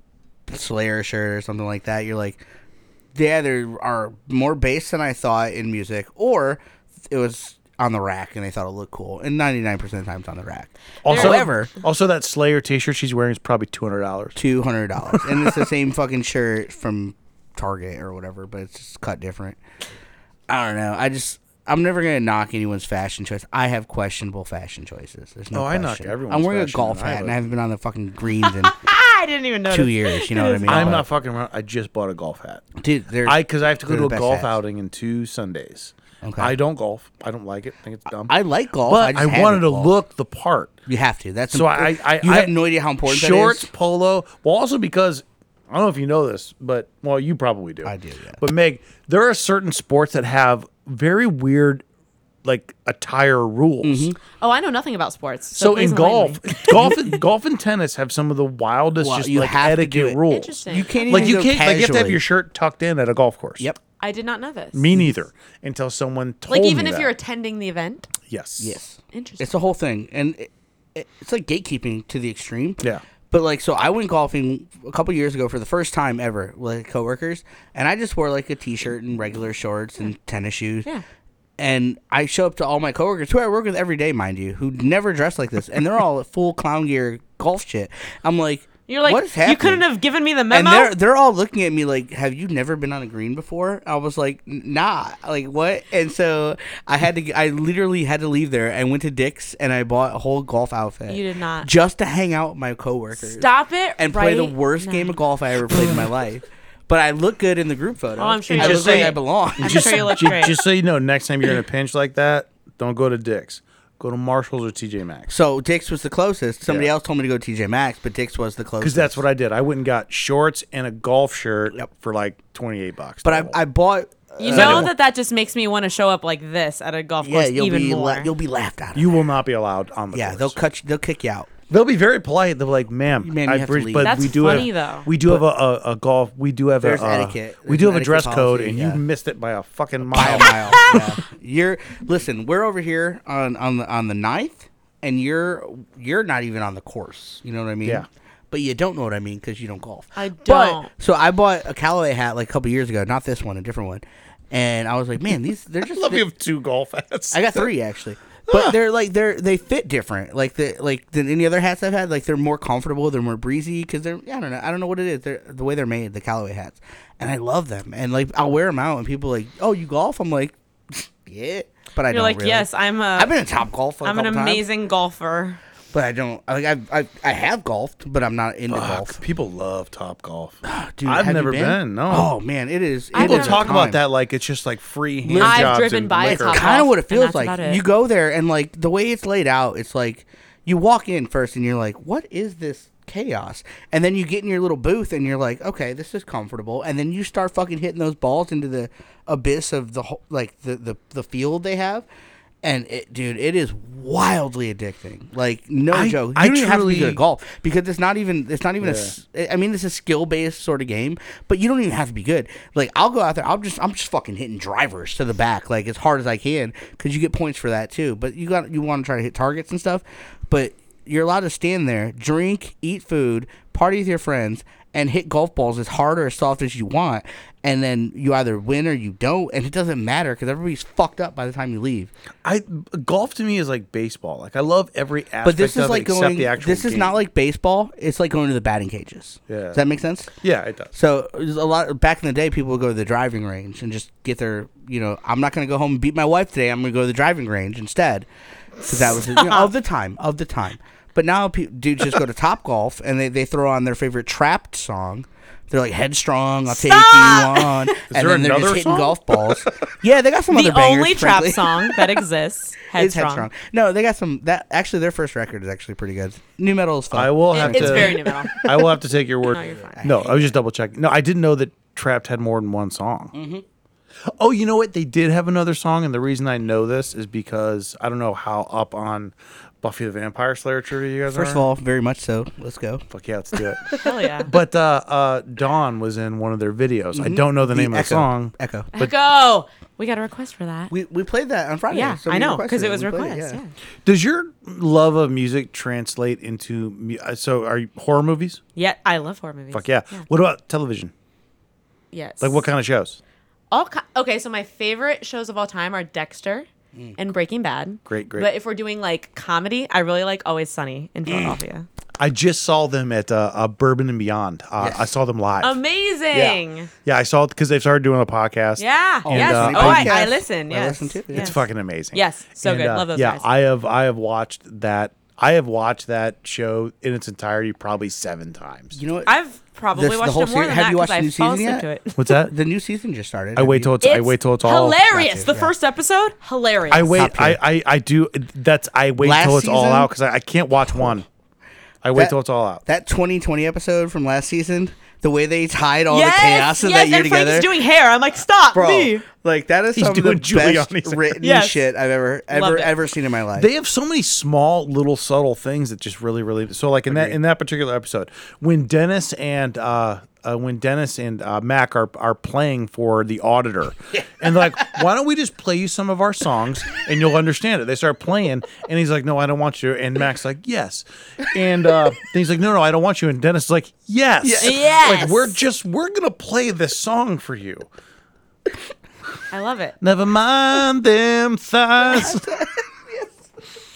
Slayer shirt or something like that, you're like, yeah, there are more bass than I thought in music, or it was on the rack and they thought it looked cool, and 99 percent of the time it's on the rack. also, However, also that Slayer T-shirt she's wearing is probably two hundred dollars. two hundred dollars, and it's the same fucking shirt from Target or whatever, but it's just cut different. I don't know. I just I'm never gonna knock anyone's fashion choice. I have questionable fashion choices. There's no. Oh, I knock question. everyone's I'm wearing a fashion, golf and I hat, and would- I haven't been on the fucking greens in I didn't even know. two years. You know what I mean? I'm But- not fucking around. I just bought a golf hat. dude. They're, I because I have to go they're to the a best golf hats. outing in two Sundays. Okay. I don't golf. I don't like it. I think it's dumb. I like golf. but I, I, just wanted haven't to golfed. look the part. You have to. That's So I, important. I, you I have no idea how important shorts, that is. polo. Well, also because I don't know if you know this, but well, you probably do. I do, yeah. But Meg, there are certain sports that have very weird, like attire rules. Mm-hmm. Oh, I know nothing about sports. So please in enlighten golf, me. golf, and, golf and tennis have some of the wildest Well, just you like have to do etiquette it. rules. Interesting. You can't even Like you go can't, like you have to have casually. your shirt tucked in at a golf course. Yep. I did not know this. Me neither. Until someone told like even me if that. you're attending the event. yes, Yes. Interesting. It's the whole thing, and it, it, it's like gatekeeping to the extreme. Yeah. But like, so I went golfing a couple years ago for the first time ever with coworkers, and I just wore like a t-shirt and regular shorts and tennis shoes. Yeah. And I show up to all my coworkers, who I work with every day, mind you, who never dress like this, and they're all full clown gear golf shit. I'm like, You're like what is happening? you couldn't have given me the and memo. they're they're all looking at me like, "Have you never been on a green before?" I was like, "N- "Nah, like what?" And so I had to, g- I literally had to leave there and went to Dick's and I bought a whole golf outfit. You did not. just to hang out with my coworkers. Stop it and play the right worst now. game of golf I ever played in my life. But I look good in the group photo. Oh, I'm sure I you look just like say- I belong. I'm just, sure you look ju- great. just so you know, next time you're in a pinch like that, don't go to Dick's. Go to Marshalls or TJ Maxx. So Dick's was the closest. Somebody Yeah. else told me to go to TJ Maxx, but Dick's was the closest. Because that's what I did. I went and got shorts and a golf shirt Yep. for like 28 bucks. But I, I bought. you uh, know anyway. that that just makes me want to show up like this at a golf yeah, course you'll even be more. la- you'll be laughed at. you will not be allowed on the yeah, course. they'll cut. You, they'll kick you out. They'll be very polite. They'll be like, "Ma'am, Ma'am, you I have to bridge- leave." but That's we do funny, have, though. We do have a, a, a golf. We do have There's a uh, etiquette. We There's do an have a dress etiquette code, policy, and yeah. you missed it by a fucking by a mile. mile. yeah. You're listen. We're over here on on the on the ninth, and you're you're not even on the course. You know what I mean? Yeah. But you don't know what I mean because you don't golf. I But- don't. so I bought a Callaway hat like a couple years ago, not this one, a different one, and I was like, man, these they're just. I love they- you have two golf hats. I got three actually. But they're like they're they fit different, like the like than any other hats I've had. Like they're more comfortable, they're more breezy because they're I don't know I don't know what it is. They're the way they're made, the Callaway hats, and I love them. And like I'll wear them out, and people are like, oh, you golf? I'm like, yeah, but I You're don't. like, really. yes, I'm a. I've been a top golfer. i I'm an amazing golfer. but I don't like I I I have golfed, but I'm not into golf. Fuck, people love Top Golf. Dude, I've have you never been? No. Oh man, it is. it I've People is never a talk about time. that like it's just like free hand I've jobs driven and by a liquor. Top kind of off, what it and feels that's like. about it. You go there and like the way it's laid out, it's like you walk in first and you're like, "What is this chaos?" And then you get in your little booth and you're like, "Okay, this is comfortable." And then you start fucking hitting those balls into the abyss of the whole, like the, the the field they have. And it, dude, it is wildly addicting. Like no I- joke. You I don't even have to be good truly- at golf because it's not even it's not even a s I I mean, this is skill based sort of game, but you don't even have to be good. Like I'll go out there, I'll just I'm just fucking hitting drivers to the back like as hard as I can because you get points for that too. But you got you want to try to hit targets and stuff, but you're allowed to stand there, drink, eat food, party with your friends, and hit golf balls as hard or as soft as you want. And then you either win or you don't, and it doesn't matter because everybody's fucked up by the time you leave. I golf to me is like baseball. Like I love every aspect But this of is it like except going. the This actual is game. not like baseball. It's like going to the batting cages. Yeah. Does that make sense? Yeah, it does. So there's a lot back in the day, people would go to the driving range and just get their. You know, I'm not going to go home and beat my wife today. I'm going to go to the driving range instead, because that was you know, of the time, of the time. But now pe- dudes just go to Top Golf and they, they throw on their favorite Trapped song. They're like headstrong. I'll take you on, and there then they're just another hitting song? golf balls. yeah, they got some other The bangers. only trap frankly. song that exists. It's Headstrong. Headstrong. No, they got some. That actually, their first record is actually pretty good. New metal is fun. I will have It- it's to. very new metal. I will have to take your word. No, you're fine. No, I was just double checking. No, I didn't know that Trapped had more than one song. Mm-hmm. Oh, you know what? They did have another song, and the reason I know this is because I don't know how up on Buffy the Vampire Slayer trivia you guys are. First of all, very much so. Let's go. fuck yeah, let's do it. Hell yeah. but uh, uh, Dawn was in one of their videos. I don't know the, name of the Mm-hmm. Echo. song. Echo. Go. We got a request for that. We, we played that on Friday. yeah, Oh, so I we know requested because it was We played request. yeah. Does your love of music translate into mu- uh, so are you, horror movies? Yeah, I love horror movies. Fuck yeah. What about television? Yes. Like what kind of shows? All ki- okay, so my favorite shows of all time are Dexter, Mm. and Breaking Bad. Great, great. But if we're doing like comedy, I really like Always Sunny in Philadelphia. I just saw them at uh, uh, Bourbon and Beyond. Uh, Yes. I saw them live. Amazing. Yeah. yeah, I saw it because they started doing a podcast. yes. uh, oh, I, Podcast. I listen. I Yes. listen to it. It's Yes. fucking amazing. uh, Yes, so good. Love those Yeah, guys. I have I have watched that I have watched that show in its entirety probably seven times. You know what? I've probably This- the watched whole it more series- than have that you because watched the I new fall season asleep to yet? it. What's that? the new season just started. I Have wait you- till it's, I It's wait till it's all hilarious. Gotcha, the yeah. first episode, hilarious. I wait. Top tier. I, I I do. That's I wait Last till it's all season? out because I, I can't watch one. I wait That- till it's all out. that 2020 episode from last season. The way they tied all yes, the chaos of yes, that year and together. Frank's doing hair. I'm like, stop Bro, me. like that is He's some of the doing best Giuliani's hair. written Yes. shit I've ever ever Loved it. ever seen in my life. They have so many small, little, subtle things that just really, really. So, like in that in that particular episode, when Dennis and uh, uh when Dennis and uh, Mac are are playing for the auditor, and they're like, "Why don't we just play you some of our songs and you'll understand it?" They start playing, and he's like, "No, I don't want you." And Mac's like, "Yes," and uh, he's like, "No, no, I don't want you." And Dennis is like, "Yes, Yes. like we're just we're gonna play this song for you." I love it. Never mind them thighs.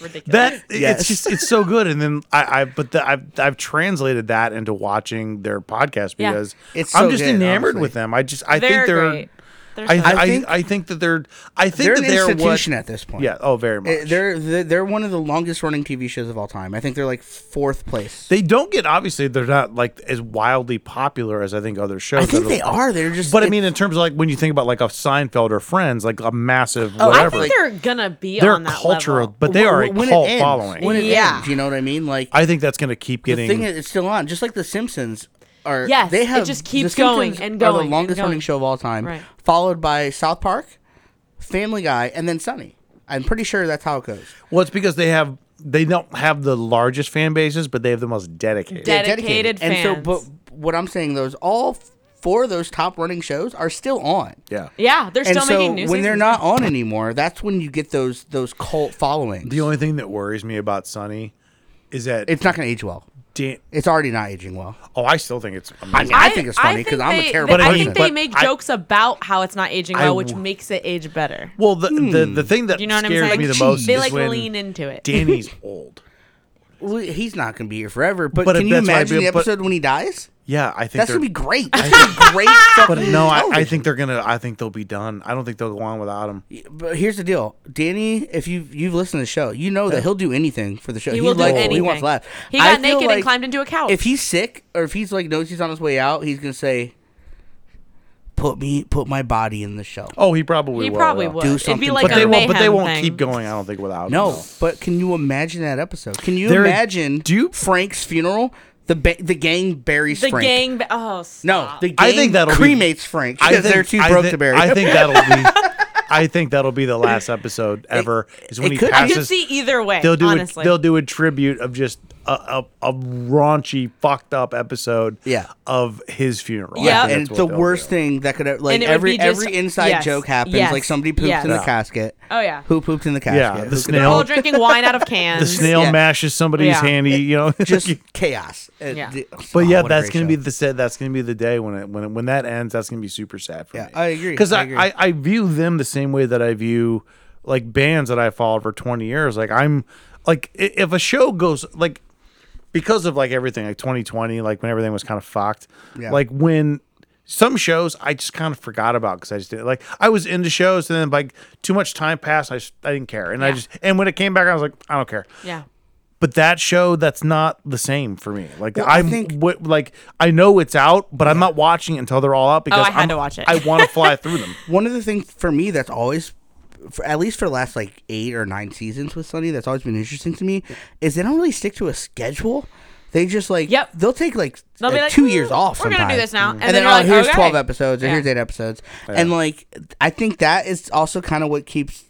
Ridiculous. That Yes. it's just it's so good. And then I, I but the, I've I've translated that into watching their podcast Yeah. because It's I'm so just good, enamored honestly. with them. I just I They're think they're great. They're I, so- I, I I think- think that they're I think they're that an they're institution what, at this point. yeah oh very much Uh, They're they're they're one of the longest running TV shows of all time. I think they're like fourth place. they don't get obviously they're not like as wildly popular as I think other shows. I think that they are. They're just. But I it- mean, in terms of like when you think about like a Seinfeld or Friends, like a massive Oh, I whatever, think they're gonna be they're on that cultural, level. but they wh- are wh- a when it cult ends- following. When it Yeah. ends, you know what I mean? Like I think that's going to keep the getting. thing is, it's still on. Just like The Simpsons are. Yes, they it have just The keeps going Simpsons and are going the and longest going. running show of all time, Right. followed by South Park, Family Guy, and then Sunny. I'm pretty sure that's how it goes. Well, it's because they have they don't have the largest fan bases, but they have the most dedicated. De- Dedicated And so, fans. but what I'm saying, those all four of those top running shows are still on. yeah. yeah, they're And still so making when new they're seasons. not on anymore, that's when you get those those cult followings. The only thing that worries me about Sunny is that it's not going to age well. Dan- It's already not aging well. oh, I still think it's. I mean, Amazing. I, think it's funny because think I'm they- a terrible But I I mean, think person. they but make I- jokes about how it's not aging well, which w- makes it age better. well, the, the the thing that Do Hmm. you know what I'm scares saying? me the Like, most they is like when lean into it. Danny's old. Well, he's not going to be here forever. But, But can you that's why I imagine be- the but- episode when he dies? Yeah, I think That's they're- going to be Oh, great. That's going to be great. But fucking no, I, I television. think they're gonna. I think they'll be done. I don't think they'll go on without him. But here's the deal, Danny. If you you've listened to the show, you know that he'll do anything for the show. He will do like, He anything. wants to laugh. He got I feel naked and like climbed into a couch. If he's sick or if he's like knows he's on his way out, he's gonna say, "Put me, put my body in the show." Oh, he probably he will. probably yeah. would. Do It'd something be to like But a they won't. mayhem But they won't thing. keep going. I don't think without. him, No, though. but can you imagine that episode? Can you There- imagine? do you- Frank's funeral? The ba- the gang buries The Frank. gang. ba- Oh, No, stop. the gang I think that'll be- cremates Frank I because think- they're too I broke thi- to bury. I him. think that'll be. I think that'll be the last episode ever. Is when it he could be. I passes. could see either way. they'll do honestly. a, they'll do a tribute of just a, a, a raunchy fucked up episode Yeah. of his funeral. I Yeah. think and that's it's what the they'll worst do. thing that could ever, like And it would every be just- every inside yes, joke happens. yes, Like somebody pooped in the yes. casket. Oh, yeah. who pooped in the casket? the Who could- snail. all drinking wine out of cans. The snail Yeah. mashes somebody's Yeah. handy, you know. Just chaos. Uh, Yeah. d- but oh, yeah, what a that's great gonna show. be the set. That's gonna be the day when it when it, when that ends. That's gonna be super sad for Yeah, me. I agree, Because I I, agree. I, I view them the same way that I view like bands that I followed for twenty years. Like I'm like i- if a show goes like because of like everything like 2020, like when everything was kind of fucked. Yeah. Like when some shows I just kind of forgot about because I just did like I was into shows and then like too much time passed. I just, I didn't care and I Yeah. just and when it came back I was like I don't care yeah. but that show that's not the same for me like I i'm think- wi- like i know it's out but i'm not watching it until they're all out because Oh, I had I'm- to watch it. i want to fly through them one of the things for me that's always for, at least for the last like eight or nine seasons with Sunny that's always been interesting to me is they don't really stick to a schedule. They just like Yep. They'll take like, They'll be uh, like, two "Mm, years off. we're gonna do sometime. this now." Mm. and, And then then, you're oh, like, here's "Okay." twelve episodes, or Yeah. here's eight episodes, and like I think that is also kind of what keeps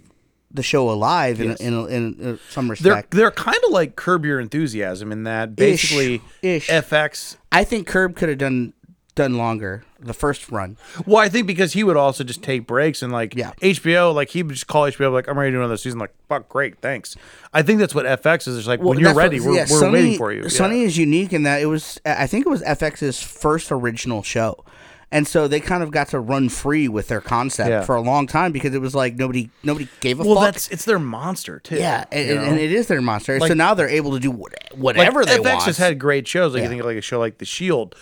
the show alive in in, in, in some they're respect. they're kind of like curb your enthusiasm in that basically Ish. fx I think Curb could have done done longer the first run. well i think because he would also just take breaks and like Yeah. hbo like he would just call hbo like i'm ready to do another season like fuck great thanks i think that's what fx is it's like when you're that's what- ready we're, yeah, we're Sunny- waiting for you Yeah. Sunny is unique in that it was, I think it was FX's first original show. And so they kind of got to run free with their concept Yeah. for a long time because it was like nobody nobody gave a Well, fuck. that's it's their monster too. yeah, and, you and- know? and it is their monster. so Like- now they're able to do what- Like, whatever they FX want. has had great shows. Like Yeah. you think like a show like The Shield,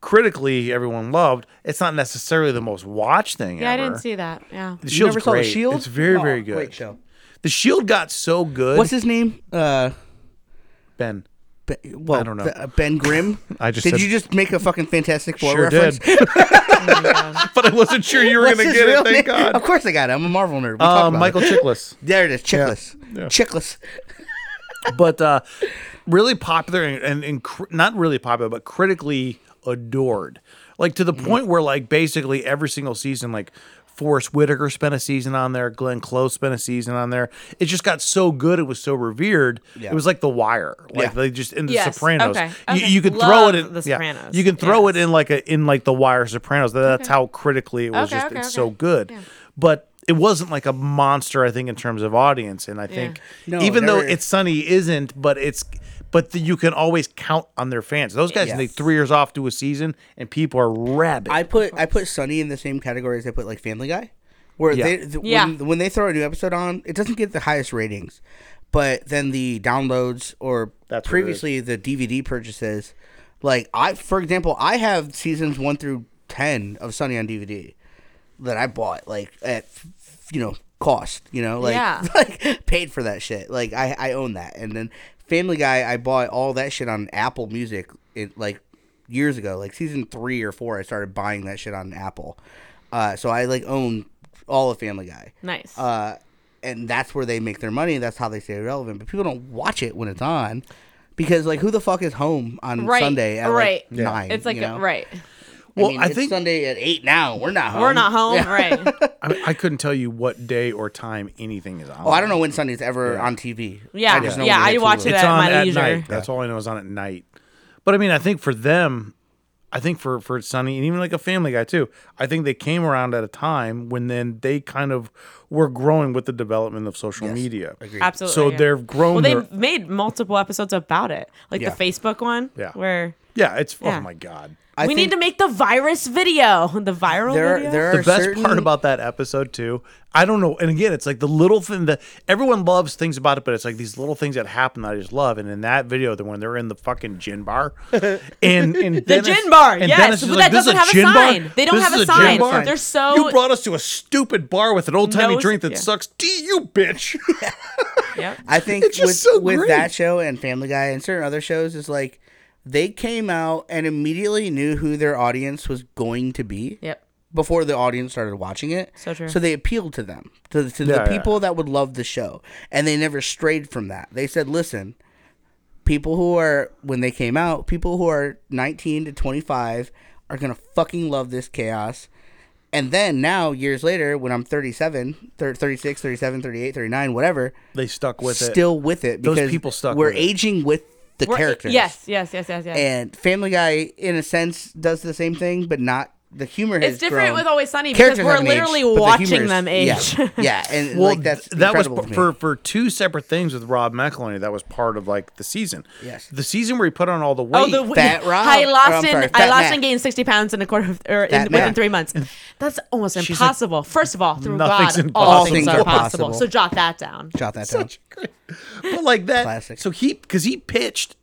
critically everyone loved. It's not necessarily the most watched thing. Yeah, I ever. didn't see that. Yeah. The you Shield's never saw great. the Shield? It's very Oh, very good. Great show. The Shield got so good. What's his name? Uh, Ben? ben, well, I don't know. ben Grimm. I just did. said- you just make a fucking Fantastic Four Sure reference? did. Oh but I wasn't sure you were What's gonna his get real it. Thank name? God. Of course I got it. I'm a Marvel nerd. We talked Uh, about Michael it. Chiklis. There it is. Chickless. Yeah. Chickless. but uh, really popular and, and, and cr- not really popular, but critically adored. Like to the Mm-hmm. point where like basically every single season, like Forrest Whitaker spent a season on there, Glenn Close spent a season on there. It just got so good, it was so revered. Yeah. It was like The Wire, like Yeah. they just in The Yes. Sopranos. Okay. You, Okay. you could throw it Love in The yeah. Sopranos. You can throw Yes. it in like a in like The Wire Sopranos. That- That's how critically it was Okay, just okay, it's okay. so good. But it wasn't like a monster, I think, in terms of audience. And I think No, even though never- it's Sunny isn't, but it's but the, you can always count on their fans. Those guys Yes. take three years off to a season, and people are rabid. I put I put Sunny in the same category as I put like Family Guy, where Yeah. they th- Yeah. when, when they throw a new episode on, it doesn't get the highest ratings, but then the downloads or That's what it previously the DVD purchases, like I for example, I have seasons one through ten of Sunny on DVD that I bought like at f- f- you know cost, you know like Yeah. like paid for that shit. Like I I own that, and then Family Guy I bought all that shit on Apple Music it like years ago, like season three or four. I started buying that shit on Apple, uh, so I like own all of Family Guy. Nice. Uh, and that's where they make their money. That's how they stay relevant. But people don't watch it when it's on, because like who the fuck is home on Right, Sunday at right. like nine? it's like you know? a, right. well, I, mean, it's think Sunday at eight now. We're not home. We're not home, right? I, mean, I couldn't tell you what day or time anything is on. Oh, I don't know when Sunday's ever on TV. Yeah, I just know yeah, when I it's watch over. it It's at on my at leisure. night. That's all I know is on at night. But I mean, I think for them, I think for for Sunny and even like a Family Guy too. I think they came around at a time when then they kind of were growing with the development of social media. Absolutely. So yeah. they've grown Well, they their- made multiple episodes about it, like Yeah. the Facebook one. Yeah. Where Yeah, it's Yeah. oh my god. I we think need to make the virus video, the viral There, are- video. there are the best certain, part about that episode too i don't know and again it's like the little thing that everyone loves things about it but it's like these little things that happen that i just love and in that video the when they're in the fucking gin bar and, and the gin bar, yes, but that doesn't have a sign. They don't have a sign. They're so- you brought us to a stupid bar with an old-timey No- drink that yeah. sucks tea you bitch Yep. I think It's just with, so with great. that show and Family Guy and certain other shows is like they came out and immediately knew who their audience was going to be. Yep. Before the audience started watching it, So true. So they appealed to them, to, to Yeah, the yeah. people that would love the show, and they never strayed from that. They said, "Listen, people who are when they came out, people who are 19 to 25 are going to fucking love this chaos." And then now years later when I'm 37, thir- 36, 37, 38, 39, whatever, they stuck with it still with it Those because people stuck we're with it. aging with the We're- e-, characters. Yes, yes, yes, yes, yes. And Family Guy in a sense does the same thing but not the humor has it's different grown. with Always Sunny because Characters we're haven't aged, literally but the humor watching is- them age. Yeah, yeah and like that's th- that was incredible p- to me. for for two separate things with Rob McElhenney. That was part of like the season. Yes. the season where he put on all the weight. Oh, the Fat Rob- I or I'm lost in sorry, I Fat lost Mac. and gained sixty pounds in a quarter of, or in, Fat within Mac. three months. That's almost like, impossible. First of all, through "Nothing's God, impossible. all things are possible. possible. So jot that down. jot that down. but like that. Classic. So he because he pitched,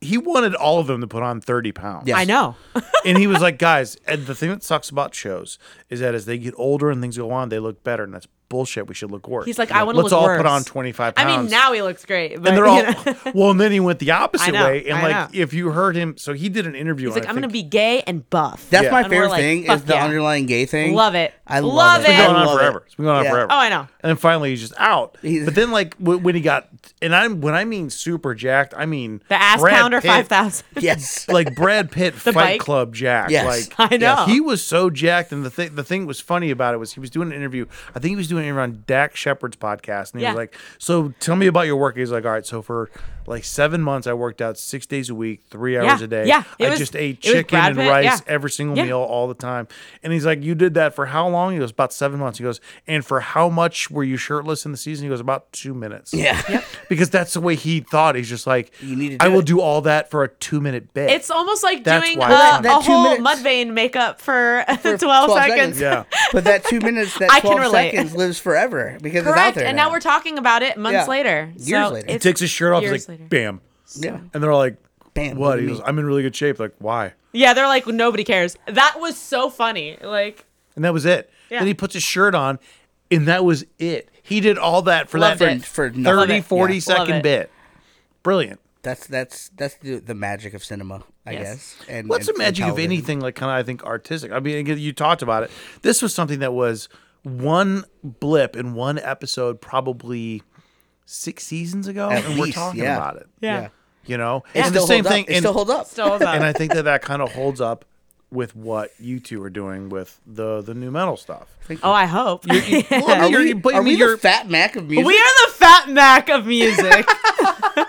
he wanted all of them to put on thirty pounds. Yes. I know. and he was like, guys, and the thing that sucks about shows is that as they get older and things go on, they look better, and that's bullshit. We should look worse. He's like, I want to Let's look all worse. put on twenty five. I pounds. mean, now he looks great. Um, And But, they're you all know. well, and then he went the opposite know, way, and I like know. if you heard him, so he did an interview. He's and like, I I'm think gonna be gay and buff. That's my And we're favorite like, thing is "Fuck the yeah." underlying gay thing. Love it. I love, Love it. it. It's been I going love on it. forever. It's been going on Yeah. forever. Oh, I know. And then finally, he's just out. He's- but then, like w- when he got, and I'm when I mean super jacked, I mean The ass Brad pounder Pitt, five thousand. Yes. like Brad Pitt Fight bike? Club Jack. Yes. Like I know. he was so jacked, and the thing the thing was funny about it was he was doing an interview. I think he was doing it on Dak Shepard's podcast, and he Yeah. was like, "So tell me about your work." He's like, "All right, so for." Like seven months, I worked out six days a week, three hours Yeah, a day. yeah, it I was- just it ate was chicken Brad and Pitt, rice yeah. every single Yeah. meal all the time. And he's like, "You did that for how long?" long? He goes, about seven months. He goes, and for how much were you shirtless in the season? He goes, about two minutes. Yeah. Because that's the way he thought. He's just like, You need to I do will it. do all that for a two minute bit. It's almost like That's doing a, why- Well, that- that a two whole minutes- Mudvayne makeup for, 12, seconds. Yeah. But that two minutes, that I can 12 relate. seconds lives forever because it's out Correct. there. And now we're talking about it months Yeah. later. Years so later. it's- takes his shirt off. He's years like, later. bam. Yeah. And they're all like, Bam, what What? do He you goes, mean? I'm in really good shape. Like, why? Yeah, they're like nobody cares. That was so funny. Like And that was it. Yeah. Then he puts his shirt on, and that was it. He did all that for Loved that it. For nothing. Love 30, it. 40 Yeah. second Love it. bit. Brilliant. That's that's that's the, the magic of cinema, I Yes. guess. And What's and- the magic and of television. anything like kind of I think artistic? I mean, again, you talked about it. This was something that was one blip in one episode, probably six seasons ago, At and we're least, talking yeah. about it. Yeah. You know, It and the still same holds thing. Up. It and, still holds up. still was and that. I think that that kind of holds up with what you two are doing with the the new metal stuff. Oh, I hope. we Well, I Are mean, you're- we, but I are mean, we you're- the fat Mac of music? are the fat Mac of music.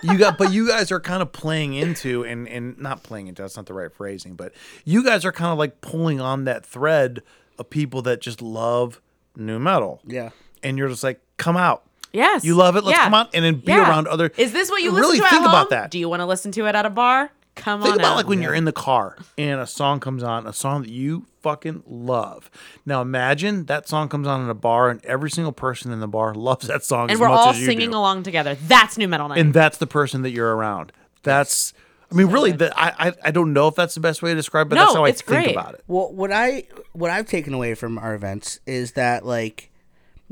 you got but you guys are kind of playing into and and not playing into that's not the right phrasing but you guys are kind of like pulling on that thread of people that just love new metal Yeah. and you're just like come out yes. you love it let's Yeah. come out and then be Yeah. around other Is this what you listen really to at think home? about that Do you want to listen to it at a bar? Come Think on. about out. like when you're in the car and a song comes on, a song that you fucking love. Now imagine that song comes on in a bar and every single person in the bar loves that song and as we're much all as you singing do. along together. That's new metal night. and that's the person that you're around. That's I mean, really, that I, I I don't know if that's the best way to describe, it, but No, that's how I it's think great. about it. Well, what I what I've taken away from our events is that like,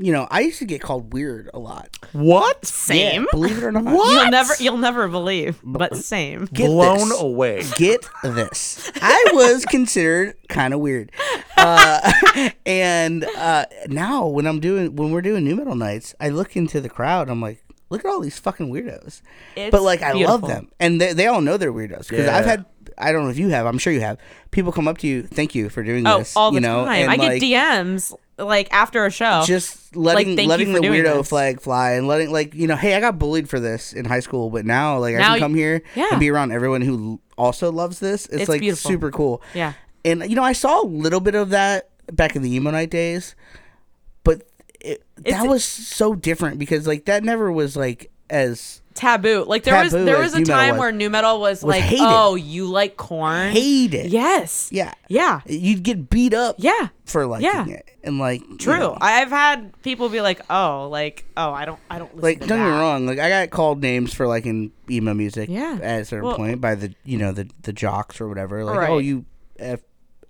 you know, I used to get called weird a lot. What? same. Yeah, believe it or not. You'll never you'll never believe, but same. Get Blown this. away. Get this. I was considered kind of weird. Uh, and uh, now when I'm doing when we're doing new metal nights, I look into the crowd. I'm like, look at all these fucking weirdos. It's but like, I beautiful. love them, and they, they all know they're weirdos because I've Yeah. had. I don't know if you have. I'm sure you have. People come up to you. Thank you for doing Oh, this. all you the know, time. and, I get like, DMs like after a show. just letting Oh, thank you letting for the doing weirdo this. flag fly and letting like you know hey i got bullied for this in high school but now like Now i can you- come here yeah. and be around everyone who l- also loves this it's, It's like beautiful. super cool Yeah. and you know i saw a little bit of that back in the emo night days but it, that was so different because like that never was like as taboo. Like there was Taboo there as was a nu metal time was. where new metal was, like, hated. oh, you like corn? hated Yes. yeah Yeah. you'd get beat up Yeah. for liking Yeah. it and like you True. know. I've had people be like, "Oh, like, oh, I don't, I don't listen like to don't get me that." wrong like i got called names for like in emo music Yeah. at a certain Well- point by the you know the the jocks or whatever like oh Right. you f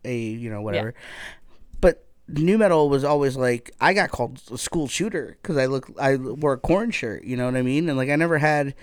a you know whatever but new metal was always like i got called a school shooter because i look i wore a corn shirt you know what i mean and like i never had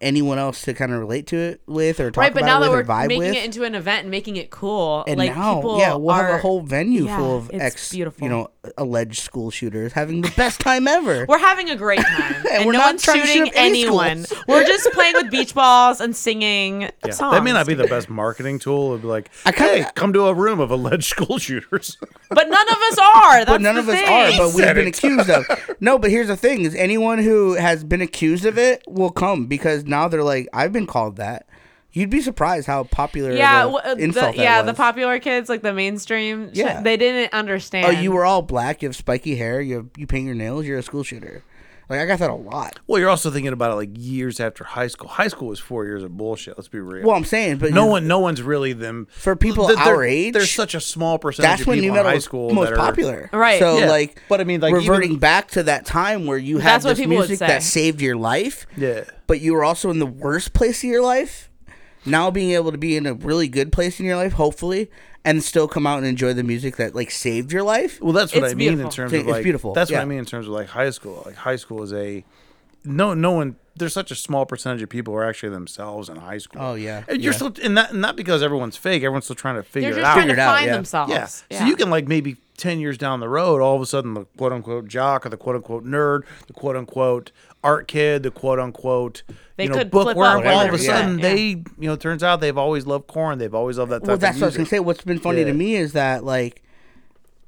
anyone else to kind of relate to it with or talk Right, but about now it that with we're or vibe making with it into an event and making it cool, and like now people yeah we'll have are- a whole venue Yeah, full of it's ex beautiful. you know alleged school shooters having the best time ever We're having a great time, and, we're no not one's trying to shoot shooting up any anyone. schools. we're just playing with beach balls and singing Yeah. songs. That may not be the best marketing tool. It'd be like, I kinda- hey, come to a room of alleged school shooters. but none of us are. That's but none the of thing. us are. But we've Said been it. accused of. No, but here's the thing: is anyone who has been accused of it will come because now they're like, I've been called that. You'd be surprised how popular yeah, yeah, w- uh, the, insult that yeah, was. the popular kids, like the mainstream, sh- Yeah. they didn't understand. Oh, you were all black. You have spiky hair. You have, you paint your nails. You're a school shooter. Like I got that a lot. well, you're also thinking about it like years after high school. High school was four years of bullshit. Let's be real. Well, I'm saying, but no you- one, no one's really them For people th- they're- our age, There's such a small percentage That's of when people in new metal high was school most that are- popular. Right. So Yeah. like, But I mean, like, even- reverting back to that time where you had That's what this people would music say. that saved your life. Yeah. but you were also in the worst place of your life. Now being able to be in a really good place in your life, hopefully, and still come out and enjoy the music that like saved your life. Well, that's what It's I mean in beautiful. terms It's of like beautiful, That's what I yeah. mean in terms of like high school. Like high school is a no, no one. There's such a small percentage of people who are actually themselves in high school. Oh, yeah. and you're Yeah. still and that not because everyone's fake. Everyone's still trying to figure they're it just out. trying to Figured out, find yeah. themselves. yeah. so you can like maybe ten years down the road, all of a sudden the quote unquote jock or the quote unquote nerd, the quote unquote art kid, the quote unquote They you know could flip bookworm. up All of a 100%, sudden yeah. they you know turns out they've always loved corn. They've always loved that type well, of that's what I was gonna music. say. What's been funny Yeah. to me is that like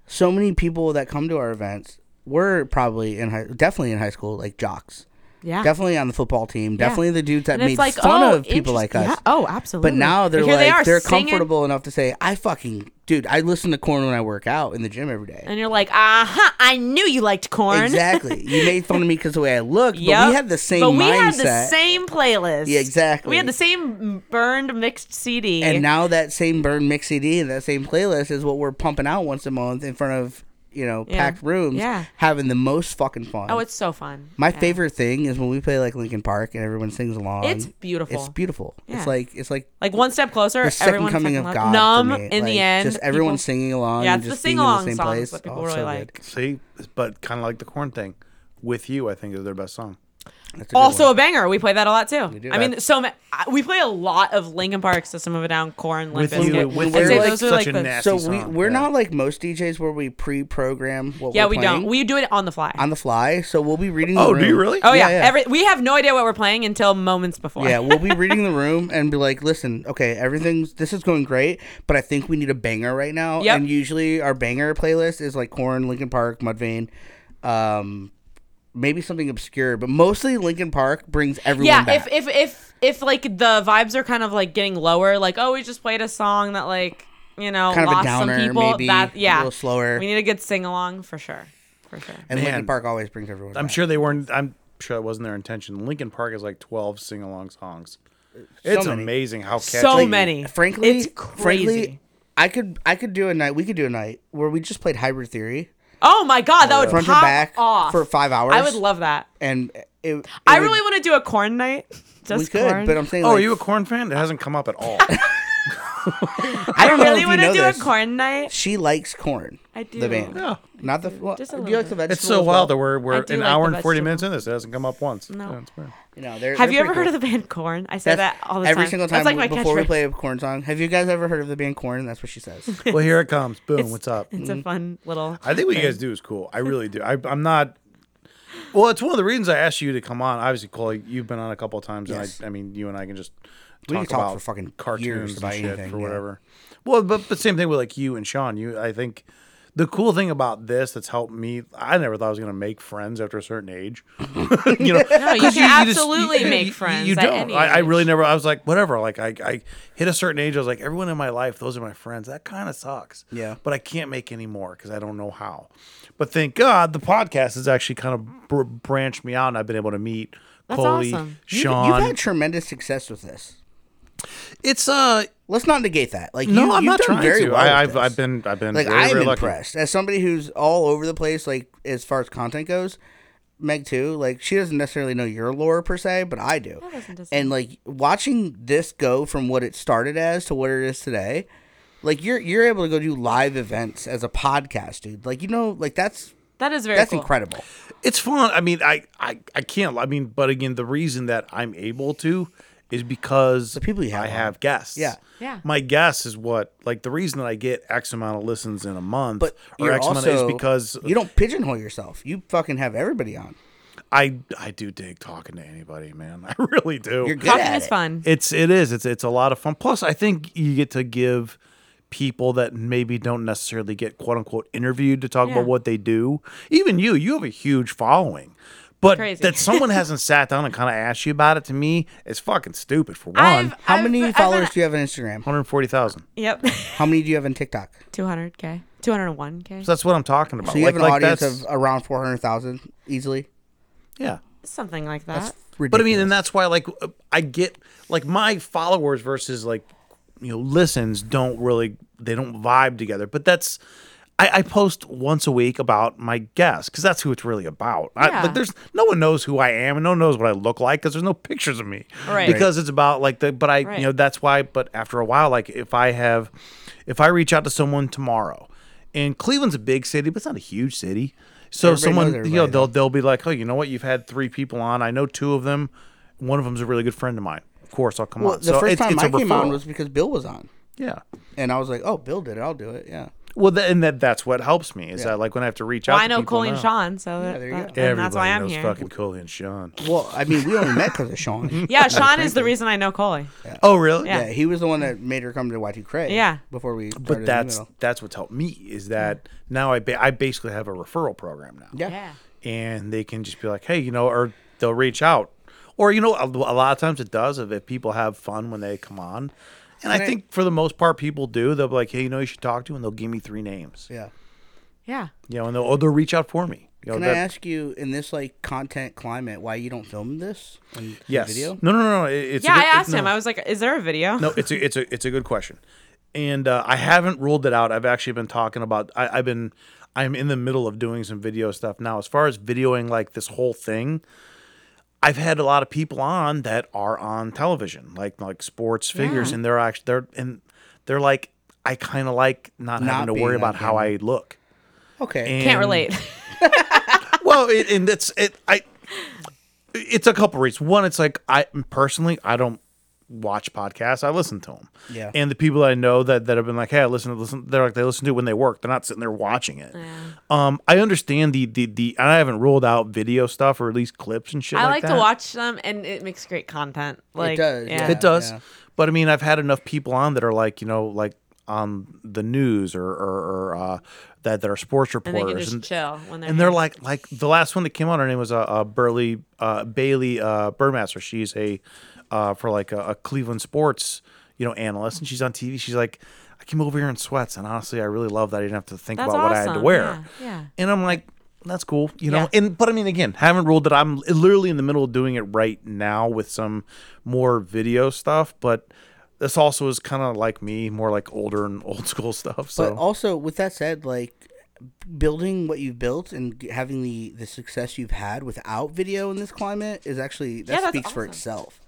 so many people that come to our events were probably in high, definitely in high school, like jocks, yeah. definitely on the football team, definitely the dudes that And it's made like, fun oh, of people like interest- us. yeah. Oh, absolutely. But now they're Here like they are they are singing- comfortable enough to say, "I fucking dude, I listen to corn when I work out in the gym every day. And you're like, aha, I knew you liked corn. Exactly. You made fun of me because the way I looked, but Yep. we had the same But we mindset. had the same playlist. Yeah, exactly. We had the same burned mixed CD. and now that same burn mix CD and that same playlist is what we're pumping out once a month in front of you know Yeah. packed rooms, Yeah. having the most fucking fun. oh, it's so fun. my Yeah. favorite thing is when we play like Linkin Park and everyone sings along. It's beautiful. It's beautiful. Yeah. It's like it's like Like one step closer. the second everyone coming of fucking God. loved- Numb for me. in Like, the end. just everyone people- singing along. Yeah, and it's the just being sing in the along same songs place. that people Oh, it's really so good. like. See, but kind of like the corn thing. With you, I think is their best song. That's a good Also one. a banger. We play that a lot too. do. I mean, so ma- I- we play a lot of Linkin Park, System of a Down, Corn, Limp With you, Bizkit. with I'd you, say like those are such like a the- nasty So we song. we're Yeah. not like most DJs where we pre-program what Yeah, we're we don't. playing We do it on the fly. on the fly. So we'll be reading. Oh, the do you room. really? oh yeah, Yeah, yeah. Every, we have no idea what we're playing until moments before. Yeah, we'll be reading the room and be like, "Listen, okay, everything's this is going great, but I think we need a banger right now." Yep. And usually our banger playlist is like Corn, Linkin Park, Mudvayne, um, maybe something obscure, but mostly Linkin Park brings everyone yeah. back. If if if if like the vibes are kind of like getting lower, like oh we just played a song that like you know kind of a lost downer, some people. maybe that a yeah, little slower, we need a good sing along for sure, for sure. and Linkin Man. Park always brings everyone. I'm back. sure they weren't. I'm sure that wasn't their intention. Lincoln Park is like 12 sing-along songs. It's many. amazing how catchy. So many. Frankly, it's crazy. frankly, I could I could do a night. We could do a night where we just played Hybrid Theory oh my god, that would front to pop back off for five hours. I would love that. and it. it I would- really want to do a corn night. Just We could, corn. but I'm saying. Oh, like, are you a corn fan? It hasn't come up at all. I don't know really if you want to know do this. a corn night. She likes corn. I do. The band. Yeah. Not the. Well, Just a do you little like the vegetables? it's so as well? wild that we're we're I do an like hour the and 40 vegetable. minutes in this. It hasn't come up once. No. Yeah, it's weird. You know, they're, Have you they're ever pretty heard of cool. the band Corn? I say That's that all the every time. single time That's like my before we catchphrase. play a corn song. Have you guys ever heard of the band Corn? That's what she says. well, here it comes. Boom. what's up? It's a fun little. I think what you guys do is cool. I really do. I, I'm not. Well, it's one of the reasons I asked you to come on. Obviously, Cole, you've been on a couple of times, Yes. and I, I mean, you and I can just We can talk talk about for fucking cartoons years and about shit anything, for yeah. whatever. Well, but but same thing with like you and Sean. You, I think the cool thing about this that's helped me. I never thought I was gonna make friends after a certain age. you know, No, you 'Cause can just- absolutely you- make you- friends. You at don't. any I, I age. really never. I was like, whatever. Like I, I hit a certain age. I was like, everyone in my life, those are my friends. That kind of sucks. Yeah. But I can't make any more because I don't know how. But thank God the podcast has actually kind of br- branched me out, and I've been able to meet That's Coley, awesome. Sean. You've had tremendous success with this. it's uh Let's not negate that. Like, no, you, I'm you've not done trying very to. Well with I, I've this. I've been I've been like very, I'm very lucky. impressed as somebody who's all over the place. Like as far as content goes, Meg too. Like she doesn't necessarily know your lore per se, but I do. listen to some. and like watching this go from what it started as to what it is today, like you're you're able to go do live events as a podcast, dude. Like you know, like that's That is very. that's cool. incredible. It's fun. I mean, I, I I can't. I mean, but again, the reason that I'm able to is because the people you have I on. have guests. Yeah. Yeah. My guess is what like the reason that I get X amount of listens in a month But or you're X also amount is because you don't pigeonhole yourself. You fucking have everybody on. I I do dig talking to anybody, man. I really do. You're good Talking at is it. fun. It's it is. It's it's a lot of fun. Plus, I think you get to give people that maybe don't necessarily get quote unquote interviewed to talk Yeah. about what they do. Even you, you have a huge following. But Crazy. that someone hasn't sat down and kind of asked you about it to me is fucking stupid for one. I've- How I've- many I've followers been- do you have on Instagram? 140,000. Yep. How many do you have on TikTok? 200k. 201k. So that's what I'm talking about. So you like, have an like audience that's- of around four hundred thousand easily. yeah. Something like that. But I mean, Ridiculous. and that's why, like, uh, I get like my followers versus like you know listens don't really they don't vibe together. But that's I, I post once a week about my guests because that's who it's really about. I, Yeah. like, there's no one knows who I am and no one knows what I look like because there's no pictures of me. Right. Because it's about like the but I Right. you know that's why. But after a while, like if I have if I reach out to someone tomorrow, and Cleveland's a big city, but it's not a huge city. So Everybody knows someone, you know, everybody, they'll they'll be like, oh, you know what? You've had three people on. I know two of them. One of them's a really good friend of mine. Of course, I'll come Well, on. the so first it's, time it's I a came on referral. was because Bill was on, yeah. and I was like, "Oh, Bill did it. I'll do it." Yeah. Well, th- and that that's what helps me is that like when I have to reach Well, out. I to know people Coley and now. Sean, so that, there you that- go. and that's why Everybody I'm knows here. Fucking Coley and Sean. Well, I mean, we only met because of Sean. Yeah, Sean is the reason I know Coley. Oh, really? Yeah. Yeah, he was the one that made her come to Y2 Cray. Yeah. Before we started But that's the middle. that's what's helped me is that now I ba- I basically have a referral program now. Yeah. Yeah. and they can just be like, hey, you know, or they'll reach out. Or, you know, a, a lot of times it does if, if people have fun when they come on. And I think for the most part, people do. They'll be like, hey, you know, who you should talk to, and they'll give me three names. Yeah. Yeah. You know, and they'll, or they'll reach out for me. You know, Can I that- ask you in this like content climate why you don't film this in yes. video? No, no, no, no. it- it's a Yeah, good- I it- asked him. no. I was like, "Is there a video?" No, it's a it's a it's a good question, and uh, I haven't ruled it out. I've actually been talking about. I, I've been I'm in the middle of doing some video stuff now. As far as videoing like this whole thing, I've had a lot of people on that are on television, like like sports figures, and they're actually they're and they're like I kind of like not, Not having to being worry on about how I look. Okay. And, Can't relate. Well, it, and it's it I. It's a couple reasons. One, it's like I personally I don't watch podcasts. I listen to them. Yeah. And the people that I know that that have been like, hey, I listen to listen. They're like they listen to it when they work. They're not sitting there watching it. Um, I understand the the the. And I haven't ruled out video stuff or at least clips and shit. I like like to that. watch them, and it makes great content. Like, does, yeah. It does. yeah. But I mean, I've had enough people on that are like, you know, like on the news or or, or uh, that that are sports and reporters, they can just chill when they're. and they're like like the last one that came out her name was uh, uh burley uh bailey uh burmaster she's a uh for like a, a cleveland sports you know analyst and she's on tv she's like i came over here in sweats and honestly i really love that i didn't have to think That's about what i had to awesome. wear Yeah, yeah. and i'm like that's cool you know Yeah. and but i mean again haven't ruled that i'm literally in the middle of doing it right now with some more video stuff but this also is kind of like me more like older and old school stuff so But also, with that said, like building what you've built and g- having the the success you've had without video in this climate is actually that Yeah, that's speaks for awesome. itself.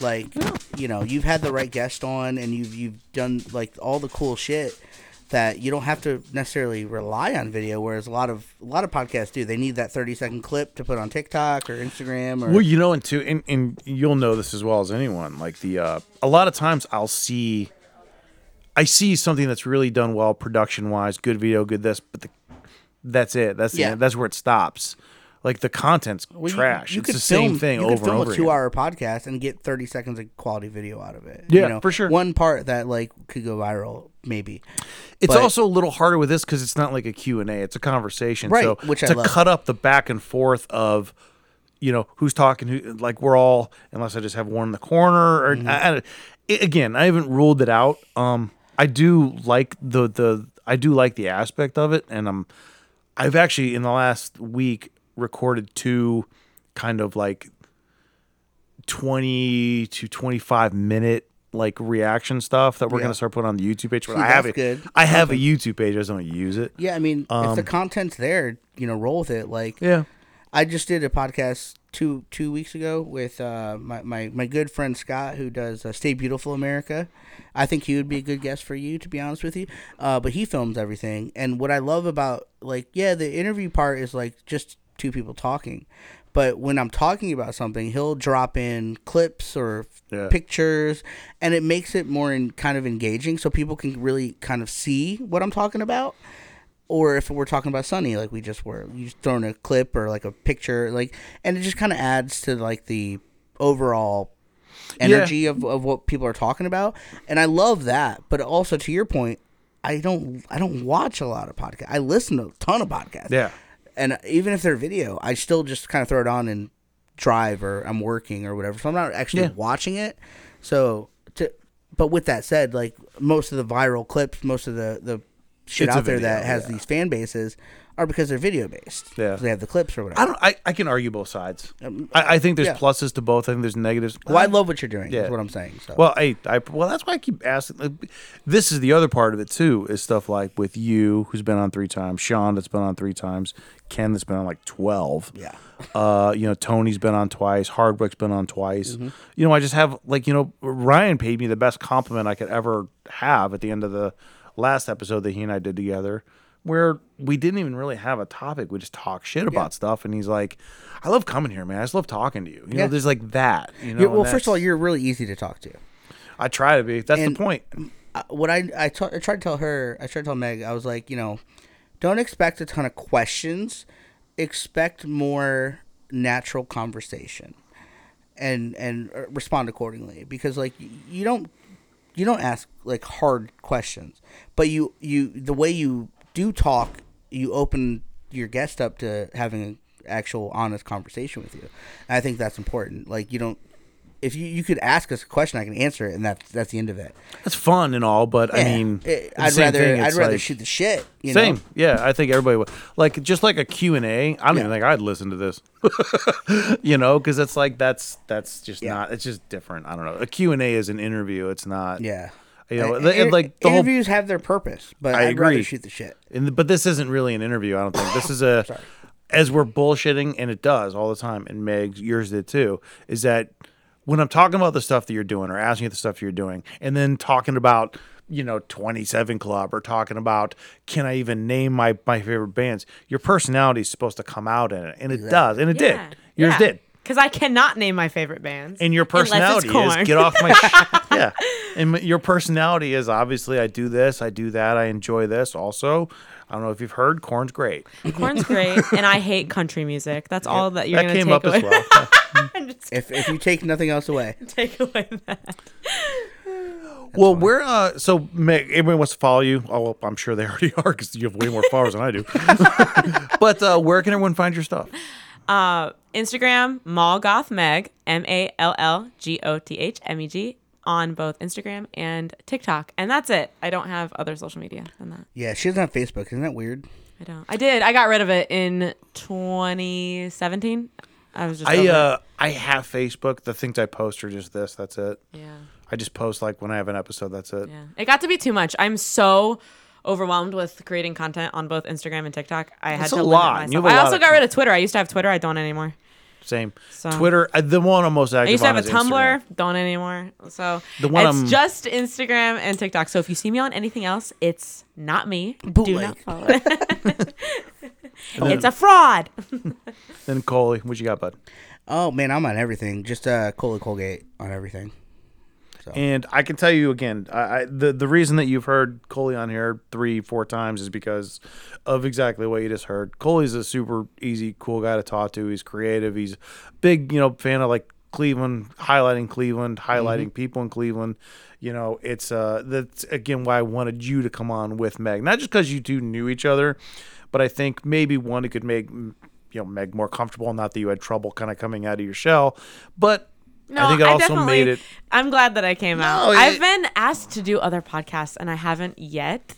Like you know, you've had the right guest on, and you've you've done like all the cool shit that you don't have to necessarily rely on video. Whereas a lot of a lot of podcasts do. They need that thirty second clip to put on TikTok or Instagram or Well, you know, and too, and, and you'll know this as well as anyone. Like the, uh, a lot of times I'll see, I see something that's really done well production wise, good video, good this, but the, that's it. That's the Yeah. end. That's where it stops. Like the content's Well, you- trash. you it's could the same film- thing you could over and film over a two-hour again. podcast and get thirty seconds of quality video out of it. Yeah, for sure. One part that like could go viral, maybe. It's but- also a little harder with this because it's not like a Q and A. It's a conversation. Right, So which I to love. cut up the back and forth of, you know, who's talking, who like we're all unless I just have one in the corner or Mm-hmm. I, I- it- again, I haven't ruled it out. Um, I do like the the I do like the aspect of it, and I'm I've actually in the last week recorded two kind of like 20 to 25 minute like reaction stuff that we're gonna start putting on the YouTube page. But I that's have it. good. I have a YouTube page. I just don't use it. Yeah, I mean, if Um, the content's there, you know, roll with it. Like, Yeah. I just did a podcast two two weeks ago with uh, my, my my good friend Scott, who does uh, "Stay Beautiful America." I think he would be a good guest for you, to be honest with you. Uh, but he films everything, and what I love about like yeah, the interview part is like just two people talking. But when I'm talking about something, he'll drop in clips or Yeah. pictures, and it makes it more in, kind of engaging, so people can really kind of see what I'm talking about or if we're talking about Sunny, like we just were, you just thrown a clip or like a picture, like, and it just kind of adds to like the overall energy of, of what people are talking about, and I love that. But also to your point, I don't I don't watch a lot of podcasts. I listen to a ton of podcasts. Yeah. and even if they're video, I still just kind of throw it on and drive or I'm working or whatever, so I'm not actually Yeah. watching it. So to but with that said, like most of the viral clips, most of the the shit It's a out there video, that has yeah. these fan bases are because they're video based. Yeah. they have the clips or whatever. I don't. I, I can argue both sides. I, I think there's Um, yeah. pluses to both. I think there's negatives. well, I love what you're doing. Yeah. Is what I'm saying. So Well, I, I well that's why I keep asking. like, This is the other part of it too. Is stuff like with you, who's been on three times, Sean that's been on three times, Ken that's been on like twelve. Yeah. Uh, you know, Tony's been on twice. Hardwick's been on twice. Mm-hmm. You know, I just have like you know, Ryan paid me the best compliment I could ever have at the end of the last episode that he and I did together. Where we didn't even really have a topic, we just talk shit about stuff, and he's like, "I love coming here, man. I just love talking to you." You Yeah. know, there's like that. You know, You're- and well, first that's- of all, you're really easy to talk to. I try to be. That's And- the point. uh, what I I ta- I tried to tell her, I tried to tell Meg, I was like, you know, don't expect a ton of questions, expect more natural conversation, and and uh, respond accordingly because like y- you don't you don't ask like hard questions, but you you the way you do talk, you open your guest up to having an actual honest conversation with you. And I think that's important. Like you don't if you, you could ask us a question, I can answer it, and that that's the end of it. That's fun and all, but I Yeah. mean, It- the I'd same rather thing, I'd it's rather like- shoot the shit. You Same, know? yeah. I think everybody would like just like a Q and A. I don't even Yeah. think I'd listen to this, you know, because it's like that's that's just Yeah. not. It's just different. I don't know. A Q and A is an interview. It's not. Yeah. You know, Uh, the- inter- like the whole- interviews have their purpose, but I I would rather agree. shoot the shit. And th- but this isn't really an interview. I don't think this is a. as we're bullshitting, and it does all the time, and Meg, yours did too. Is that when I'm talking about the stuff that you're doing, or asking you the stuff you're doing, and then talking about you know 27 Club, or talking about can I even name my my favorite bands? Your personality is supposed to come out in it, and it does, and it did. Yours did. Because I cannot name my favorite bands. And your Unless it's personality is corn. get off my sh- yeah. And m- your personality is obviously I do this, I do that, I enjoy this. Also, I don't know if you've heard, corn's great. Corn's great, and I hate country music. That's all that you're that gonna came take up away. as well. I'm just If if you take nothing else away, gonna take away that. well, we're uh, so Meg, everybody wants to follow you. Oh, well, I'm sure they already are because you have way more followers than I do. but uh, where can everyone find your stuff? Uh, Instagram, Mallgoth Meg, M A L L G O T H M E G, on both Instagram and TikTok. And that's it. I don't have other social media than that. yeah, she doesn't have Facebook. Isn't that weird? I don't. I did. I got rid of it in 2017. I was just. I over it. uh, I have Facebook. The things I post are just this. That's it. yeah. I just post like when I have an episode. That's it. Yeah. It got to be too much. I'm so overwhelmed with creating content on both Instagram and TikTok. I That's had to a limit lot. You have myself. a I lot also of got rid of Twitter. I used to have Twitter. I don't anymore. Same. So- Twitter. uh, The one I'm most active I used to on have a is Instagram. Tumblr. Don't anymore. So The one it's I'm- just Instagram and TikTok. So if you see me on anything else, it's not me. Do Bootleg. not follow. it's a fraud. Then Coley, what you got, bud? Oh man, I'm on everything. Just uh, Cola Colgate on everything. And I can tell you again, I, I, the the reason that you've heard Coley on here three, four times is because of exactly what you just heard. Coley's a super easy, cool guy to talk to. He's creative. He's big, you know, fan of like Cleveland, highlighting Cleveland, highlighting people in Cleveland. You know, it's uh that's again why I wanted you to come on with Meg, not just because you two knew each other, but I think maybe one it could make you know Meg more comfortable. Not that you had trouble kind of coming out of your shell, but No, I think it also made it. I'm glad that I came out. it- I've been asked to do other podcasts and I haven't yet.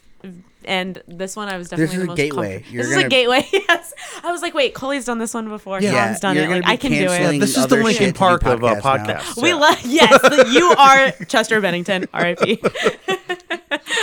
And this one, I was definitely This is the a most gateway. comfortable- You're This is gonna- a gateway. Yes, I was like, wait, Coley's done this one before. Yeah, Tom's done you're it. gonna Like, be I can do canceling it. This is the other Lincoln shit to do Park of, uh, podcasts now. podcasts. We Yeah. love yes, that you are Chester Bennington, R.I.P.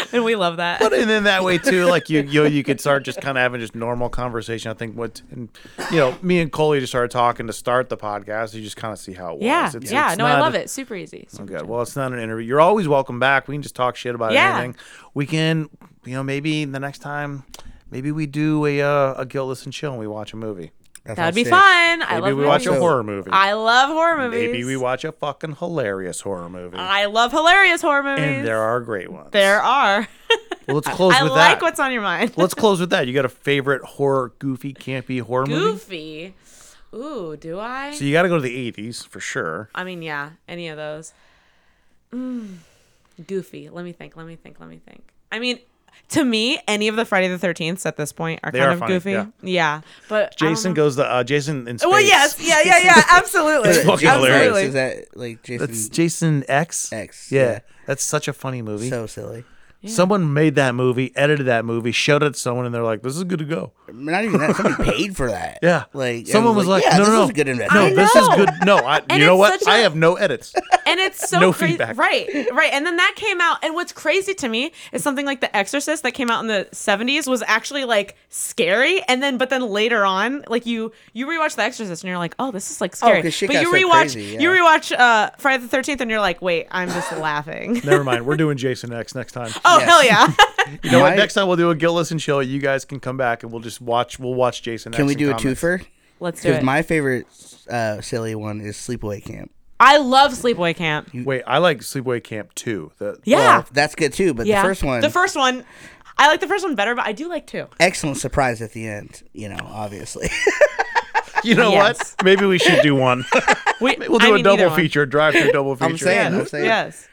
and we love that. But and then that way too, like you you you could start just kind of having just normal conversation. I think what and you know me and Coley just started talking to start the podcast. You just kind of see how it yeah, was. It's- yeah. it's No, I not love a- it. Super easy. Super Good. Well, it's not an interview. You're always welcome back. We can just talk shit about Yeah. anything. We can, you know, maybe the next time, maybe we do a uh, a guiltless and chill and we watch a movie. That's That would be sick. fun. I Maybe love we watch a movies. horror movie. I love horror movies. maybe we watch a fucking hilarious horror movie. I love hilarious horror movies. and there are great ones. There are. Well, let's close I with like that. what's on your mind. let's close with that. You got a favorite horror, goofy, campy horror movie? Goofy. Ooh, do I? So you got to go to the 80s for sure. I mean, yeah, any of those. Mm, goofy. Let me think. Let me think. Let me think. I mean, to me, any of the Friday the Thirteenth at this point are They kind are of funny, goofy. yeah. Yeah, but I don't Jason know. goes the uh, Jason in space. Well, yes, yeah, yeah, yeah, absolutely, It's fucking absolutely. hilarious. Is that like Jason? That's Jason X. X, Yeah. yeah. That's such a funny movie. so silly. Someone made that movie, edited that movie, showed it to someone, and they're like, "This is good to go." Not even that. Somebody paid for that. Yeah. Like someone was like, yeah, "No, this no, is no, a good no, investment. this is know. good." No, I. And you know it's what? such a- I have no edits. And it's so No crazy, feedback. right? Right. And then that came out, and what's crazy to me is something like The Exorcist that came out in the '70s was actually like scary, and then but then later on, like you you rewatch The Exorcist and you're like, oh, this is like scary. 'cause shit but got you so rewatch crazy, yeah. you rewatch uh, Friday the Thirteenth and you're like, wait, I'm just laughing. Never mind. We're doing Jason X next time. Oh Yes. hell yeah! you know what? My- Next time we'll do a guiltless and chill. You guys can come back and we'll just watch. We'll watch Jason. Can X we and do a comment. twofer? Let's do Because it. my favorite uh, silly one is Sleepaway Camp. I love Sleepaway Camp. Wait, I like Sleepaway Camp too. The, Yeah, Well, that's good too. But yeah. the first one, The first one. I like the first one better, but I do like two. excellent surprise at the end. You know, obviously. You know Yes. what? Maybe we should do one. We, We'll do a double feature, drive through double feature. I'm saying, Yes. I'm saying. yes.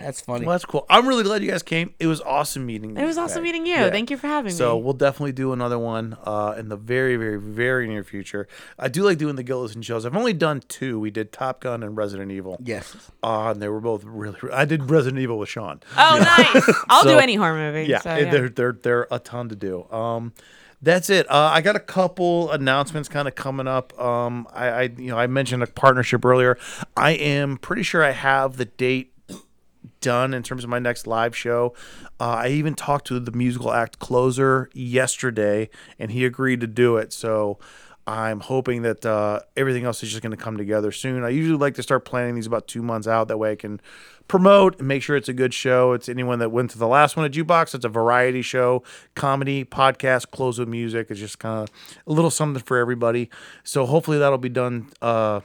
That's funny. Well, that's cool. I'm really glad you guys came. It was awesome meeting you. It was awesome meeting you. Yeah. Thank you for having So me. we'll definitely do another one uh, in the very, very, very near future. I do like doing the Gillis and shows. I've only done two. We did Top Gun and Resident Evil. Yes. Uh, and they were both really. I did Resident Evil with Sean. Oh, nice. I'll So- do any horror movie. yeah, so, it- There, there, there are a ton to do. Um, that's it. Uh, I got a couple announcements kind of coming up. Um, I, I, you know, I mentioned a partnership earlier. I am pretty sure I have the date done in terms of my next live show. Uh, I even talked to the musical act closer yesterday, and he agreed to do it. So I'm hoping that uh, everything else is just going to come together soon. I usually like to start planning these about two months out. That way I can promote and make sure it's a good show. It's anyone that went to the last one at Jukebox. It's a variety show, comedy, podcast, close with music. It's just kind of a little something for everybody. So hopefully that'll be done. Uh,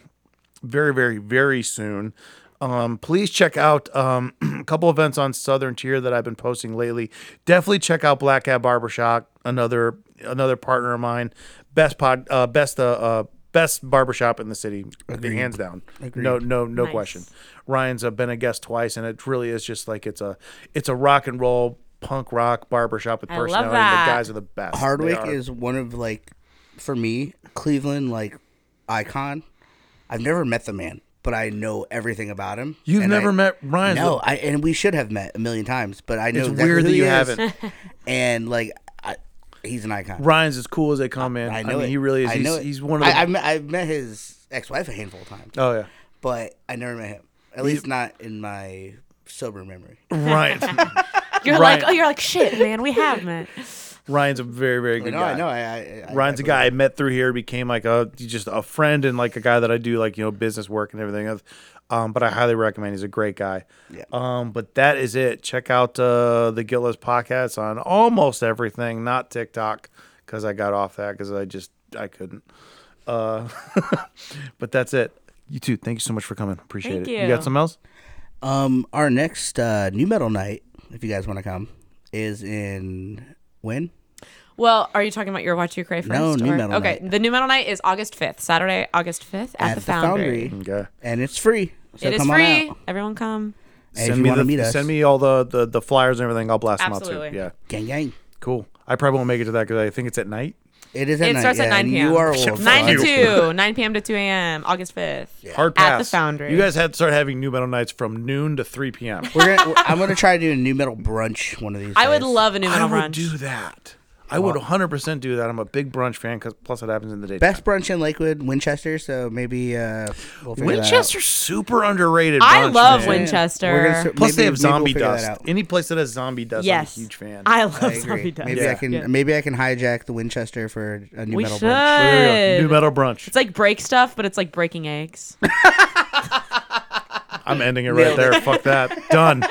very, very, very soon. Um, please check out um, a couple events on Southern Tier that I've been posting lately. Definitely check out Black Cat Barbershop, another another partner of mine. Best pod, uh, best uh, uh, best barbershop in the city, hands down. No, no, no Nice. question. Ryan's uh, been a guest twice, and it really is just like it's a it's a rock and roll punk rock barbershop with love personality. that. The guys are the best. They Hardwick are. is one of like for me Cleveland like icon. I've never met the man, but I know everything about him. You've And never I- met Ryan's. No, I and we should have met a million times, but I know It's exactly weird who that he you is. haven't. And like, I, he's an icon. Ryan's as cool as they come in. I know mean, it. he really is. I he's, know it. he's one of the I, I've, met, I've met his ex-wife a handful of times, Oh yeah. but I never met him. At least not in my sober memory. Oh Ryan you're Ryan- like, oh, you're like, shit, man, we have met. Ryan's a very very I good know, guy. I know. I, I, I Ryan's a I- guy I met through here, became like a just a friend and like a guy that I do like you know business work and everything. Of, um, but I highly recommend. He's a great guy. Yeah. Um, but that is it. Check out uh, the Guiltless podcast on almost everything, not TikTok because I got off that because I just I couldn't. Uh, but that's it. You too. Thank you so much for coming. Appreciate Thank it. you. got something else? Um, our next uh, new metal night, if you guys want to come, is in when? Well, are you talking about your Watch You Cray first? No, Nu or- Metal Okay, Night. the New Metal Night is August 5th, Saturday, August 5th at, the, Foundry. Okay. and it's free. So it is come free. on out. Everyone come. And if send you me want the, to meet us, send me all the, the the flyers and everything. I'll blast them out too. Absolutely. Yeah. gang gang. Cool. I probably won't make it to that because I think it's at night. It is at it night. starts at yeah, 9 and p.m. You are old. Thank Nine you. to two, 9 p.m. to 2 a.m. August 5th. Hard At pass. the Foundry. You guys had to start having new metal nights from noon to 3 p.m. We're gonna, we're- I'm gonna try to do a new metal brunch one of these. I would days. love a New I Metal would Brunch. do that. I would 100% do that. I'm a big brunch fan because plus it happens in the day. best brunch in Lakewood, Winchester. So maybe uh, we'll figure that out. Winchester's super underrated. I brunch, love man. Yeah. Winchester. We're gonna- Plus maybe- they have maybe we'll zombie figure that dust. out. Any place that has zombie dust, yes. I'm a huge fan. I love I agree. zombie dust. Maybe I can. Yeah. Maybe I can hijack the Winchester for a new We metal should. brunch. There you go. New metal brunch. It's like break stuff, but it's like breaking eggs. I'm ending it right there. Fuck that. Done.